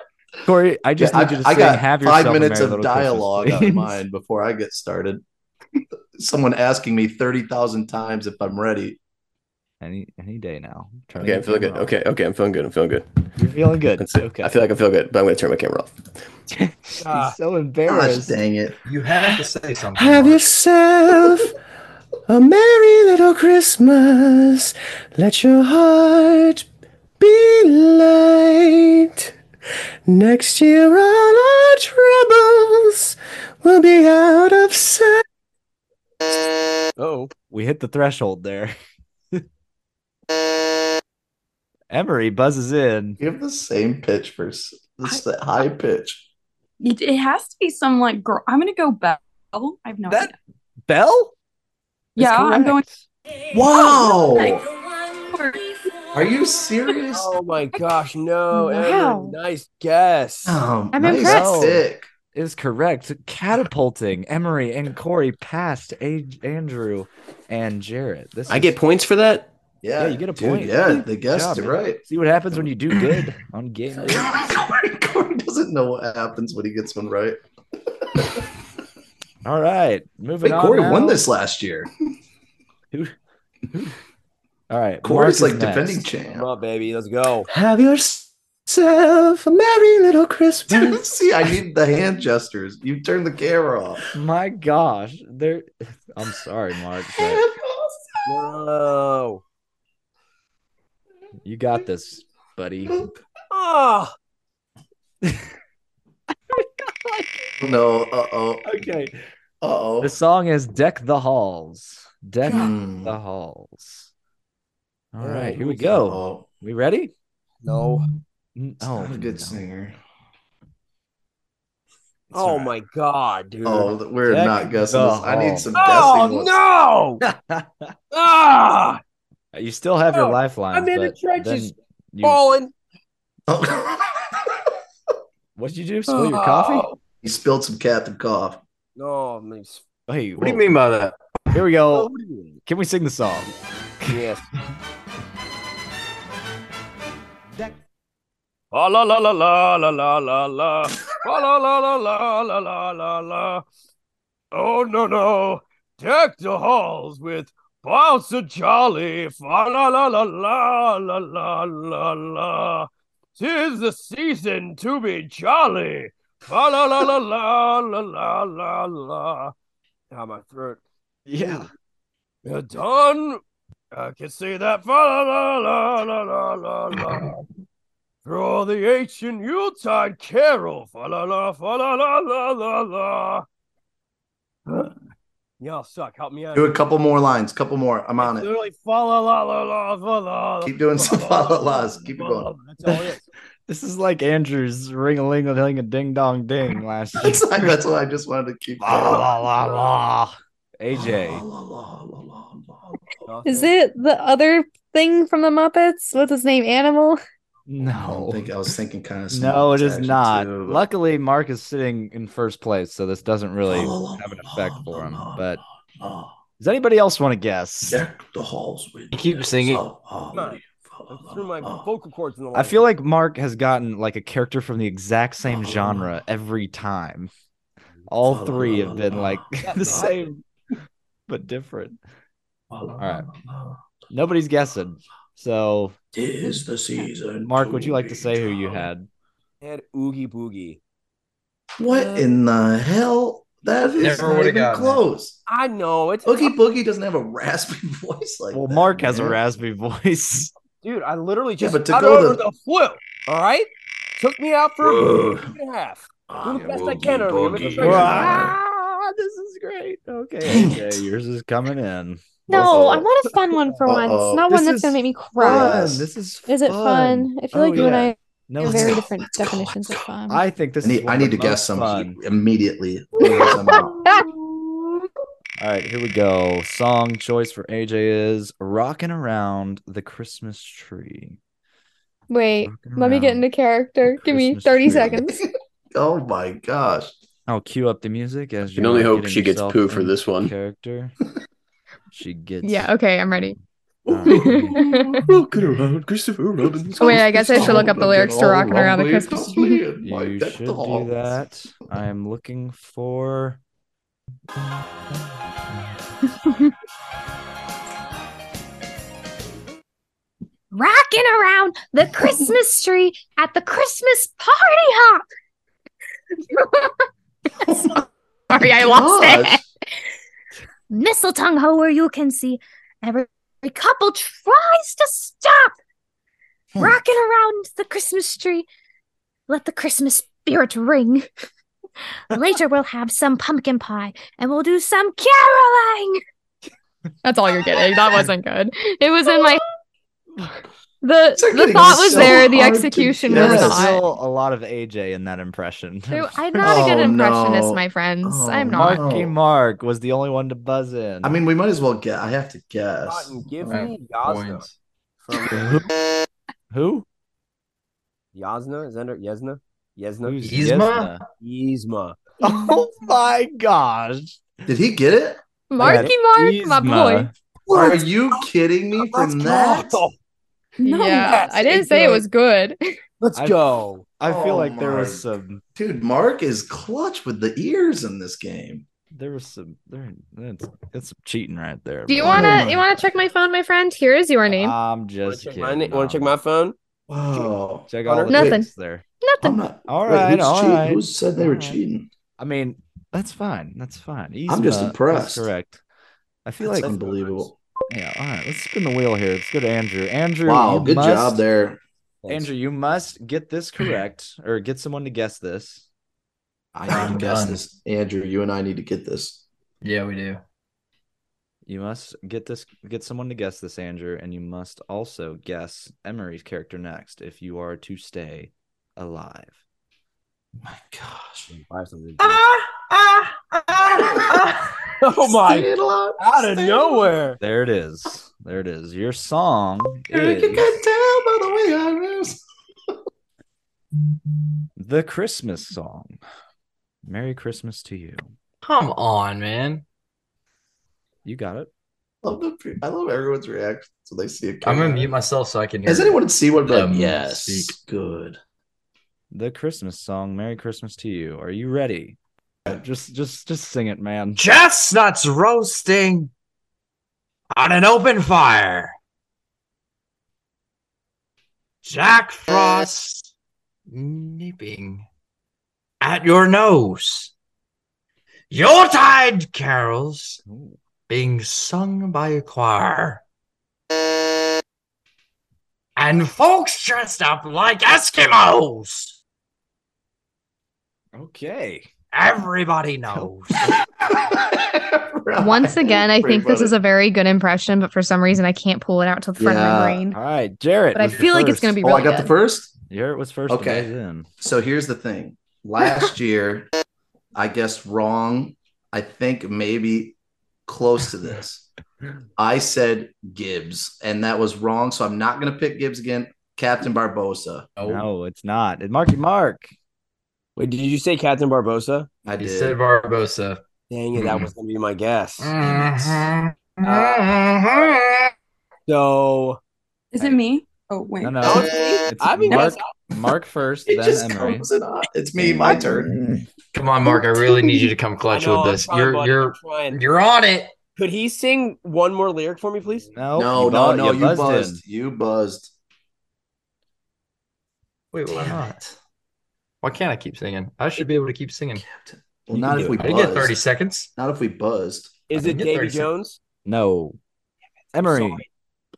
[SPEAKER 9] Corey, I just
[SPEAKER 2] Yeah,
[SPEAKER 9] need you to
[SPEAKER 2] I
[SPEAKER 9] sing,
[SPEAKER 2] got
[SPEAKER 9] have yourself
[SPEAKER 2] five
[SPEAKER 9] a
[SPEAKER 2] minutes
[SPEAKER 9] Merry
[SPEAKER 2] of
[SPEAKER 9] Little Christmas,
[SPEAKER 2] dialogue on
[SPEAKER 9] please.
[SPEAKER 2] mine before I get started. Someone asking me thirty thousand times if I'm ready.
[SPEAKER 9] Any any day now. Turn
[SPEAKER 8] Okay,
[SPEAKER 9] your
[SPEAKER 8] I'm feeling
[SPEAKER 9] camera
[SPEAKER 8] good.
[SPEAKER 9] off.
[SPEAKER 8] Okay, okay, I'm feeling good. I'm feeling good.
[SPEAKER 9] You're feeling good.
[SPEAKER 8] That's it.
[SPEAKER 9] Okay.
[SPEAKER 8] I feel like I feel good, but I'm gonna turn my camera off.
[SPEAKER 2] Ah.
[SPEAKER 9] He's so
[SPEAKER 2] Gosh,
[SPEAKER 9] embarrassed.
[SPEAKER 2] dang it!
[SPEAKER 4] You have to say something.
[SPEAKER 5] Have yourself a merry little Christmas. Let your heart be light. Next year, all our troubles will be out of sight.
[SPEAKER 8] Oh,
[SPEAKER 9] we hit the threshold there. Emery buzzes in.
[SPEAKER 2] You have the same pitch for s- this that high pitch.
[SPEAKER 7] It it has to be some like girl. I'm gonna go Belle. I have no idea.
[SPEAKER 9] Bell?
[SPEAKER 7] Yeah, I'm going.
[SPEAKER 2] Wow!
[SPEAKER 21] Are
[SPEAKER 2] Oh, you serious?
[SPEAKER 21] Oh my gosh, no. Emery,
[SPEAKER 9] Wow.
[SPEAKER 21] nice guess.
[SPEAKER 2] Oh,
[SPEAKER 9] I'm
[SPEAKER 2] nice
[SPEAKER 9] impressed.
[SPEAKER 2] pick.
[SPEAKER 9] Is correct. Catapulting Emery and Corey past a- Andrew and Jarrett. This
[SPEAKER 8] I
[SPEAKER 9] is-
[SPEAKER 8] get points for that.
[SPEAKER 2] Yeah,
[SPEAKER 9] you get a
[SPEAKER 2] dude,
[SPEAKER 9] point.
[SPEAKER 2] yeah,
[SPEAKER 9] Good
[SPEAKER 2] they guessed
[SPEAKER 9] job,
[SPEAKER 2] it
[SPEAKER 9] man.
[SPEAKER 2] right.
[SPEAKER 9] See what happens when you do good on game. day.
[SPEAKER 2] Corey doesn't know what happens when he gets one right.
[SPEAKER 9] All right, moving
[SPEAKER 2] Wait,
[SPEAKER 9] on.
[SPEAKER 2] Corey won
[SPEAKER 9] now.
[SPEAKER 2] this last year.
[SPEAKER 9] All right,
[SPEAKER 2] Corey's
[SPEAKER 9] Mark
[SPEAKER 2] like
[SPEAKER 9] is
[SPEAKER 2] defending
[SPEAKER 9] next.
[SPEAKER 2] champ.
[SPEAKER 21] Come on, baby. Let's go.
[SPEAKER 5] Have yourself a merry little Christmas.
[SPEAKER 2] See, I need the hand gestures. You turn the camera off.
[SPEAKER 9] My gosh, there. I'm sorry, Mark. but
[SPEAKER 21] No.
[SPEAKER 9] You got this, buddy.
[SPEAKER 21] Oh,
[SPEAKER 2] No, uh oh.
[SPEAKER 9] Okay.
[SPEAKER 2] Uh oh.
[SPEAKER 9] The song is "Deck the Halls." Deck
[SPEAKER 2] Hmm.
[SPEAKER 9] the halls. All
[SPEAKER 21] Oh,
[SPEAKER 9] right, here we
[SPEAKER 21] who's
[SPEAKER 9] go.
[SPEAKER 2] Oh,
[SPEAKER 9] We ready?
[SPEAKER 21] no.
[SPEAKER 9] Mm,
[SPEAKER 2] it's
[SPEAKER 9] Oh,
[SPEAKER 2] not a good
[SPEAKER 9] no.
[SPEAKER 2] singer.
[SPEAKER 21] oh
[SPEAKER 2] alright.
[SPEAKER 21] my god, dude.
[SPEAKER 2] Oh, th- we're
[SPEAKER 9] Deck
[SPEAKER 2] not guessing
[SPEAKER 9] the
[SPEAKER 2] this. I need
[SPEAKER 9] halls.
[SPEAKER 2] some guessing.
[SPEAKER 21] Oh
[SPEAKER 2] ones.
[SPEAKER 21] no! ah,
[SPEAKER 9] You still have your
[SPEAKER 21] Oh,
[SPEAKER 9] lifelines.
[SPEAKER 21] I'm in the
[SPEAKER 9] but
[SPEAKER 21] trenches.
[SPEAKER 9] then You,
[SPEAKER 21] Falling.
[SPEAKER 9] what'd you do? Spill your coffee?
[SPEAKER 2] He spilled some captain cough.
[SPEAKER 21] Oh. No, man. it's-
[SPEAKER 9] Hey,
[SPEAKER 4] What do you
[SPEAKER 9] whoa.
[SPEAKER 4] mean by that?
[SPEAKER 9] Here we
[SPEAKER 21] Oh,
[SPEAKER 9] go.
[SPEAKER 21] what do you mean?
[SPEAKER 9] Can we sing the song?
[SPEAKER 21] Yes.
[SPEAKER 5] Deck.
[SPEAKER 21] Oh, la la la la la la la la. Oh, la la la la la la la la. Oh no no! Deck the halls with Bouncer Jolly. Fa la la la la la la la la. Tis the season to be jolly. Fa la la la la la la la la. Now my throat.
[SPEAKER 9] Yeah.
[SPEAKER 21] Uh, Dawn, I can see that. Fa la la la la la la la. Through the ancient Yuletide carol. Fa la la, fa la la la la la. Huh? Y'all suck. Help me out.
[SPEAKER 2] Do a couple more lines. Couple more. I'm on it.
[SPEAKER 21] Literally, fa la la la la la la.
[SPEAKER 2] Keep doing some
[SPEAKER 21] fa la
[SPEAKER 2] la
[SPEAKER 21] la.
[SPEAKER 2] la's. Keep it going.
[SPEAKER 21] That's all it is.
[SPEAKER 9] This is like Andrew's ring a ling a ling a ding dong ding last year.
[SPEAKER 2] That's, that's what I just wanted to keep.
[SPEAKER 9] la
[SPEAKER 2] going.
[SPEAKER 9] la la la. AJ.
[SPEAKER 2] La, la, la, la, la, la.
[SPEAKER 3] Is it the other thing from the Muppets? What's his name? Animal?
[SPEAKER 2] No. I think I was thinking kind of
[SPEAKER 9] No, it is not. Luckily, Mark is sitting in first place, so this doesn't really have an effect for him. but does anybody else want to guess?
[SPEAKER 2] uh, Deck the halls with Oh,
[SPEAKER 8] keep singing.
[SPEAKER 4] I threw my vocal cords in the
[SPEAKER 9] I feel like Mark has gotten like a character from the exact same genre every time. All three have been like the same, but different. All right. Nobody's guessing. So,
[SPEAKER 2] Tis the season
[SPEAKER 9] Mark, would you like to say who you had?
[SPEAKER 4] had Oogie Boogie.
[SPEAKER 2] What in the hell? That is
[SPEAKER 9] Never
[SPEAKER 2] not
[SPEAKER 9] would've
[SPEAKER 2] even
[SPEAKER 9] gotten it.
[SPEAKER 2] close.
[SPEAKER 4] I know it's
[SPEAKER 2] Oogie Boogie doesn't have a raspy voice like
[SPEAKER 9] Well,
[SPEAKER 2] that.
[SPEAKER 9] Mark has a
[SPEAKER 2] man.
[SPEAKER 9] raspy voice.
[SPEAKER 4] Dude, I literally
[SPEAKER 2] Yeah,
[SPEAKER 4] just
[SPEAKER 2] but to
[SPEAKER 4] got
[SPEAKER 2] go
[SPEAKER 4] over
[SPEAKER 2] to-
[SPEAKER 4] the flu. All right, took me out for
[SPEAKER 2] Whoa.
[SPEAKER 4] a week and a half.
[SPEAKER 19] Ah,
[SPEAKER 4] Doing the best I can earlier with the
[SPEAKER 9] boogie.
[SPEAKER 4] pressure.
[SPEAKER 9] Wow.
[SPEAKER 11] Ah, this is great.
[SPEAKER 9] Okay.
[SPEAKER 2] Dang
[SPEAKER 9] okay, yours is coming in.
[SPEAKER 3] No, I want a fun one for
[SPEAKER 9] Uh-oh.
[SPEAKER 3] once, not one
[SPEAKER 9] This
[SPEAKER 3] that's gonna
[SPEAKER 9] is
[SPEAKER 3] make me cry.
[SPEAKER 9] fun. This is
[SPEAKER 3] Is it fun? I feel
[SPEAKER 9] Oh,
[SPEAKER 3] like you and
[SPEAKER 9] yeah.
[SPEAKER 3] I
[SPEAKER 9] No,
[SPEAKER 3] have
[SPEAKER 9] it's
[SPEAKER 3] very
[SPEAKER 9] not.
[SPEAKER 3] different definitions of fun.
[SPEAKER 9] Oh, I think this
[SPEAKER 2] I
[SPEAKER 9] is
[SPEAKER 2] need,
[SPEAKER 9] one
[SPEAKER 2] I
[SPEAKER 9] of
[SPEAKER 2] need
[SPEAKER 9] the
[SPEAKER 2] to guess
[SPEAKER 9] most
[SPEAKER 2] some
[SPEAKER 9] fun.
[SPEAKER 2] heat immediately. Otherwise, I'm out.
[SPEAKER 9] All right, here we go. Song choice for AJ is "Rocking Around the Christmas Tree."
[SPEAKER 3] Wait, let me get into character. Give me 30 seconds.
[SPEAKER 2] Oh my gosh!
[SPEAKER 9] I'll Oh, cue up the music as you
[SPEAKER 19] Can only
[SPEAKER 9] are
[SPEAKER 19] hope
[SPEAKER 9] getting
[SPEAKER 19] she gets
[SPEAKER 9] yourself
[SPEAKER 19] poo for
[SPEAKER 9] into
[SPEAKER 19] this one.
[SPEAKER 9] character. She gets
[SPEAKER 11] Yeah, okay, I'm ready.
[SPEAKER 19] Rocking around Christopher Robin's.
[SPEAKER 9] Oh,
[SPEAKER 11] Wait, I guess I should look up the lyrics to Rocking Around the Christmas Tree.
[SPEAKER 9] You should do that. I'm looking for.
[SPEAKER 20] Rocking around the Christmas tree at the Christmas party hop. Sorry, I lost it. Mistletoe ho where you can see every, every couple tries to stop.
[SPEAKER 2] Hmm.
[SPEAKER 20] Rocking around the Christmas tree. Let the Christmas spirit ring. Later we'll have some pumpkin pie and we'll do some caroling.
[SPEAKER 11] That's all you're getting. That wasn't good. It was in my the
[SPEAKER 2] like
[SPEAKER 11] the
[SPEAKER 2] getting
[SPEAKER 11] thought was
[SPEAKER 2] so
[SPEAKER 11] there, the
[SPEAKER 2] hard to
[SPEAKER 11] execution
[SPEAKER 2] guess.
[SPEAKER 11] was
[SPEAKER 9] There's
[SPEAKER 11] not.
[SPEAKER 9] still a lot of AJ in that impression.
[SPEAKER 11] There- I'm not a
[SPEAKER 2] Oh,
[SPEAKER 11] good impressionist,
[SPEAKER 2] no.
[SPEAKER 11] my friends.
[SPEAKER 2] Oh,
[SPEAKER 11] I'm not.
[SPEAKER 9] Marky Mark was the only one to buzz in.
[SPEAKER 2] I mean, we might as well get. I have to guess.
[SPEAKER 4] Cotton, give
[SPEAKER 2] Alright.
[SPEAKER 4] me Yasna.
[SPEAKER 8] Points.
[SPEAKER 4] From
[SPEAKER 9] who?
[SPEAKER 4] Yasna? Is that her? Yesna? Yesna?
[SPEAKER 9] Who's
[SPEAKER 8] Yzma?
[SPEAKER 4] Yzma.
[SPEAKER 9] Oh my gosh!
[SPEAKER 2] Did he get it?
[SPEAKER 11] Marky Mark, my boy.
[SPEAKER 2] Are you kidding me? From that?
[SPEAKER 11] No, yeah,
[SPEAKER 4] that's
[SPEAKER 11] I didn't
[SPEAKER 4] a
[SPEAKER 11] say it
[SPEAKER 4] good-
[SPEAKER 11] was good.
[SPEAKER 4] Let's
[SPEAKER 9] I-
[SPEAKER 4] go.
[SPEAKER 9] I feel
[SPEAKER 2] Oh
[SPEAKER 9] like there
[SPEAKER 2] my
[SPEAKER 9] was some.
[SPEAKER 2] Dude, Mark is clutch with the ears in this game.
[SPEAKER 9] There was some. There. That's that's some cheating right there.
[SPEAKER 3] Do you
[SPEAKER 9] bro.
[SPEAKER 4] Oh
[SPEAKER 3] wanna you wanna check my phone, my friend? Here is your name.
[SPEAKER 9] I'm just
[SPEAKER 4] Check
[SPEAKER 9] kidding.
[SPEAKER 4] my name. Want to check
[SPEAKER 9] no.
[SPEAKER 4] my phone?
[SPEAKER 2] Wow.
[SPEAKER 9] Check all the
[SPEAKER 3] Nothing.
[SPEAKER 9] dates there.
[SPEAKER 3] Nothing.
[SPEAKER 2] I'm not.
[SPEAKER 9] All
[SPEAKER 2] All
[SPEAKER 9] right,
[SPEAKER 2] right. who's
[SPEAKER 9] all
[SPEAKER 2] cheating?
[SPEAKER 9] right.
[SPEAKER 2] Who said they were
[SPEAKER 9] All right.
[SPEAKER 2] cheating?
[SPEAKER 9] I mean, that's fine. That's fine.
[SPEAKER 2] I'm just
[SPEAKER 9] Yzma is
[SPEAKER 2] impressed.
[SPEAKER 9] Correct. I feel
[SPEAKER 2] That's
[SPEAKER 9] like
[SPEAKER 2] unbelievable.
[SPEAKER 9] yeah. All right, let's spin the wheel here. Let's go to Andrew. Andrew,
[SPEAKER 2] Wow,
[SPEAKER 9] you
[SPEAKER 2] good
[SPEAKER 9] must-
[SPEAKER 2] job there.
[SPEAKER 9] Andrew, you must get this correct or get someone to guess this.
[SPEAKER 2] I need to
[SPEAKER 8] I'm
[SPEAKER 2] guess
[SPEAKER 8] done.
[SPEAKER 2] this. Andrew, you and I need to get this.
[SPEAKER 8] Yeah, we do.
[SPEAKER 9] You must get this get someone to guess this, Andrew, and you must also guess Emery's character next if you are to stay alive.
[SPEAKER 2] My gosh.
[SPEAKER 4] Buy something.
[SPEAKER 6] Ah, ah, ah, ah.
[SPEAKER 4] Oh my!
[SPEAKER 6] Stayed alive,
[SPEAKER 4] Out of
[SPEAKER 6] stayed
[SPEAKER 4] nowhere.
[SPEAKER 9] There it is. There it is. Your song
[SPEAKER 6] alive. You
[SPEAKER 9] is
[SPEAKER 6] can tell by the way I was.
[SPEAKER 9] the Christmas song. Merry Christmas to you.
[SPEAKER 8] Come on, man.
[SPEAKER 9] You got it.
[SPEAKER 2] I love, the, I love everyone's reaction when they see it.
[SPEAKER 8] I'm gonna
[SPEAKER 2] coming.
[SPEAKER 8] mute myself so I can hear.
[SPEAKER 2] Has anyone seen one? Like,
[SPEAKER 8] Um,
[SPEAKER 2] yes.
[SPEAKER 8] speak.
[SPEAKER 2] Good.
[SPEAKER 9] The Christmas song, Merry Christmas to you. Are you ready? Uh, Just just just sing it, man.
[SPEAKER 8] chestnuts roasting on an open fire. Jack Frost nipping at your nose. Yuletide carols
[SPEAKER 9] Ooh.
[SPEAKER 8] being sung by a choir. And folks dressed up like Eskimos.
[SPEAKER 9] Okay.
[SPEAKER 8] Everybody knows.
[SPEAKER 11] Once again, I think this is a very good impression, but for some reason I can't pull it out to the front of
[SPEAKER 2] Yeah.
[SPEAKER 11] my brain.
[SPEAKER 9] All right, Jarrett.
[SPEAKER 11] But I
[SPEAKER 9] was the
[SPEAKER 11] feel like it's
[SPEAKER 9] first.
[SPEAKER 11] gonna be
[SPEAKER 2] Oh, I
[SPEAKER 11] really
[SPEAKER 2] got
[SPEAKER 11] good.
[SPEAKER 2] the first?
[SPEAKER 9] Jarrett was first. to
[SPEAKER 2] Okay.
[SPEAKER 9] buzz in.
[SPEAKER 2] So here's the thing. Last year, I guessed wrong. I think maybe close to this. I said Gibbs, and that was wrong. So I'm not going to pick Gibbs again. Captain Barbosa.
[SPEAKER 9] No, it's not. It's Marky Mark.
[SPEAKER 4] Wait, did you say Captain Barbosa?
[SPEAKER 2] I
[SPEAKER 8] You said Barbosa.
[SPEAKER 4] Dang it,
[SPEAKER 19] Mm.
[SPEAKER 4] that was gonna be my guess.
[SPEAKER 7] Mhm.
[SPEAKER 4] So
[SPEAKER 7] Is it me? Oh wait.
[SPEAKER 9] No, no.
[SPEAKER 7] Oh, it's me?
[SPEAKER 9] It's Mark, Mark first,
[SPEAKER 7] It
[SPEAKER 9] then
[SPEAKER 7] just
[SPEAKER 9] Emery.
[SPEAKER 7] comes
[SPEAKER 2] in hot. It's me, my
[SPEAKER 9] turn.
[SPEAKER 8] Come on, Mark. I really need you to come clutch
[SPEAKER 4] I know,
[SPEAKER 8] with
[SPEAKER 4] I'm
[SPEAKER 8] this.
[SPEAKER 4] trying,
[SPEAKER 8] You're
[SPEAKER 4] buddy,
[SPEAKER 8] you're
[SPEAKER 4] trying.
[SPEAKER 8] you're on it.
[SPEAKER 4] Could he sing one more lyric for me, please?
[SPEAKER 9] No,
[SPEAKER 2] no,
[SPEAKER 9] you
[SPEAKER 2] no,
[SPEAKER 9] bu-
[SPEAKER 2] no.
[SPEAKER 9] you
[SPEAKER 2] You
[SPEAKER 9] buzzed
[SPEAKER 2] buzzed.
[SPEAKER 9] in.
[SPEAKER 2] You buzzed.
[SPEAKER 8] Wait, why not? Why can't I keep singing? I should be able to keep singing.
[SPEAKER 2] Well,
[SPEAKER 8] You
[SPEAKER 2] not
[SPEAKER 8] can
[SPEAKER 2] if
[SPEAKER 8] do
[SPEAKER 2] we
[SPEAKER 8] it. I get
[SPEAKER 2] buzzed.
[SPEAKER 8] 30 seconds.
[SPEAKER 2] Not if we buzzed.
[SPEAKER 4] Is
[SPEAKER 8] I
[SPEAKER 4] it
[SPEAKER 8] didn't get
[SPEAKER 4] Davy
[SPEAKER 8] 30 seconds.
[SPEAKER 4] Jones?
[SPEAKER 9] No. Emery.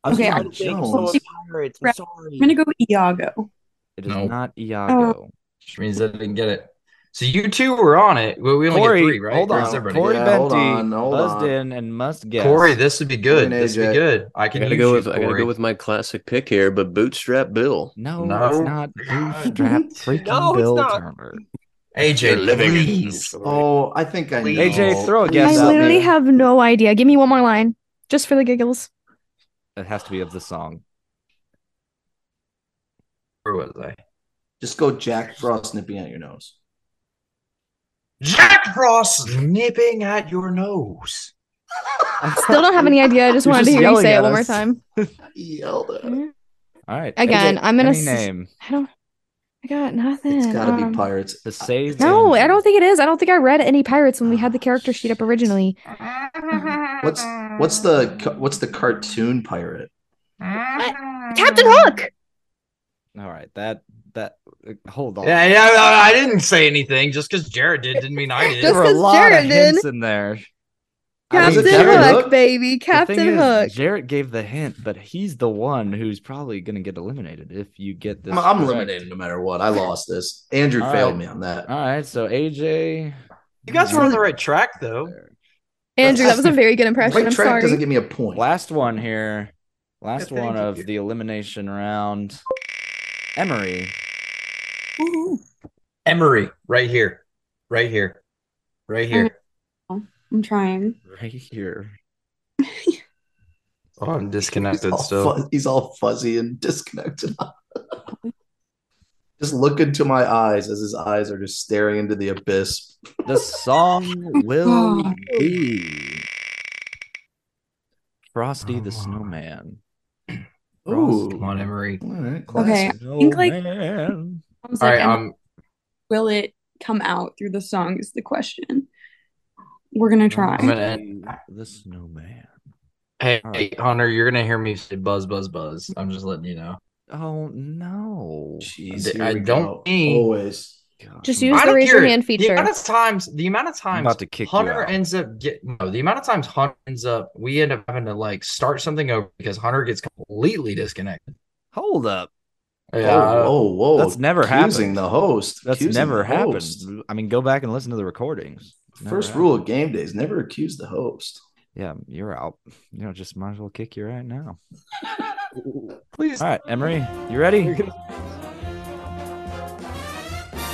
[SPEAKER 4] I'm
[SPEAKER 7] Okay,
[SPEAKER 4] trying
[SPEAKER 7] I'm
[SPEAKER 4] to think of
[SPEAKER 7] Jones.
[SPEAKER 4] someone's pirates. I'm sorry.
[SPEAKER 7] I'm gonna go with Iago.
[SPEAKER 9] It
[SPEAKER 8] is
[SPEAKER 9] not
[SPEAKER 3] Oh.
[SPEAKER 7] Iago.
[SPEAKER 8] Which means I didn't get it. So you two were on it, but we only
[SPEAKER 9] Corey,
[SPEAKER 8] get three, right?
[SPEAKER 9] hold
[SPEAKER 8] Or is
[SPEAKER 9] on.
[SPEAKER 8] everybody-
[SPEAKER 9] Corey
[SPEAKER 8] Yeah, hold
[SPEAKER 9] Benty
[SPEAKER 8] on, hold
[SPEAKER 9] buzzed
[SPEAKER 8] on.
[SPEAKER 9] in and must guess.
[SPEAKER 8] Corey, this would be good. This would be good. I can
[SPEAKER 19] gotta
[SPEAKER 8] use
[SPEAKER 19] go
[SPEAKER 8] you,
[SPEAKER 19] with I gotta
[SPEAKER 8] Corey.
[SPEAKER 19] go with my classic pick here, but Bootstrap Bill.
[SPEAKER 9] No,
[SPEAKER 8] No.
[SPEAKER 9] it's not Bootstrap freaking
[SPEAKER 4] No, it's
[SPEAKER 9] Bill
[SPEAKER 4] not.
[SPEAKER 9] Turner.
[SPEAKER 8] AJ,
[SPEAKER 19] living in
[SPEAKER 8] please.
[SPEAKER 2] Oh, I think I know.
[SPEAKER 9] AJ, throw a
[SPEAKER 3] I
[SPEAKER 9] guess out
[SPEAKER 3] literally
[SPEAKER 9] there.
[SPEAKER 3] have no idea. Give me one more line, just for the giggles.
[SPEAKER 9] It has to be of the song.
[SPEAKER 8] Where was I?
[SPEAKER 2] Just go Jack Frost nipping at your nose.
[SPEAKER 8] Jack Frost nipping at your nose.
[SPEAKER 3] Still don't have any idea. I just
[SPEAKER 9] You're
[SPEAKER 3] wanted
[SPEAKER 9] just
[SPEAKER 3] to hear you
[SPEAKER 9] yelling
[SPEAKER 3] say
[SPEAKER 9] at
[SPEAKER 3] it one more
[SPEAKER 9] us.
[SPEAKER 3] time.
[SPEAKER 2] Yelled at.
[SPEAKER 9] All right.
[SPEAKER 3] Again,
[SPEAKER 9] AJ,
[SPEAKER 3] I'm gonna
[SPEAKER 9] any
[SPEAKER 3] s-
[SPEAKER 9] name.
[SPEAKER 3] I don't. I got nothing.
[SPEAKER 2] It's gotta
[SPEAKER 3] Um,
[SPEAKER 2] be pirates.
[SPEAKER 9] The saved.
[SPEAKER 3] No, I don't think it is. I don't think I read any pirates when we had the character sheet up originally.
[SPEAKER 2] What's what's the ca- what's the cartoon pirate?
[SPEAKER 11] Uh,
[SPEAKER 3] Captain Hook.
[SPEAKER 9] All right. That that uh, hold on.
[SPEAKER 8] Yeah, yeah, I I didn't say anything. Just because Jared did didn't mean I did.
[SPEAKER 9] There were a lot
[SPEAKER 3] Jared
[SPEAKER 9] of
[SPEAKER 3] did.
[SPEAKER 9] hints in there. I
[SPEAKER 3] Captain
[SPEAKER 9] mean,
[SPEAKER 3] Hook,
[SPEAKER 9] Jared-
[SPEAKER 3] baby.
[SPEAKER 9] The thing
[SPEAKER 3] Captain
[SPEAKER 9] is,
[SPEAKER 3] Hook.
[SPEAKER 9] Jarrett gave the hint, but he's the one who's probably going to get eliminated if you get this.
[SPEAKER 2] I'm, I'm
[SPEAKER 9] correct.
[SPEAKER 2] eliminated no matter what. I lost this. Andrew
[SPEAKER 9] All
[SPEAKER 2] failed
[SPEAKER 9] right.
[SPEAKER 2] me on that.
[SPEAKER 9] All right, so AJ,
[SPEAKER 8] You guys were on the right track, though.
[SPEAKER 3] Andrew, that was a very good impression.
[SPEAKER 2] Right
[SPEAKER 3] I'm
[SPEAKER 2] track
[SPEAKER 3] sorry.
[SPEAKER 2] doesn't give me a point.
[SPEAKER 9] last one here, last
[SPEAKER 2] Yeah,
[SPEAKER 9] one
[SPEAKER 2] thank
[SPEAKER 9] of
[SPEAKER 2] you.
[SPEAKER 9] the elimination round. Emery,
[SPEAKER 8] Emery, right here, right here, right here.
[SPEAKER 7] I'm trying.
[SPEAKER 9] right here.
[SPEAKER 8] Oh, I'm disconnected
[SPEAKER 2] All
[SPEAKER 8] still.
[SPEAKER 2] fu- he's all fuzzy and disconnected. just look into my eyes as his eyes are just staring into the abyss.
[SPEAKER 9] The song will be Frosty
[SPEAKER 2] Oh.
[SPEAKER 9] the Snowman.
[SPEAKER 2] Ooh.
[SPEAKER 8] Come on, Emery.
[SPEAKER 2] All right,
[SPEAKER 7] Okay,
[SPEAKER 2] classic.
[SPEAKER 7] I think like
[SPEAKER 9] Snowman.
[SPEAKER 7] I was
[SPEAKER 8] All
[SPEAKER 7] like,
[SPEAKER 8] right,
[SPEAKER 7] I'm-
[SPEAKER 8] um,
[SPEAKER 7] will it come out through the song is the question. We're gonna try.
[SPEAKER 8] I'm gonna
[SPEAKER 9] Frosty the Snowman.
[SPEAKER 8] hey,
[SPEAKER 9] All
[SPEAKER 8] hey,
[SPEAKER 9] right.
[SPEAKER 8] Hunter, you're gonna hear me say buzz, buzz, buzz. I'm just letting you know.
[SPEAKER 9] Oh no!
[SPEAKER 2] Jeez, here
[SPEAKER 8] I
[SPEAKER 2] we
[SPEAKER 8] don't
[SPEAKER 2] go.
[SPEAKER 8] mean-
[SPEAKER 2] always.
[SPEAKER 3] Just use
[SPEAKER 8] I
[SPEAKER 3] the
[SPEAKER 8] don't
[SPEAKER 3] raise
[SPEAKER 8] care.
[SPEAKER 3] your hand
[SPEAKER 8] The
[SPEAKER 3] feature.
[SPEAKER 8] amount of times, the amount of times
[SPEAKER 9] I'm about to kick you
[SPEAKER 8] Hunter
[SPEAKER 9] out.
[SPEAKER 8] ends up get no, the amount of times Hunter ends up, we end up having to like start something over because Hunter gets completely disconnected.
[SPEAKER 9] Hold up.
[SPEAKER 8] Yeah,
[SPEAKER 2] oh, whoa, whoa.
[SPEAKER 9] That's never
[SPEAKER 2] Accusing
[SPEAKER 9] happened.
[SPEAKER 2] the host.
[SPEAKER 9] That's
[SPEAKER 2] Accusing
[SPEAKER 9] never
[SPEAKER 2] the
[SPEAKER 9] happened.
[SPEAKER 2] host.
[SPEAKER 9] I mean, go back and listen to the recordings. It's never
[SPEAKER 2] First
[SPEAKER 9] happened.
[SPEAKER 2] rule of game day is never accuse the host.
[SPEAKER 9] Yeah, you're out. You know, just might as well kick you right now.
[SPEAKER 8] please.
[SPEAKER 9] All right, Emery, you ready?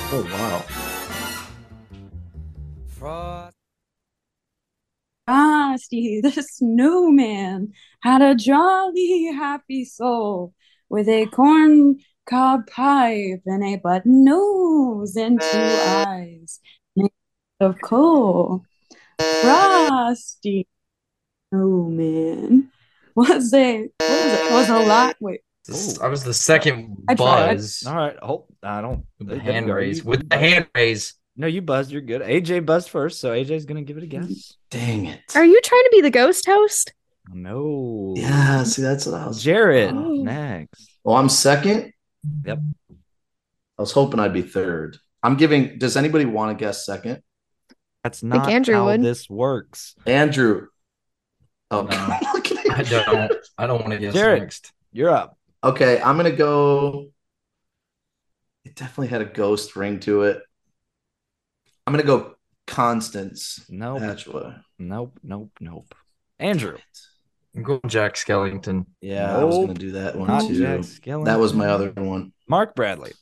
[SPEAKER 2] Oh wow.
[SPEAKER 7] Frosty the snowman had a jolly happy soul with a corn cob pipe and a button nose and two eyes made of coal. Frosty snowman was a what was it? Was a lot wait.
[SPEAKER 8] This- I was the second
[SPEAKER 7] I tried.
[SPEAKER 8] buzz.
[SPEAKER 9] All right. Hold. Oh, I don't.
[SPEAKER 8] With
[SPEAKER 9] there
[SPEAKER 8] the
[SPEAKER 9] you
[SPEAKER 8] hand
[SPEAKER 9] go.
[SPEAKER 8] raise.
[SPEAKER 9] You-
[SPEAKER 8] With the hand raise.
[SPEAKER 9] No, you buzzed. You're good. AJ buzzed first, so AJ's gonna give it a
[SPEAKER 2] Mm-hmm.
[SPEAKER 9] guess. Oh,
[SPEAKER 2] Dang it.
[SPEAKER 3] Are you trying to be the ghost host?
[SPEAKER 9] No.
[SPEAKER 2] Yeah, see that's what I was
[SPEAKER 9] Jared
[SPEAKER 2] Oh.
[SPEAKER 9] next.
[SPEAKER 2] Oh, I'm second?
[SPEAKER 9] Yep.
[SPEAKER 2] I was hoping I'd be third. I'm giving does anybody want to guess second?
[SPEAKER 9] That's not
[SPEAKER 3] Andrew
[SPEAKER 9] how
[SPEAKER 3] would.
[SPEAKER 9] this works.
[SPEAKER 2] Andrew. Oh
[SPEAKER 8] No.
[SPEAKER 2] God, look at
[SPEAKER 8] I
[SPEAKER 2] you.
[SPEAKER 8] don't I don't want to guess
[SPEAKER 9] Jared.
[SPEAKER 8] next.
[SPEAKER 9] You're up.
[SPEAKER 2] Okay, I'm gonna go. It definitely had a ghost ring to it. I'm gonna go Constance
[SPEAKER 9] Nope.
[SPEAKER 2] Hatchway.
[SPEAKER 9] Nope. Nope. Nope. Andrew.
[SPEAKER 8] I'm going Jack Skellington.
[SPEAKER 2] Yeah, I was
[SPEAKER 9] Nope.
[SPEAKER 2] gonna do that one
[SPEAKER 9] Not
[SPEAKER 2] too.
[SPEAKER 9] Jack
[SPEAKER 2] That was my
[SPEAKER 9] Skellington.
[SPEAKER 2] other one.
[SPEAKER 9] Mark Bradley.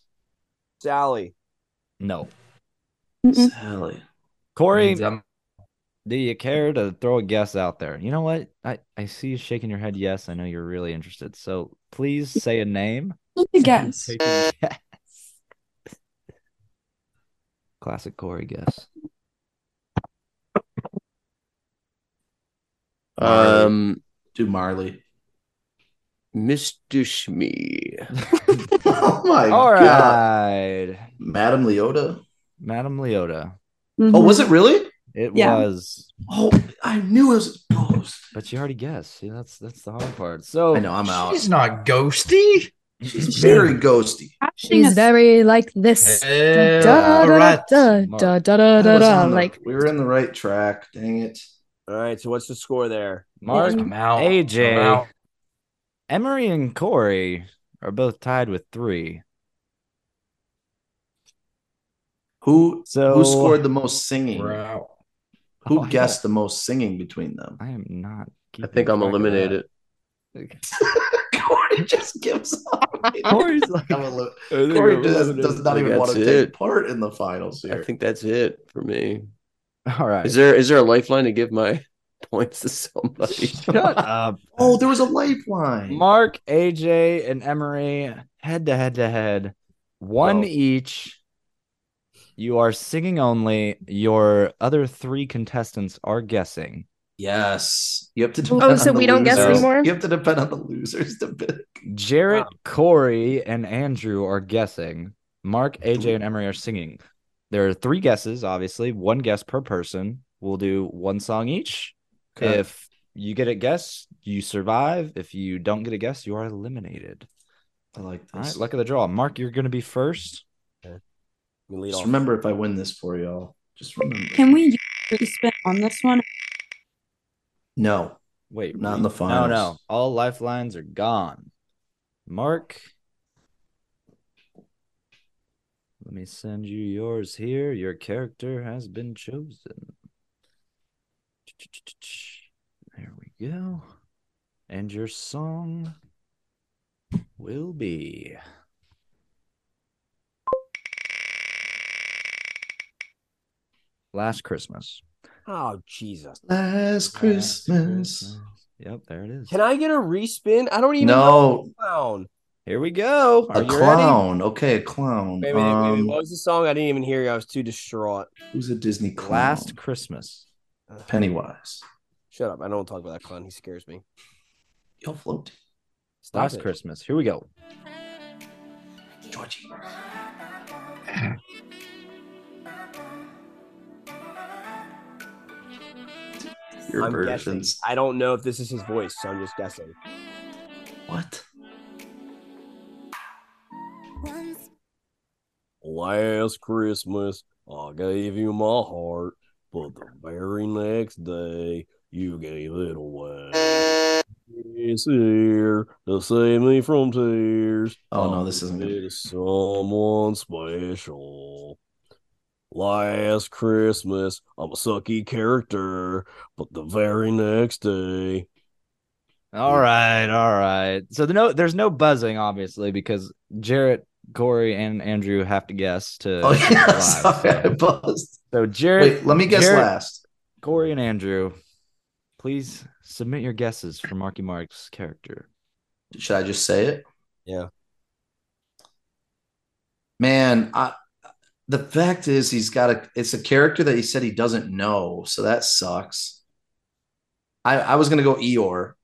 [SPEAKER 4] Sally.
[SPEAKER 9] No.
[SPEAKER 7] Mm-mm.
[SPEAKER 2] Sally.
[SPEAKER 9] Corey,
[SPEAKER 8] I'm-
[SPEAKER 9] do you care to throw a guess out there? You know what? I, I see you shaking your head yes. I know you're really interested. So please say a name
[SPEAKER 7] guess.
[SPEAKER 5] Classic Corey guess.
[SPEAKER 19] Um,
[SPEAKER 2] do Marley,
[SPEAKER 19] Mr. Shmee.
[SPEAKER 2] oh my
[SPEAKER 9] All
[SPEAKER 2] god,
[SPEAKER 9] right.
[SPEAKER 2] Madame Leota.
[SPEAKER 9] Madame Leota.
[SPEAKER 2] Oh, was it really?
[SPEAKER 9] It
[SPEAKER 2] Yeah.
[SPEAKER 9] was.
[SPEAKER 2] Oh, I knew it was.
[SPEAKER 9] But you already guessed. See, that's that's the hard part. So
[SPEAKER 2] I know I'm out.
[SPEAKER 8] She's not ghosty.
[SPEAKER 2] She's very ghosty.
[SPEAKER 3] She's very like this.
[SPEAKER 2] Yeah,
[SPEAKER 3] Da, da, da,
[SPEAKER 2] alright.
[SPEAKER 3] da, da, da, da,
[SPEAKER 2] I
[SPEAKER 3] da,
[SPEAKER 2] was
[SPEAKER 3] da.
[SPEAKER 2] on the-
[SPEAKER 3] Like
[SPEAKER 2] we were in the right track. Dang it.
[SPEAKER 4] All right, so what's the score there?
[SPEAKER 9] Mark,
[SPEAKER 8] I'm out.
[SPEAKER 9] AJ,
[SPEAKER 8] I'm out.
[SPEAKER 9] Emery, and Corey are both tied with three.
[SPEAKER 2] Who
[SPEAKER 9] so
[SPEAKER 2] Who scored the most singing? Who
[SPEAKER 9] Oh, I
[SPEAKER 2] guessed the most singing between them?
[SPEAKER 9] I am not.
[SPEAKER 19] I think I'm eliminated.
[SPEAKER 2] Corey just gives up.
[SPEAKER 9] Corey's like,
[SPEAKER 2] I'm a li-
[SPEAKER 19] I think
[SPEAKER 2] Corey
[SPEAKER 19] I'm
[SPEAKER 2] does,
[SPEAKER 19] eliminated.
[SPEAKER 2] does not
[SPEAKER 19] I think
[SPEAKER 2] even want to
[SPEAKER 19] that's
[SPEAKER 2] take
[SPEAKER 19] it.
[SPEAKER 2] part in the finals here.
[SPEAKER 19] I think that's it for me.
[SPEAKER 9] All right.
[SPEAKER 19] Is there is there a lifeline to give my points to somebody?
[SPEAKER 9] Shut up.
[SPEAKER 2] Oh, there was a lifeline.
[SPEAKER 9] Mark, AJ, and Emery head to head to head, one each. You are singing only. Your other three contestants are guessing.
[SPEAKER 2] Yes. You have to
[SPEAKER 9] Oh,
[SPEAKER 2] depend on
[SPEAKER 9] so
[SPEAKER 2] the
[SPEAKER 9] we don't guess
[SPEAKER 2] losers.
[SPEAKER 9] anymore?
[SPEAKER 2] You have to depend on the losers to pick.
[SPEAKER 9] Jarrett, Corey, and Andrew are guessing. Mark, AJ, and Emery are singing. There are three guesses, obviously, one guess per person. We'll do one song each.
[SPEAKER 2] Okay.
[SPEAKER 9] If you get a guess, you survive. If you don't get a guess, you are eliminated.
[SPEAKER 2] I like
[SPEAKER 9] All right,
[SPEAKER 2] this.
[SPEAKER 9] luck of the draw. Mark, you're going to be first.
[SPEAKER 2] Just remember if I win this for y'all. Just remember.
[SPEAKER 7] Can we use free spin on this one?
[SPEAKER 2] No.
[SPEAKER 9] Wait,
[SPEAKER 2] Not in the
[SPEAKER 9] No,
[SPEAKER 2] finals.
[SPEAKER 9] no. All lifelines are gone. Mark, let me send you yours here. Your character has been chosen. There we go. And your song will be. Last Christmas.
[SPEAKER 4] Oh Jesus!
[SPEAKER 2] Last Christmas.
[SPEAKER 9] Yep, there it is.
[SPEAKER 4] Can I get a respin? I don't even
[SPEAKER 2] No.
[SPEAKER 4] know. Clown.
[SPEAKER 9] Here we go.
[SPEAKER 2] A clown. Okay, a clown.
[SPEAKER 4] Wait, wait, wait, wait.
[SPEAKER 2] Um,
[SPEAKER 4] What was the song? I didn't even hear you. I was too distraught.
[SPEAKER 2] Who's a Disney clown?
[SPEAKER 9] Last Christmas.
[SPEAKER 2] Pennywise.
[SPEAKER 4] Shut up! I don't want to talk about that clown. He scares me.
[SPEAKER 2] You'll float.
[SPEAKER 4] Stop
[SPEAKER 9] Last
[SPEAKER 4] it.
[SPEAKER 9] Christmas. Here we go.
[SPEAKER 2] Georgie. Your
[SPEAKER 4] I'm
[SPEAKER 2] versions.
[SPEAKER 4] guessing. I don't know if this is his voice, so I'm just guessing.
[SPEAKER 2] What?
[SPEAKER 10] Last Christmas, I gave you my heart, but the very next day, you gave it away. It's here to save me from tears.
[SPEAKER 2] Oh, no, this isn't
[SPEAKER 10] it. Someone special. Last Christmas, I'm a sucky character, but the very next day,
[SPEAKER 9] All right, all right. So the no, there's no buzzing, obviously, because Jarrett, Corey, and Andrew have to guess to.
[SPEAKER 2] Oh,
[SPEAKER 9] keep
[SPEAKER 2] yeah,
[SPEAKER 9] it alive.
[SPEAKER 2] sorry, I
[SPEAKER 9] so,
[SPEAKER 2] buzzed.
[SPEAKER 9] so Jarrett,
[SPEAKER 2] Wait, let me guess
[SPEAKER 9] Jarrett,
[SPEAKER 2] last.
[SPEAKER 9] Corey and Andrew, please submit your guesses for Marky Mark's character.
[SPEAKER 2] Should I just say it?
[SPEAKER 4] Yeah.
[SPEAKER 2] Man, I, the fact is he's got a it's a character that he said he doesn't know, so that sucks. I I was gonna go Eeyore.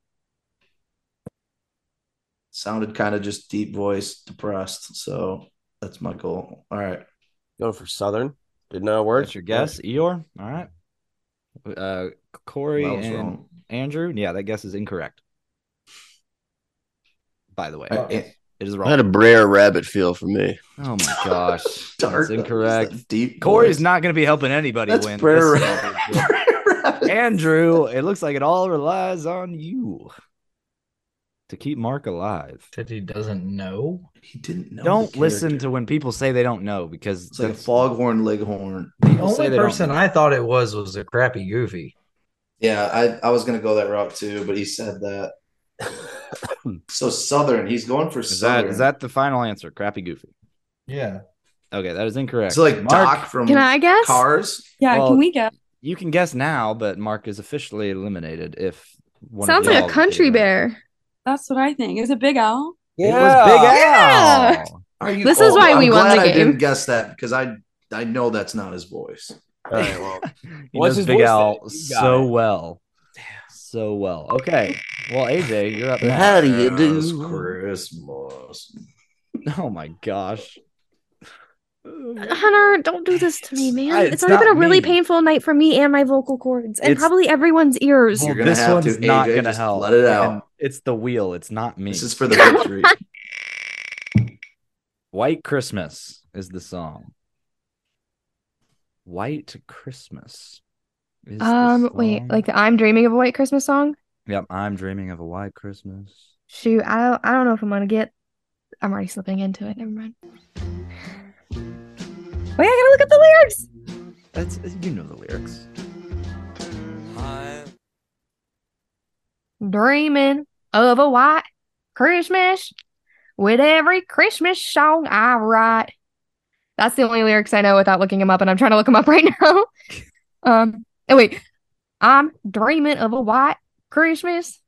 [SPEAKER 2] Sounded kind of just deep voice, depressed. So that's my goal. All right.
[SPEAKER 4] Going for Southern. Didn't know it worked.
[SPEAKER 9] That's your guess, Eeyore. All right. Uh, Corey
[SPEAKER 2] Well, I was
[SPEAKER 9] and
[SPEAKER 2] wrong.
[SPEAKER 9] Andrew. Yeah, that guess is incorrect. By the way,
[SPEAKER 2] Uh,
[SPEAKER 19] I-
[SPEAKER 9] it is
[SPEAKER 19] I had a
[SPEAKER 9] wrong.
[SPEAKER 19] Brer Rabbit feel for me.
[SPEAKER 9] Oh my gosh,
[SPEAKER 2] Dark,
[SPEAKER 9] that's incorrect.
[SPEAKER 2] Deep
[SPEAKER 9] Corey's
[SPEAKER 2] voice.
[SPEAKER 9] not going to be helping anybody
[SPEAKER 2] That's
[SPEAKER 9] win.
[SPEAKER 2] Brer
[SPEAKER 9] this is all bullshit. Andrew, it looks like it all relies on you to keep Mark alive.
[SPEAKER 8] Said he doesn't know.
[SPEAKER 2] He didn't know.
[SPEAKER 9] don't
[SPEAKER 2] the
[SPEAKER 9] listen
[SPEAKER 2] character.
[SPEAKER 9] to when people say they don't know because
[SPEAKER 2] It's like a
[SPEAKER 9] that's-
[SPEAKER 2] foghorn leghorn.
[SPEAKER 8] The
[SPEAKER 9] say
[SPEAKER 8] only
[SPEAKER 9] they don't
[SPEAKER 8] person I thought it was was a crappy goofy.
[SPEAKER 2] Yeah, I, I was gonna go that route too, but he said that. so Southern, he's going for
[SPEAKER 9] is that
[SPEAKER 2] Southern.
[SPEAKER 9] is that the final answer? Crappy Goofy.
[SPEAKER 8] Yeah.
[SPEAKER 9] Okay, that is incorrect.
[SPEAKER 2] It's like Doc from
[SPEAKER 3] Can I guess?
[SPEAKER 2] Cars.
[SPEAKER 7] Yeah,
[SPEAKER 9] Well,
[SPEAKER 7] can we guess?
[SPEAKER 9] You can guess now, but Mark is officially eliminated if one of
[SPEAKER 3] sounds like
[SPEAKER 9] y'all
[SPEAKER 3] a
[SPEAKER 9] get it
[SPEAKER 3] country
[SPEAKER 9] right.
[SPEAKER 3] bear.
[SPEAKER 7] That's what I think. Is it Big Al?
[SPEAKER 2] It
[SPEAKER 4] Yeah.
[SPEAKER 2] was Big Al.
[SPEAKER 11] Yeah.
[SPEAKER 2] Are you
[SPEAKER 11] This is why
[SPEAKER 2] I'm
[SPEAKER 11] we won
[SPEAKER 2] glad
[SPEAKER 11] the
[SPEAKER 2] I didn't
[SPEAKER 11] game.
[SPEAKER 2] guess that because I I know that's not his voice. All right, well,
[SPEAKER 9] He knows Big Al so well. So well. Okay. Well, AJ, you're up.
[SPEAKER 2] How do you do?
[SPEAKER 9] It's
[SPEAKER 2] Christmas.
[SPEAKER 9] Oh my gosh.
[SPEAKER 20] Hunter, don't do this to me, man.
[SPEAKER 9] I-
[SPEAKER 20] It's,
[SPEAKER 9] it's
[SPEAKER 20] already been
[SPEAKER 9] not
[SPEAKER 20] a
[SPEAKER 9] me.
[SPEAKER 20] really painful night for me and my vocal cords, and
[SPEAKER 9] It's-
[SPEAKER 20] probably everyone's ears.
[SPEAKER 9] Well,
[SPEAKER 2] gonna
[SPEAKER 9] this
[SPEAKER 2] have to,
[SPEAKER 9] one's not
[SPEAKER 2] AJ,
[SPEAKER 9] going to
[SPEAKER 2] just
[SPEAKER 9] help.
[SPEAKER 2] let it out.
[SPEAKER 9] And It's the wheel. It's not me.
[SPEAKER 2] This is for the victory.
[SPEAKER 9] White Christmas is the song. White Christmas. Is the
[SPEAKER 11] Um, wait,
[SPEAKER 9] song.
[SPEAKER 11] like the I'm dreaming of a white Christmas song.
[SPEAKER 9] Yep, I'm dreaming of a white Christmas.
[SPEAKER 11] Shoot, I don't, I don't know if I'm gonna get. I'm already slipping into it. Never mind. Wait, I gotta look at the lyrics.
[SPEAKER 9] That's you know the lyrics.
[SPEAKER 11] Dreaming of a white Christmas with every Christmas song I write. That's the only lyrics I know without looking them up, and I'm trying to look them up right now. um, oh wait, I'm dreaming of a white Christmas,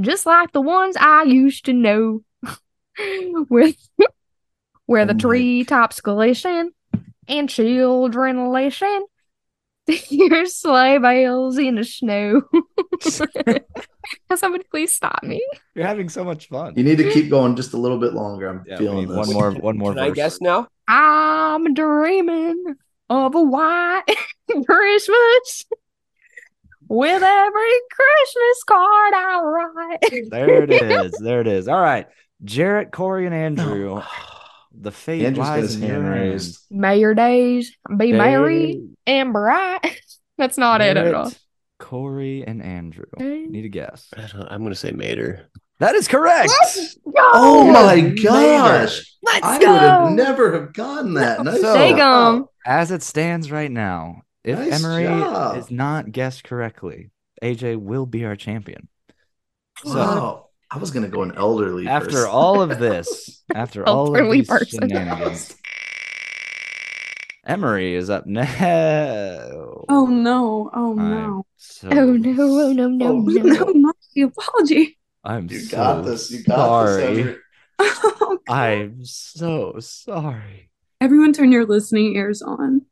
[SPEAKER 11] just like the ones I used to know, with where the tree tops glisten and children listen. to Hear sleigh bells in the snow. Can somebody please stop me?
[SPEAKER 9] You're having so much fun.
[SPEAKER 2] You need to keep going just a little bit longer. I'm
[SPEAKER 9] Yeah, we
[SPEAKER 2] feeling
[SPEAKER 9] need
[SPEAKER 2] this.
[SPEAKER 9] one more- one more Can I verse. guess
[SPEAKER 4] now?
[SPEAKER 11] I'm dreaming of a white Christmas with every Christmas card I write.
[SPEAKER 9] There it is. there it is. All right. Jarrett, Corey, and Andrew.
[SPEAKER 2] Oh.
[SPEAKER 9] The fate
[SPEAKER 2] Andrew's got
[SPEAKER 9] lies
[SPEAKER 2] his
[SPEAKER 9] in your
[SPEAKER 2] hand
[SPEAKER 9] hand.
[SPEAKER 2] raised.
[SPEAKER 11] May your days be merry and bright. That's not it at all.
[SPEAKER 9] Jarrett, Corey, and Andrew. Need a guess.
[SPEAKER 19] I'm gonna say Mater.
[SPEAKER 9] That is correct.
[SPEAKER 2] Oh my
[SPEAKER 9] Mater.
[SPEAKER 2] gosh.
[SPEAKER 11] Let's
[SPEAKER 2] I would have
[SPEAKER 11] go.
[SPEAKER 2] never have gotten that. Nice
[SPEAKER 9] So-
[SPEAKER 2] job.
[SPEAKER 9] As it stands right now, if
[SPEAKER 2] Nice
[SPEAKER 9] Emery
[SPEAKER 2] job.
[SPEAKER 9] is not guessed correctly, AJ will be our champion. So
[SPEAKER 2] Wow. I was gonna go an elderly
[SPEAKER 9] after
[SPEAKER 2] person.
[SPEAKER 9] all of this, after all of
[SPEAKER 11] Elderly
[SPEAKER 9] these
[SPEAKER 11] person.
[SPEAKER 9] shenanigans, Emery is up now.
[SPEAKER 7] Oh no! Oh
[SPEAKER 9] I'm
[SPEAKER 7] no!
[SPEAKER 9] so
[SPEAKER 11] Oh no, oh no, no,
[SPEAKER 7] Oh,
[SPEAKER 11] no.
[SPEAKER 7] no, not the apology.
[SPEAKER 9] I'm
[SPEAKER 2] You
[SPEAKER 9] so
[SPEAKER 2] got this. You got
[SPEAKER 9] sorry.
[SPEAKER 2] this, Andrew.
[SPEAKER 9] I'm so sorry.
[SPEAKER 7] Everyone, turn your listening ears on.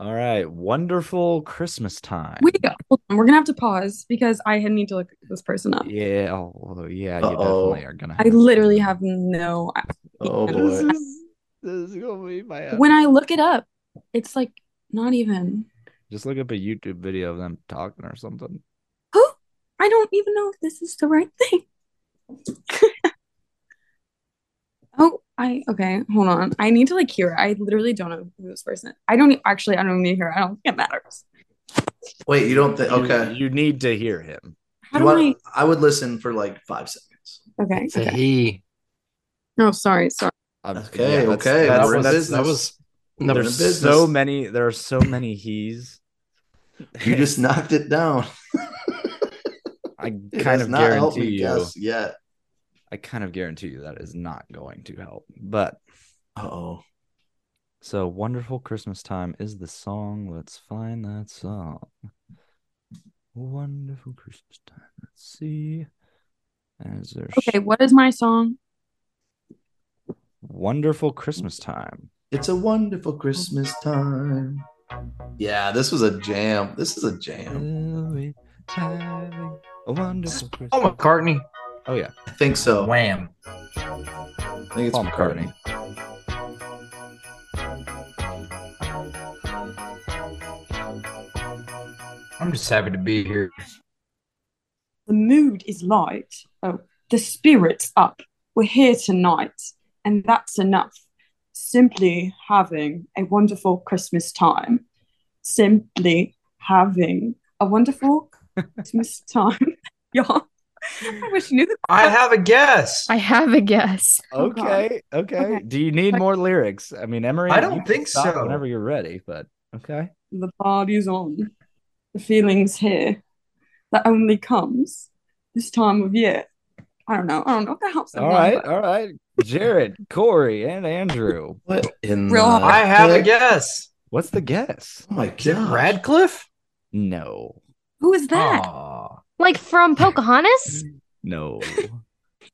[SPEAKER 9] All right, wonderful Christmas time.
[SPEAKER 7] Wait, hold on. We're gonna have to pause because I need to look this person up.
[SPEAKER 9] Yeah, oh, yeah, you
[SPEAKER 2] Uh-oh.
[SPEAKER 9] definitely are gonna.
[SPEAKER 7] I literally have no.
[SPEAKER 2] Oh
[SPEAKER 7] This
[SPEAKER 2] boy.
[SPEAKER 7] is-
[SPEAKER 9] This is gonna be my
[SPEAKER 7] When I look it up, it's like not even.
[SPEAKER 9] Just look up a YouTube video of them talking or something.
[SPEAKER 7] I don't even know if this is the right thing. oh, I okay. Hold on. I need to like hear. it. I literally don't know who this person. Is. I don't e, actually. I don't need to hear. it. I don't think it matters.
[SPEAKER 2] Wait, you don't think
[SPEAKER 9] You-
[SPEAKER 2] okay.
[SPEAKER 9] You need to hear him.
[SPEAKER 2] You
[SPEAKER 7] How do
[SPEAKER 2] want- I would listen for like five seconds.
[SPEAKER 7] Okay.
[SPEAKER 8] It's a
[SPEAKER 7] okay.
[SPEAKER 8] he.
[SPEAKER 7] No, sorry. Sorry.
[SPEAKER 9] I'm-
[SPEAKER 2] Okay,
[SPEAKER 9] yeah, that's-
[SPEAKER 2] okay.
[SPEAKER 9] that's-
[SPEAKER 2] we're in
[SPEAKER 9] that's-
[SPEAKER 2] business.
[SPEAKER 8] that was-
[SPEAKER 2] We're in
[SPEAKER 9] There's
[SPEAKER 2] business.
[SPEAKER 9] so many. There are so many he's.
[SPEAKER 2] You just knocked it down.
[SPEAKER 9] I
[SPEAKER 2] It
[SPEAKER 9] kind
[SPEAKER 2] has
[SPEAKER 9] of
[SPEAKER 2] not helped
[SPEAKER 9] guarantee
[SPEAKER 2] me
[SPEAKER 9] you.
[SPEAKER 2] guess yet.
[SPEAKER 9] I kind of guarantee you that is not going to help. But
[SPEAKER 2] Oh,
[SPEAKER 9] so wonderful Christmas time is the song. Let's find that song. Wonderful Christmas time. Let's see. As there's
[SPEAKER 7] Okay. What is my song?
[SPEAKER 9] wonderful Christmas time.
[SPEAKER 2] it's a wonderful Christmas time. Yeah, this was a jam. This is a jam.
[SPEAKER 9] Having a wonderful Christmas.
[SPEAKER 8] Paul McCartney.
[SPEAKER 9] Oh yeah,
[SPEAKER 2] I think so.
[SPEAKER 8] Wham.
[SPEAKER 2] I think it's
[SPEAKER 9] Paul McCartney.
[SPEAKER 8] I'm just happy to be here.
[SPEAKER 7] The mood is light. Oh, the spirit's up. We're here tonight, and that's enough. Simply having a wonderful Christmas time. Simply having a wonderful Christmas time. Y'all, I wish you knew the.
[SPEAKER 8] I have a guess.
[SPEAKER 11] I have a guess.
[SPEAKER 7] Oh, God.
[SPEAKER 9] Okay, okay. Do you need more lyrics? I mean, Emery,
[SPEAKER 8] I don't
[SPEAKER 9] you can
[SPEAKER 8] think
[SPEAKER 9] stop
[SPEAKER 8] so.
[SPEAKER 9] Whenever you're ready, but okay.
[SPEAKER 7] The party's on. The feeling's here. That only comes this time of year. I don't know. I don't know if that helps.
[SPEAKER 9] All right, all right. Jared, Corey, and Andrew.
[SPEAKER 2] What in
[SPEAKER 7] Real
[SPEAKER 2] the
[SPEAKER 7] hard.
[SPEAKER 8] I have a
[SPEAKER 2] heck?
[SPEAKER 8] guess.
[SPEAKER 9] What's the guess?
[SPEAKER 2] Oh my
[SPEAKER 8] Is it
[SPEAKER 2] god.
[SPEAKER 8] Radcliffe?
[SPEAKER 9] No,
[SPEAKER 7] Who is that?
[SPEAKER 8] Aw.
[SPEAKER 20] Like from Pocahontas?
[SPEAKER 9] no.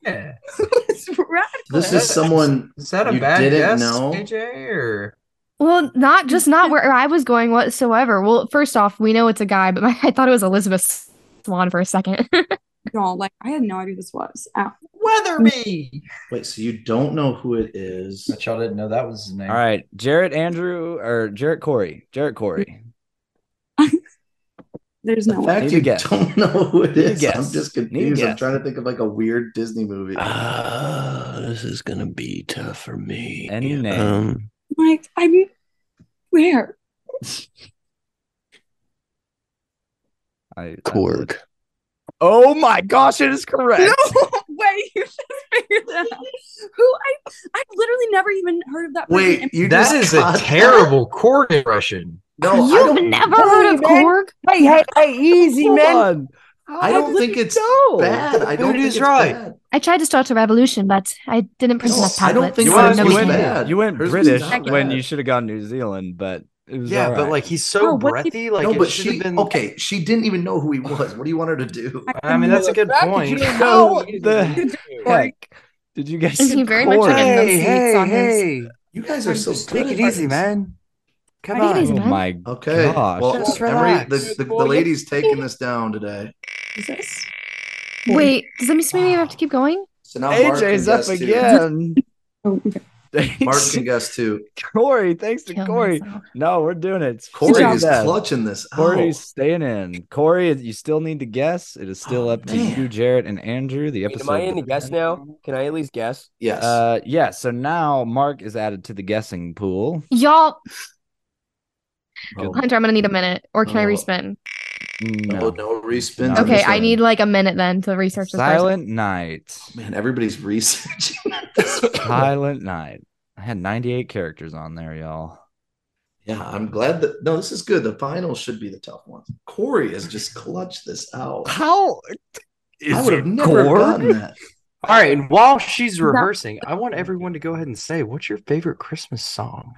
[SPEAKER 8] Yeah.
[SPEAKER 6] it's radical.
[SPEAKER 2] This is someone
[SPEAKER 8] Is that a
[SPEAKER 2] you
[SPEAKER 8] bad
[SPEAKER 2] didn't
[SPEAKER 8] guess,
[SPEAKER 2] know.
[SPEAKER 8] AJ? Or
[SPEAKER 11] Well, not just not where I was going whatsoever. Well, first off, we know it's a guy, but my, I thought it was Elizabeth Swan for a second.
[SPEAKER 7] No, like I had no idea this was. Ow.
[SPEAKER 8] Weatherby.
[SPEAKER 2] Wait, so you don't know who it is?
[SPEAKER 8] But y'all didn't know that was his name.
[SPEAKER 9] All right, Jarrett Andrew or Jarrett Corey. Jarrett Corey.
[SPEAKER 7] There's no
[SPEAKER 2] In
[SPEAKER 7] way.
[SPEAKER 2] fact, you don't know who it
[SPEAKER 9] Need a
[SPEAKER 2] is. I'm
[SPEAKER 9] guess.
[SPEAKER 2] just
[SPEAKER 9] Need a
[SPEAKER 2] confused. I'm
[SPEAKER 9] guess. Uh,
[SPEAKER 2] trying to think of like a weird Disney movie.
[SPEAKER 19] Ah, this is gonna be tough for me.
[SPEAKER 9] Any name.
[SPEAKER 19] Um,
[SPEAKER 7] Like I'm where?
[SPEAKER 9] I,
[SPEAKER 19] Korg.
[SPEAKER 18] Oh my gosh, it is correct.
[SPEAKER 7] No way! You just figured that out. Who I I've literally never even heard of that. person.
[SPEAKER 2] Wait, you
[SPEAKER 8] That
[SPEAKER 2] just
[SPEAKER 8] is
[SPEAKER 2] got
[SPEAKER 8] a terrible Korg impression.
[SPEAKER 2] No, I
[SPEAKER 11] You've
[SPEAKER 2] don't.
[SPEAKER 11] never heard of Korg?
[SPEAKER 14] Hey, hey, hey, easy,
[SPEAKER 9] Hold
[SPEAKER 14] man.
[SPEAKER 9] on.
[SPEAKER 2] I don't think it's bad. I don't
[SPEAKER 8] Dude
[SPEAKER 2] think
[SPEAKER 8] is
[SPEAKER 2] it's
[SPEAKER 8] right.
[SPEAKER 2] bad.
[SPEAKER 11] I tried to start a revolution, but I didn't print
[SPEAKER 2] No,
[SPEAKER 11] enough
[SPEAKER 2] I don't
[SPEAKER 11] tablets.
[SPEAKER 2] think
[SPEAKER 11] so
[SPEAKER 9] You
[SPEAKER 2] so
[SPEAKER 9] went,
[SPEAKER 2] that
[SPEAKER 9] you
[SPEAKER 2] was
[SPEAKER 9] went,
[SPEAKER 2] bad.
[SPEAKER 9] you went
[SPEAKER 2] Hers was
[SPEAKER 9] British
[SPEAKER 2] not
[SPEAKER 9] when
[SPEAKER 2] bad.
[SPEAKER 9] you should have gone New Zealand, but it was
[SPEAKER 8] Yeah,
[SPEAKER 9] all
[SPEAKER 8] but
[SPEAKER 9] right.
[SPEAKER 8] like he's so
[SPEAKER 7] Oh, what did-
[SPEAKER 8] breathy. Like
[SPEAKER 2] no,
[SPEAKER 8] it
[SPEAKER 2] but
[SPEAKER 8] should have
[SPEAKER 2] she
[SPEAKER 8] been.
[SPEAKER 2] okay. She didn't even know who he was. What do you want her to do?
[SPEAKER 8] I mean, that's a good point.
[SPEAKER 9] How the heck did you guys?
[SPEAKER 11] And he
[SPEAKER 9] get
[SPEAKER 11] very much
[SPEAKER 9] Korg?
[SPEAKER 11] getting those seats on his.
[SPEAKER 2] You guys are so
[SPEAKER 8] Take it
[SPEAKER 2] good.
[SPEAKER 8] easy, man. Come
[SPEAKER 11] Take it
[SPEAKER 8] on.
[SPEAKER 11] easy,
[SPEAKER 9] Oh
[SPEAKER 11] man.
[SPEAKER 9] my
[SPEAKER 2] Okay.
[SPEAKER 9] gosh.
[SPEAKER 2] Well,
[SPEAKER 8] Just
[SPEAKER 2] Emery, the,
[SPEAKER 8] relax.
[SPEAKER 2] the, the lady's taking this down today.
[SPEAKER 7] Jesus.
[SPEAKER 11] Wait, does that mean we have to keep going?
[SPEAKER 2] So now Mark can
[SPEAKER 9] AJ's up
[SPEAKER 2] guess too.
[SPEAKER 9] again.
[SPEAKER 7] Oh, okay.
[SPEAKER 2] Mark
[SPEAKER 9] Thanks,
[SPEAKER 2] can guess too.
[SPEAKER 9] Corey. Thanks to
[SPEAKER 11] Kill
[SPEAKER 9] Corey.
[SPEAKER 11] myself.
[SPEAKER 9] No, we're doing it. It's
[SPEAKER 2] Corey
[SPEAKER 9] Corey's
[SPEAKER 2] is
[SPEAKER 9] death.
[SPEAKER 2] clutching this.
[SPEAKER 9] Corey's
[SPEAKER 4] Oh.
[SPEAKER 2] out.
[SPEAKER 9] staying in. Corey, you still need to guess. It is still
[SPEAKER 2] Oh,
[SPEAKER 9] up to
[SPEAKER 2] man.
[SPEAKER 9] you, Jarrett and Andrew. The
[SPEAKER 4] Wait, am I in
[SPEAKER 9] episode.
[SPEAKER 4] to guess now? Can I at least guess?
[SPEAKER 2] Yes.
[SPEAKER 9] Uh, yeah. So now Mark is added to the guessing pool.
[SPEAKER 11] Y'all,
[SPEAKER 2] oh,
[SPEAKER 11] Hunter, I'm gonna need a minute, or can I
[SPEAKER 2] Oh.
[SPEAKER 11] respin?
[SPEAKER 2] no,
[SPEAKER 9] No.
[SPEAKER 2] Oh, no respin.
[SPEAKER 9] No,
[SPEAKER 11] Okay, I
[SPEAKER 9] respin.
[SPEAKER 11] need like a minute then to research this. person.
[SPEAKER 9] Silent night.
[SPEAKER 2] Man, everybody's researching.
[SPEAKER 9] Silent night. I had 98 characters on there, y'all.
[SPEAKER 2] yeah, I'm glad that no, this is good. The finals should be the tough ones. Corey has just clutched this out.
[SPEAKER 9] How
[SPEAKER 2] I would have never gotten that.
[SPEAKER 8] All right, and while she's
[SPEAKER 11] That-
[SPEAKER 8] rehearsing, I want everyone to go ahead and say, "What's your favorite Christmas song?"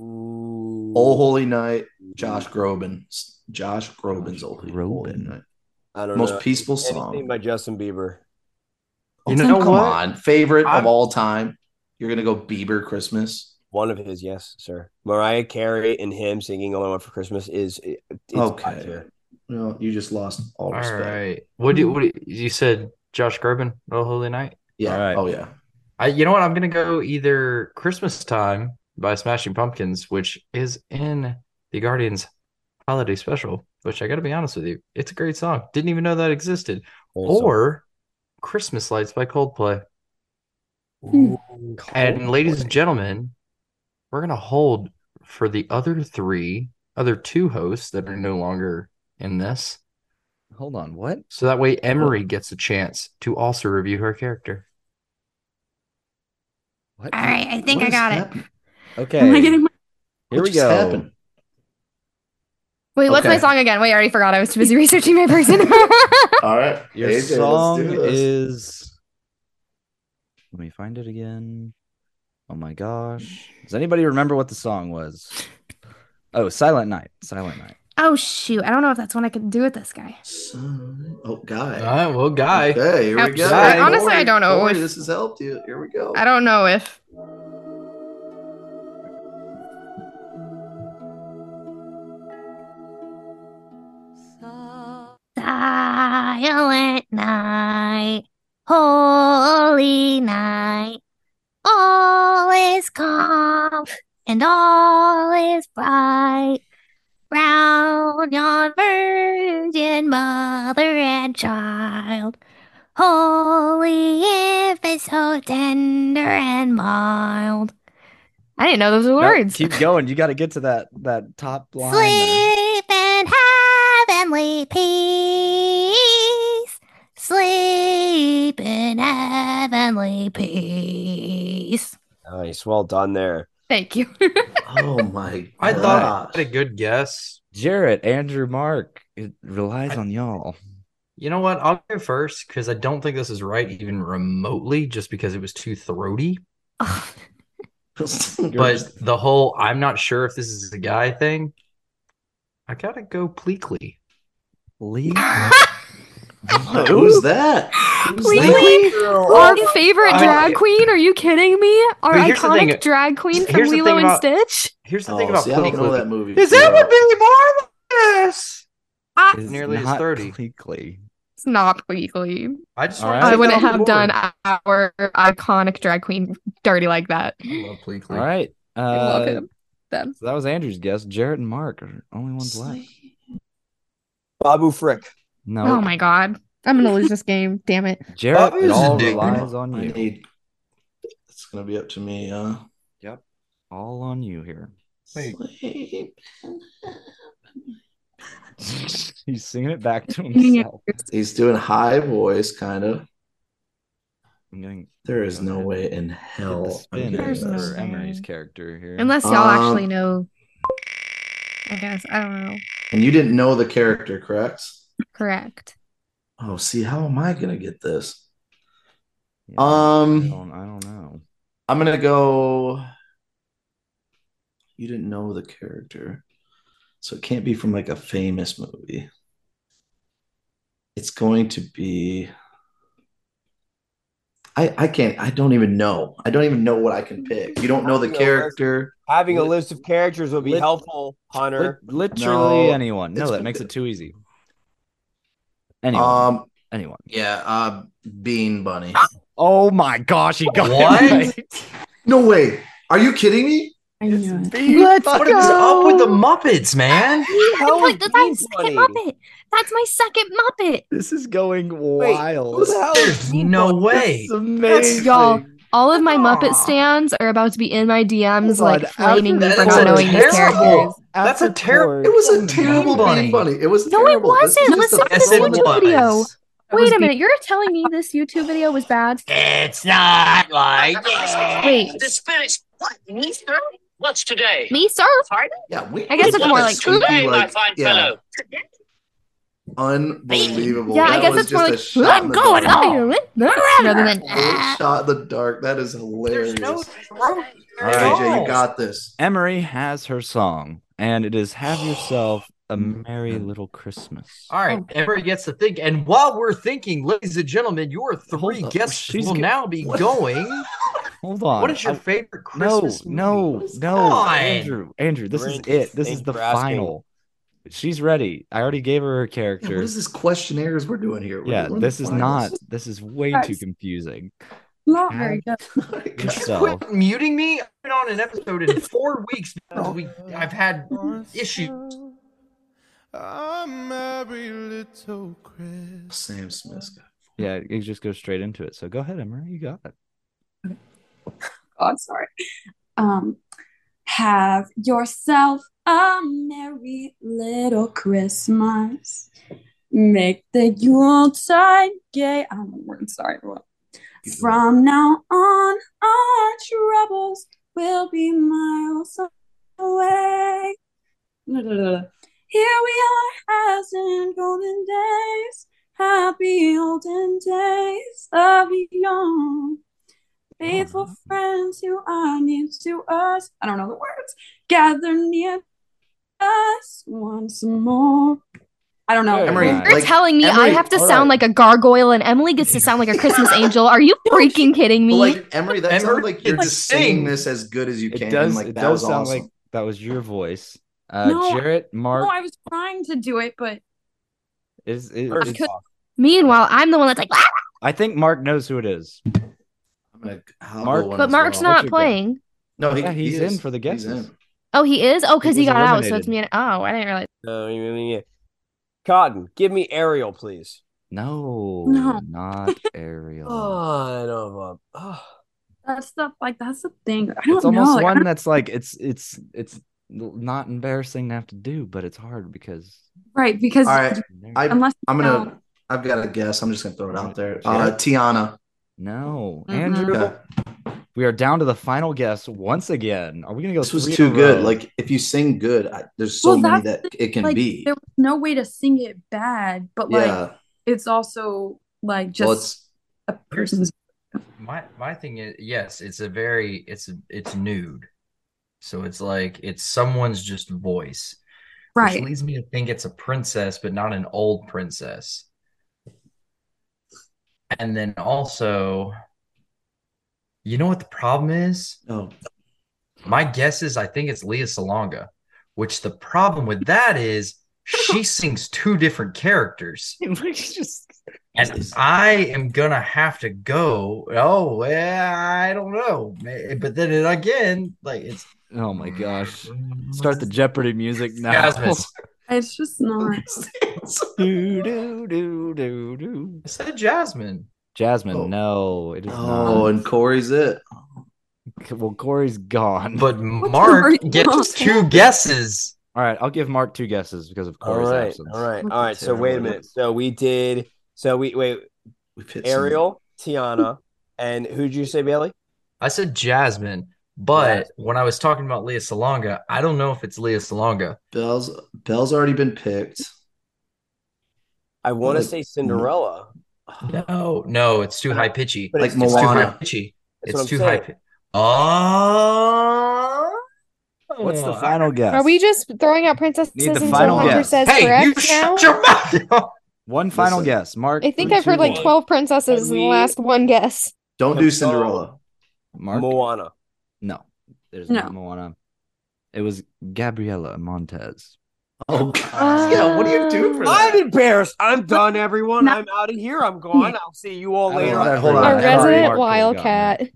[SPEAKER 4] Ooh.
[SPEAKER 2] Oh Holy Night, Josh Groban. Josh Groban's Old Holy
[SPEAKER 9] Groban.
[SPEAKER 2] Night.
[SPEAKER 4] I don't
[SPEAKER 2] Most
[SPEAKER 4] know.
[SPEAKER 2] peaceful
[SPEAKER 4] Anything
[SPEAKER 2] song.
[SPEAKER 4] by Justin Bieber.
[SPEAKER 2] Oh,
[SPEAKER 8] You know
[SPEAKER 2] come
[SPEAKER 8] what?
[SPEAKER 2] on, favorite
[SPEAKER 8] I'm-
[SPEAKER 2] of all time. You're gonna go Bieber Christmas.
[SPEAKER 4] One of his, yes, sir. Mariah Carey and him singing "All I Want for Christmas" is it, it's
[SPEAKER 2] Okay.
[SPEAKER 4] sure.
[SPEAKER 2] No, you just lost all
[SPEAKER 8] All
[SPEAKER 2] respect.
[SPEAKER 8] right, what do you, what do you, you said? Josh Groban, "Oh Holy Night."
[SPEAKER 2] Yeah.
[SPEAKER 9] All right.
[SPEAKER 2] Oh yeah.
[SPEAKER 8] I, you know what? I'm gonna go either Christmas Time by Smashing Pumpkins, which is in the Guardians holiday special. Which I got to be honest with you, it's a great song. Didn't even know that existed. Or Christmas Lights by Coldplay. And ladies and gentlemen, we're gonna hold for the other three, other two hosts that are no longer in this,
[SPEAKER 9] Hold on. What?
[SPEAKER 8] so that way Emery gets a chance to also review her character.
[SPEAKER 9] What?
[SPEAKER 20] All right, I think
[SPEAKER 2] What
[SPEAKER 20] I
[SPEAKER 2] is
[SPEAKER 20] got it.
[SPEAKER 2] happening?
[SPEAKER 9] Okay.
[SPEAKER 7] Am I getting my
[SPEAKER 9] Here
[SPEAKER 2] What
[SPEAKER 9] we
[SPEAKER 2] just
[SPEAKER 9] go.
[SPEAKER 2] happened?
[SPEAKER 11] Wait, what's my
[SPEAKER 2] Okay.
[SPEAKER 11] song again? Wait, I already forgot. I was too busy researching my person.
[SPEAKER 2] All right.
[SPEAKER 9] Your
[SPEAKER 2] AJ, let's do
[SPEAKER 9] song
[SPEAKER 2] this.
[SPEAKER 9] is. Let me find it again. Oh my gosh. Does anybody remember what the song was? Oh, Silent Night. Silent Night.
[SPEAKER 20] Oh shoot, I don't know if that's what I could do with this guy.
[SPEAKER 2] Son- Oh,
[SPEAKER 8] All
[SPEAKER 2] guy.
[SPEAKER 8] right, well, guy.
[SPEAKER 2] Okay, here we
[SPEAKER 11] Ouch.
[SPEAKER 2] go.
[SPEAKER 8] I-
[SPEAKER 11] honestly, I don't know
[SPEAKER 2] Corey,
[SPEAKER 11] if-
[SPEAKER 2] this has helped you. Here we go.
[SPEAKER 11] I don't know if.
[SPEAKER 20] Silent night, holy night, all is calm and all is bright. Round yon virgin mother and child, holy infant so tender and mild.
[SPEAKER 11] I didn't know those were
[SPEAKER 9] No,
[SPEAKER 11] words.
[SPEAKER 9] keep going. You got to get to that that top line. there.
[SPEAKER 20] Sleep in heavenly peace. Sleep in heavenly peace.
[SPEAKER 4] Nice, well done there.
[SPEAKER 11] Thank you.
[SPEAKER 2] Oh my god.
[SPEAKER 8] I thought I had a good guess.
[SPEAKER 9] Jarrett, Andrew, Mark. It relies on y'all.
[SPEAKER 8] You know what? I'll go first because I don't think this is right, even remotely, just because it was too throaty. But the whole I'm not sure if this is a guy thing, I gotta go pleakley.
[SPEAKER 9] Lee.
[SPEAKER 2] Who's that?
[SPEAKER 11] Lily, our
[SPEAKER 8] Oh,
[SPEAKER 11] favorite
[SPEAKER 8] I-
[SPEAKER 11] drag queen? Are you kidding me? Our
[SPEAKER 8] But here's the
[SPEAKER 11] iconic
[SPEAKER 8] thing-
[SPEAKER 11] drag queen from
[SPEAKER 8] here's the
[SPEAKER 11] Lilo
[SPEAKER 8] thing
[SPEAKER 11] and
[SPEAKER 8] about-
[SPEAKER 11] Stitch.
[SPEAKER 8] Here's the
[SPEAKER 2] Oh,
[SPEAKER 8] thing about
[SPEAKER 2] see, I don't
[SPEAKER 8] Blake
[SPEAKER 2] know
[SPEAKER 8] Lively.
[SPEAKER 2] that movie.
[SPEAKER 11] Is
[SPEAKER 2] that
[SPEAKER 11] what
[SPEAKER 8] Billy Marvelous?
[SPEAKER 11] I,
[SPEAKER 8] Nearly as
[SPEAKER 9] not
[SPEAKER 8] 30.
[SPEAKER 9] Bleakley.
[SPEAKER 11] it's not legally.
[SPEAKER 8] I just
[SPEAKER 9] All
[SPEAKER 8] wanna
[SPEAKER 9] right.
[SPEAKER 11] I
[SPEAKER 8] take
[SPEAKER 11] wouldn't
[SPEAKER 8] that on
[SPEAKER 11] have done our iconic drag queen dirty like that.
[SPEAKER 8] Uh,
[SPEAKER 9] All right. Uh,
[SPEAKER 11] I love him. Them.
[SPEAKER 9] So that was Andrew's guess. Jarrett and Mark are only ones left.
[SPEAKER 4] Babu Frick.
[SPEAKER 9] No.
[SPEAKER 11] Oh my god. I'm gonna lose this game. Damn it.
[SPEAKER 9] Jarrett, it
[SPEAKER 2] Babu's
[SPEAKER 9] all
[SPEAKER 2] a dick.
[SPEAKER 9] relies on
[SPEAKER 2] I
[SPEAKER 9] you.
[SPEAKER 2] need- It's gonna be up to me. Uh,
[SPEAKER 9] Yep. All on you here.
[SPEAKER 2] sleep.
[SPEAKER 9] He's singing it back to himself.
[SPEAKER 2] He's doing high voice, kind of.
[SPEAKER 9] I'm getting
[SPEAKER 2] There is no way in hell.
[SPEAKER 9] the
[SPEAKER 2] I'm
[SPEAKER 9] spin
[SPEAKER 2] getting
[SPEAKER 11] There's
[SPEAKER 9] is
[SPEAKER 11] no
[SPEAKER 2] this.
[SPEAKER 9] for Emery's character here.
[SPEAKER 11] Unless y'all
[SPEAKER 2] Um,
[SPEAKER 11] actually know. I guess. I don't know.
[SPEAKER 2] And you didn't know the character, correct?
[SPEAKER 11] Correct.
[SPEAKER 2] Oh, see, how am I gonna get this?
[SPEAKER 9] I
[SPEAKER 2] Um,
[SPEAKER 9] don't, I don't know.
[SPEAKER 2] I'm gonna go. You didn't know the character, so it can't be from like a famous movie. It's going to be. I I can't. I don't even know. I don't even know what I can pick. You don't know the
[SPEAKER 4] Having a list-
[SPEAKER 2] character.
[SPEAKER 4] Having a
[SPEAKER 2] Lit-
[SPEAKER 4] list of characters will be
[SPEAKER 9] lit-
[SPEAKER 4] helpful, Hunter.
[SPEAKER 9] Lit- literally
[SPEAKER 2] No,
[SPEAKER 9] anyone. No,
[SPEAKER 2] it's-
[SPEAKER 9] that makes it too easy. Anyone.
[SPEAKER 2] Um.
[SPEAKER 9] anyone.
[SPEAKER 2] Yeah. Uh. Bean Bunny.
[SPEAKER 9] Oh my gosh, he got
[SPEAKER 2] What?
[SPEAKER 9] it right.
[SPEAKER 2] No way. Are you kidding me?
[SPEAKER 8] Let's What is up with the Muppets, man?
[SPEAKER 20] That's my- that's my second Muppet. That's my second Muppet.
[SPEAKER 9] This is going wild.
[SPEAKER 8] There's no way.
[SPEAKER 9] amazing.
[SPEAKER 11] Y'all, all of my Muppet stands are about to be in my
[SPEAKER 2] Oh
[SPEAKER 11] DMs,
[SPEAKER 9] Hold on,
[SPEAKER 11] like flaming me
[SPEAKER 9] after
[SPEAKER 11] for
[SPEAKER 9] that-
[SPEAKER 11] not knowing these
[SPEAKER 8] That's a
[SPEAKER 11] characters.
[SPEAKER 8] terrible. That's a terrible.
[SPEAKER 2] It was a terrible
[SPEAKER 8] Bunny.
[SPEAKER 2] Bean Bunny. It was
[SPEAKER 11] No, it
[SPEAKER 2] terrible. This
[SPEAKER 11] wasn't.
[SPEAKER 2] is just
[SPEAKER 11] Let's
[SPEAKER 2] a
[SPEAKER 11] look at this
[SPEAKER 2] fun
[SPEAKER 11] YouTube
[SPEAKER 2] one.
[SPEAKER 11] video.
[SPEAKER 8] was
[SPEAKER 11] Wait a
[SPEAKER 8] be-
[SPEAKER 11] minute, you're telling me this YouTube video was bad?
[SPEAKER 8] It's not like
[SPEAKER 11] Wait.
[SPEAKER 23] The spirits. What? Me, sir? What's today?
[SPEAKER 11] Me, sir?
[SPEAKER 23] Pardon?
[SPEAKER 2] Yeah, we.
[SPEAKER 11] I guess it's
[SPEAKER 23] What
[SPEAKER 11] more
[SPEAKER 23] is
[SPEAKER 11] like
[SPEAKER 23] today, my
[SPEAKER 2] like-
[SPEAKER 23] fine
[SPEAKER 2] yeah.
[SPEAKER 23] fellow.
[SPEAKER 2] Unbelievable.
[SPEAKER 11] Yeah,
[SPEAKER 2] That
[SPEAKER 11] I guess
[SPEAKER 2] was
[SPEAKER 11] it's more
[SPEAKER 2] just a
[SPEAKER 11] like
[SPEAKER 2] shot in
[SPEAKER 11] I'm
[SPEAKER 2] the
[SPEAKER 11] going
[SPEAKER 2] dark.
[SPEAKER 11] home. Rather than "Ah."
[SPEAKER 2] Great shot in the dark. That is hilarious.
[SPEAKER 9] All right.
[SPEAKER 2] JJ, you got this.
[SPEAKER 9] Emery has her song, and it is Have
[SPEAKER 2] Oh,
[SPEAKER 9] Yourself a
[SPEAKER 2] mm-hmm.
[SPEAKER 9] Merry Little Christmas.
[SPEAKER 8] All right, Emery gets to think, and while we're thinking, ladies and gentlemen, your three
[SPEAKER 9] up,
[SPEAKER 8] guests
[SPEAKER 9] she's
[SPEAKER 8] will
[SPEAKER 9] get-
[SPEAKER 8] now be
[SPEAKER 9] what?
[SPEAKER 8] going.
[SPEAKER 9] Hold on.
[SPEAKER 8] What is your
[SPEAKER 9] I-
[SPEAKER 8] favorite
[SPEAKER 9] No,
[SPEAKER 8] Christmas movie?
[SPEAKER 9] no, no,
[SPEAKER 8] on?
[SPEAKER 9] Andrew, Andrew, this is
[SPEAKER 4] Brandon,
[SPEAKER 9] it.
[SPEAKER 4] thank
[SPEAKER 9] This is
[SPEAKER 4] you
[SPEAKER 9] the
[SPEAKER 4] for asking.
[SPEAKER 9] final. She's ready. I already gave her her
[SPEAKER 2] Yeah,
[SPEAKER 9] character.
[SPEAKER 2] what is this questionnaires we're doing here? We're-
[SPEAKER 9] Yeah,
[SPEAKER 2] we're in
[SPEAKER 9] this
[SPEAKER 2] the
[SPEAKER 9] is
[SPEAKER 2] finals.
[SPEAKER 9] not. This is way too
[SPEAKER 8] Guys.
[SPEAKER 9] confusing.
[SPEAKER 7] Not
[SPEAKER 9] Have
[SPEAKER 7] very good.
[SPEAKER 9] yourself.
[SPEAKER 8] Quit muting me. I've been on an episode in four weeks because we I've had issues.
[SPEAKER 24] A merry little Christmas.
[SPEAKER 2] Sam Smith.
[SPEAKER 9] Yeah, it just goes straight into it. So go ahead, Emery. You got it.
[SPEAKER 7] God, sorry. Um, have yourself a merry little Christmas. Make the Yuletide gay. I don't know words. Sorry, everyone. From now on, our troubles will be miles away. Here we are, as in golden days, happy olden days of young. Faithful friends who are near to us. I don't know the words. Gather near us once more. I don't know.
[SPEAKER 2] Emery,
[SPEAKER 11] You're
[SPEAKER 2] like,
[SPEAKER 11] telling me I
[SPEAKER 2] Emery,
[SPEAKER 11] have to
[SPEAKER 2] all
[SPEAKER 11] sound like a gargoyle and Emily gets to sound like a Christmas angel. Are you freaking kidding
[SPEAKER 2] But
[SPEAKER 11] me?
[SPEAKER 2] like Emery, that sounds like you're
[SPEAKER 8] it's
[SPEAKER 2] just singing
[SPEAKER 8] sing.
[SPEAKER 2] this as good as you
[SPEAKER 9] It
[SPEAKER 2] can.
[SPEAKER 9] does.
[SPEAKER 2] like
[SPEAKER 9] it
[SPEAKER 2] that
[SPEAKER 9] does
[SPEAKER 2] was
[SPEAKER 9] sound
[SPEAKER 2] awesome.
[SPEAKER 9] like that was your voice. Uh,
[SPEAKER 7] No,
[SPEAKER 9] Jarrett, Mark
[SPEAKER 7] No, I was trying to do it, but
[SPEAKER 9] is. is,
[SPEAKER 7] First
[SPEAKER 9] is-
[SPEAKER 7] off-
[SPEAKER 11] Meanwhile, I'm the one that's like, "Ah!"
[SPEAKER 9] I think Mark knows who it is.
[SPEAKER 2] I'm gonna hobble
[SPEAKER 9] Mark-
[SPEAKER 2] one
[SPEAKER 11] but
[SPEAKER 2] as
[SPEAKER 11] Mark's
[SPEAKER 2] well.
[SPEAKER 11] not
[SPEAKER 9] your guess?
[SPEAKER 11] playing.
[SPEAKER 2] No, he,
[SPEAKER 9] Yeah,
[SPEAKER 2] he
[SPEAKER 9] he's
[SPEAKER 2] is.
[SPEAKER 9] in for the
[SPEAKER 2] He's
[SPEAKER 9] guesses.
[SPEAKER 2] in.
[SPEAKER 11] Oh, he is? Oh, because
[SPEAKER 9] He
[SPEAKER 11] he,
[SPEAKER 9] was
[SPEAKER 11] got out, so it's
[SPEAKER 9] eliminated.
[SPEAKER 11] me and oh, I didn't realize.
[SPEAKER 4] No, you mean yeah. Cotton, give me Ariel, please.
[SPEAKER 9] No,
[SPEAKER 7] No.
[SPEAKER 9] not Ariel.
[SPEAKER 4] Oh, I know. Oh.
[SPEAKER 7] that's the like that's the thing. I don't
[SPEAKER 9] it's
[SPEAKER 7] know.
[SPEAKER 9] almost
[SPEAKER 7] like, I
[SPEAKER 9] one
[SPEAKER 7] don't-
[SPEAKER 9] that's like it's it's it's not embarrassing to have to do, but it's hard because
[SPEAKER 7] right because
[SPEAKER 2] All right, I,
[SPEAKER 7] Unless-
[SPEAKER 2] I'm gonna. I've got a guess. I'm just gonna throw it out there. Uh,
[SPEAKER 9] Jarrett?
[SPEAKER 2] Tiana.
[SPEAKER 9] no,
[SPEAKER 7] Mhm.
[SPEAKER 9] Andrew.
[SPEAKER 2] Okay.
[SPEAKER 9] We are down to the final guess once again. Are we gonna go?
[SPEAKER 2] This was
[SPEAKER 9] three in
[SPEAKER 2] too
[SPEAKER 9] a
[SPEAKER 2] good.
[SPEAKER 9] row?
[SPEAKER 2] Like if you sing good, I, there's so
[SPEAKER 7] Well,
[SPEAKER 2] many
[SPEAKER 7] that's
[SPEAKER 2] that it can
[SPEAKER 7] like,
[SPEAKER 2] be.
[SPEAKER 7] There was no way to sing it bad, but like
[SPEAKER 2] Yeah.
[SPEAKER 7] it's also like just
[SPEAKER 2] well, it's
[SPEAKER 7] a person's
[SPEAKER 8] My my thing is yes, it's a very it's it's nude, so it's like it's someone's just voice,
[SPEAKER 7] right.
[SPEAKER 8] which leads me to think it's a princess, but not an old princess. And then also, you know what the problem is?
[SPEAKER 9] Oh.
[SPEAKER 2] No.
[SPEAKER 8] My guess is I think it's Leah Salonga, which the problem with that is she sings two different characters.
[SPEAKER 14] just
[SPEAKER 8] And I am gonna have to go. Oh, well, I don't know. Ma- But then it- again, like it's Mm-hmm.
[SPEAKER 9] Oh my
[SPEAKER 2] mm.
[SPEAKER 9] gosh. Start the Jeopardy music now.
[SPEAKER 8] Jasmine.
[SPEAKER 7] It's just not.
[SPEAKER 9] do, do, do, do, do.
[SPEAKER 8] I said Jasmine.
[SPEAKER 9] Jasmine, no, it is
[SPEAKER 2] Oh,
[SPEAKER 9] not.
[SPEAKER 2] and Corey's it.
[SPEAKER 9] Okay, Well, Corey's gone.
[SPEAKER 8] But Mark gets two guesses.
[SPEAKER 9] All right, I'll give Mark two guesses because of
[SPEAKER 4] All
[SPEAKER 9] Corey's
[SPEAKER 4] right,
[SPEAKER 9] absence.
[SPEAKER 4] all right, all right. So wait a minute. So we did. So we wait.
[SPEAKER 2] some-
[SPEAKER 4] Ariel, Tiana, and who'd you say Bailey?
[SPEAKER 8] I said Jasmine, but when I was talking about Leah Salonga, I don't know if it's Leah Salonga.
[SPEAKER 2] Bell's Bell's already been picked.
[SPEAKER 4] I want to
[SPEAKER 8] Like-
[SPEAKER 4] say Cinderella.
[SPEAKER 8] No, no, it's too high pitchy.
[SPEAKER 4] But
[SPEAKER 8] Like
[SPEAKER 4] it's-
[SPEAKER 8] it's too
[SPEAKER 4] Moana.
[SPEAKER 8] high pitchy.
[SPEAKER 4] That's
[SPEAKER 8] It's
[SPEAKER 4] what I'm
[SPEAKER 8] too high.
[SPEAKER 4] saying.
[SPEAKER 8] pi- Oh,
[SPEAKER 9] What's the final guess?
[SPEAKER 3] Are we just throwing out princesses
[SPEAKER 9] Need the
[SPEAKER 3] until
[SPEAKER 9] final
[SPEAKER 3] Hunter
[SPEAKER 9] guess.
[SPEAKER 3] says
[SPEAKER 9] Hey,
[SPEAKER 3] correct
[SPEAKER 9] you
[SPEAKER 3] now?
[SPEAKER 9] One final
[SPEAKER 2] Listen.
[SPEAKER 9] guess, Mark.
[SPEAKER 3] I think
[SPEAKER 9] three,
[SPEAKER 3] I've heard
[SPEAKER 9] two,
[SPEAKER 3] like
[SPEAKER 9] one.
[SPEAKER 3] 12 princesses in the last one guess.
[SPEAKER 2] Don't do Cinderella.
[SPEAKER 9] Mark
[SPEAKER 4] Moana.
[SPEAKER 9] No, there's
[SPEAKER 3] No.
[SPEAKER 9] not Moana. It was Gabriela Montez.
[SPEAKER 2] Oh,
[SPEAKER 9] yeah.
[SPEAKER 4] what are Uh, you
[SPEAKER 9] doing for that?
[SPEAKER 4] I'm embarrassed. I'm done, everyone. I'm out of here. I'm gone. I'll see you all
[SPEAKER 2] Hold
[SPEAKER 4] later.
[SPEAKER 2] Oh, on, hold on.
[SPEAKER 3] A
[SPEAKER 2] Emery-
[SPEAKER 3] resident wildcat.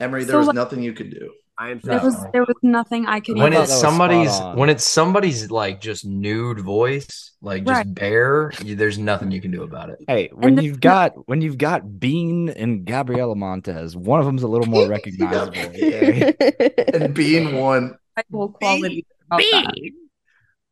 [SPEAKER 2] Emery, there
[SPEAKER 7] So
[SPEAKER 2] was
[SPEAKER 7] what-
[SPEAKER 2] nothing you could do.
[SPEAKER 4] I am
[SPEAKER 7] There was there was nothing I could
[SPEAKER 8] when
[SPEAKER 7] even-
[SPEAKER 8] it's somebody's when it's somebody's like just nude voice, like just
[SPEAKER 7] Right.
[SPEAKER 8] bare, you, there's nothing you can do about it.
[SPEAKER 9] Hey, when you've got when you've got Bean and Gabriela Montez, one of them's a little more recognizable. okay?
[SPEAKER 2] and being one.
[SPEAKER 7] Equal quality.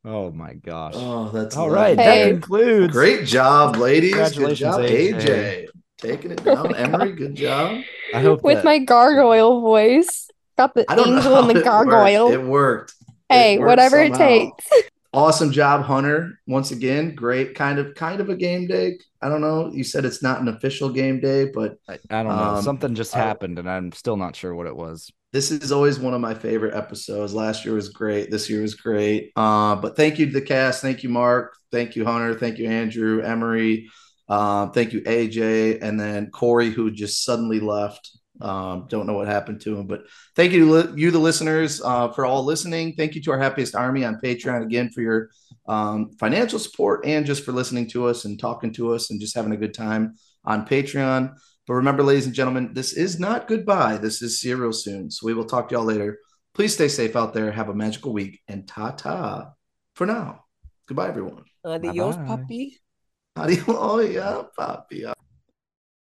[SPEAKER 9] Oh my gosh.
[SPEAKER 2] Oh, that's
[SPEAKER 9] all
[SPEAKER 2] lovely.
[SPEAKER 9] right. That
[SPEAKER 2] Hey.
[SPEAKER 9] concludes.
[SPEAKER 2] Great job, ladies. Good
[SPEAKER 9] Congratulations,
[SPEAKER 2] job, AJ.
[SPEAKER 9] AJ.
[SPEAKER 2] Taking it down. Emery, good job.
[SPEAKER 9] I hope
[SPEAKER 3] With
[SPEAKER 9] that-
[SPEAKER 3] my gargoyle voice. Got the
[SPEAKER 2] I don't know
[SPEAKER 3] angel
[SPEAKER 2] how
[SPEAKER 3] and the
[SPEAKER 2] it worked.
[SPEAKER 3] gargoyle.
[SPEAKER 2] It worked.
[SPEAKER 3] hey,
[SPEAKER 2] worked
[SPEAKER 3] whatever it
[SPEAKER 2] somehow.
[SPEAKER 3] takes.
[SPEAKER 2] Awesome job, Hunter. Once again, great kind of kind of a game day. I don't know. You said it's not an official game day, but
[SPEAKER 9] I, I don't know.
[SPEAKER 2] Um,
[SPEAKER 9] Something just
[SPEAKER 2] I-
[SPEAKER 9] happened, and I'm still not sure what it was.
[SPEAKER 2] this is always one of my favorite episodes. Last year was great. This year was great. Uh, but thank you to the cast. Thank you, Mark. Thank you, Hunter. Thank you, Andrew, Emery. Um, thank you, AJ. And then Corey, who just suddenly left. Um, don't know what happened to him, but thank you, to li- you the listeners, uh, for all listening. Thank you to our happiest army on Patreon again for your um, financial support and just for listening to us and talking to us and just having a good time on Patreon. But remember, ladies and gentlemen, this is not goodbye. This is see you real soon. So we will talk to y'all later. Please stay safe out there. Have a magical week and ta ta for now. Goodbye, everyone.
[SPEAKER 4] Adios, puppy.
[SPEAKER 2] Adios, oh yeah, papi.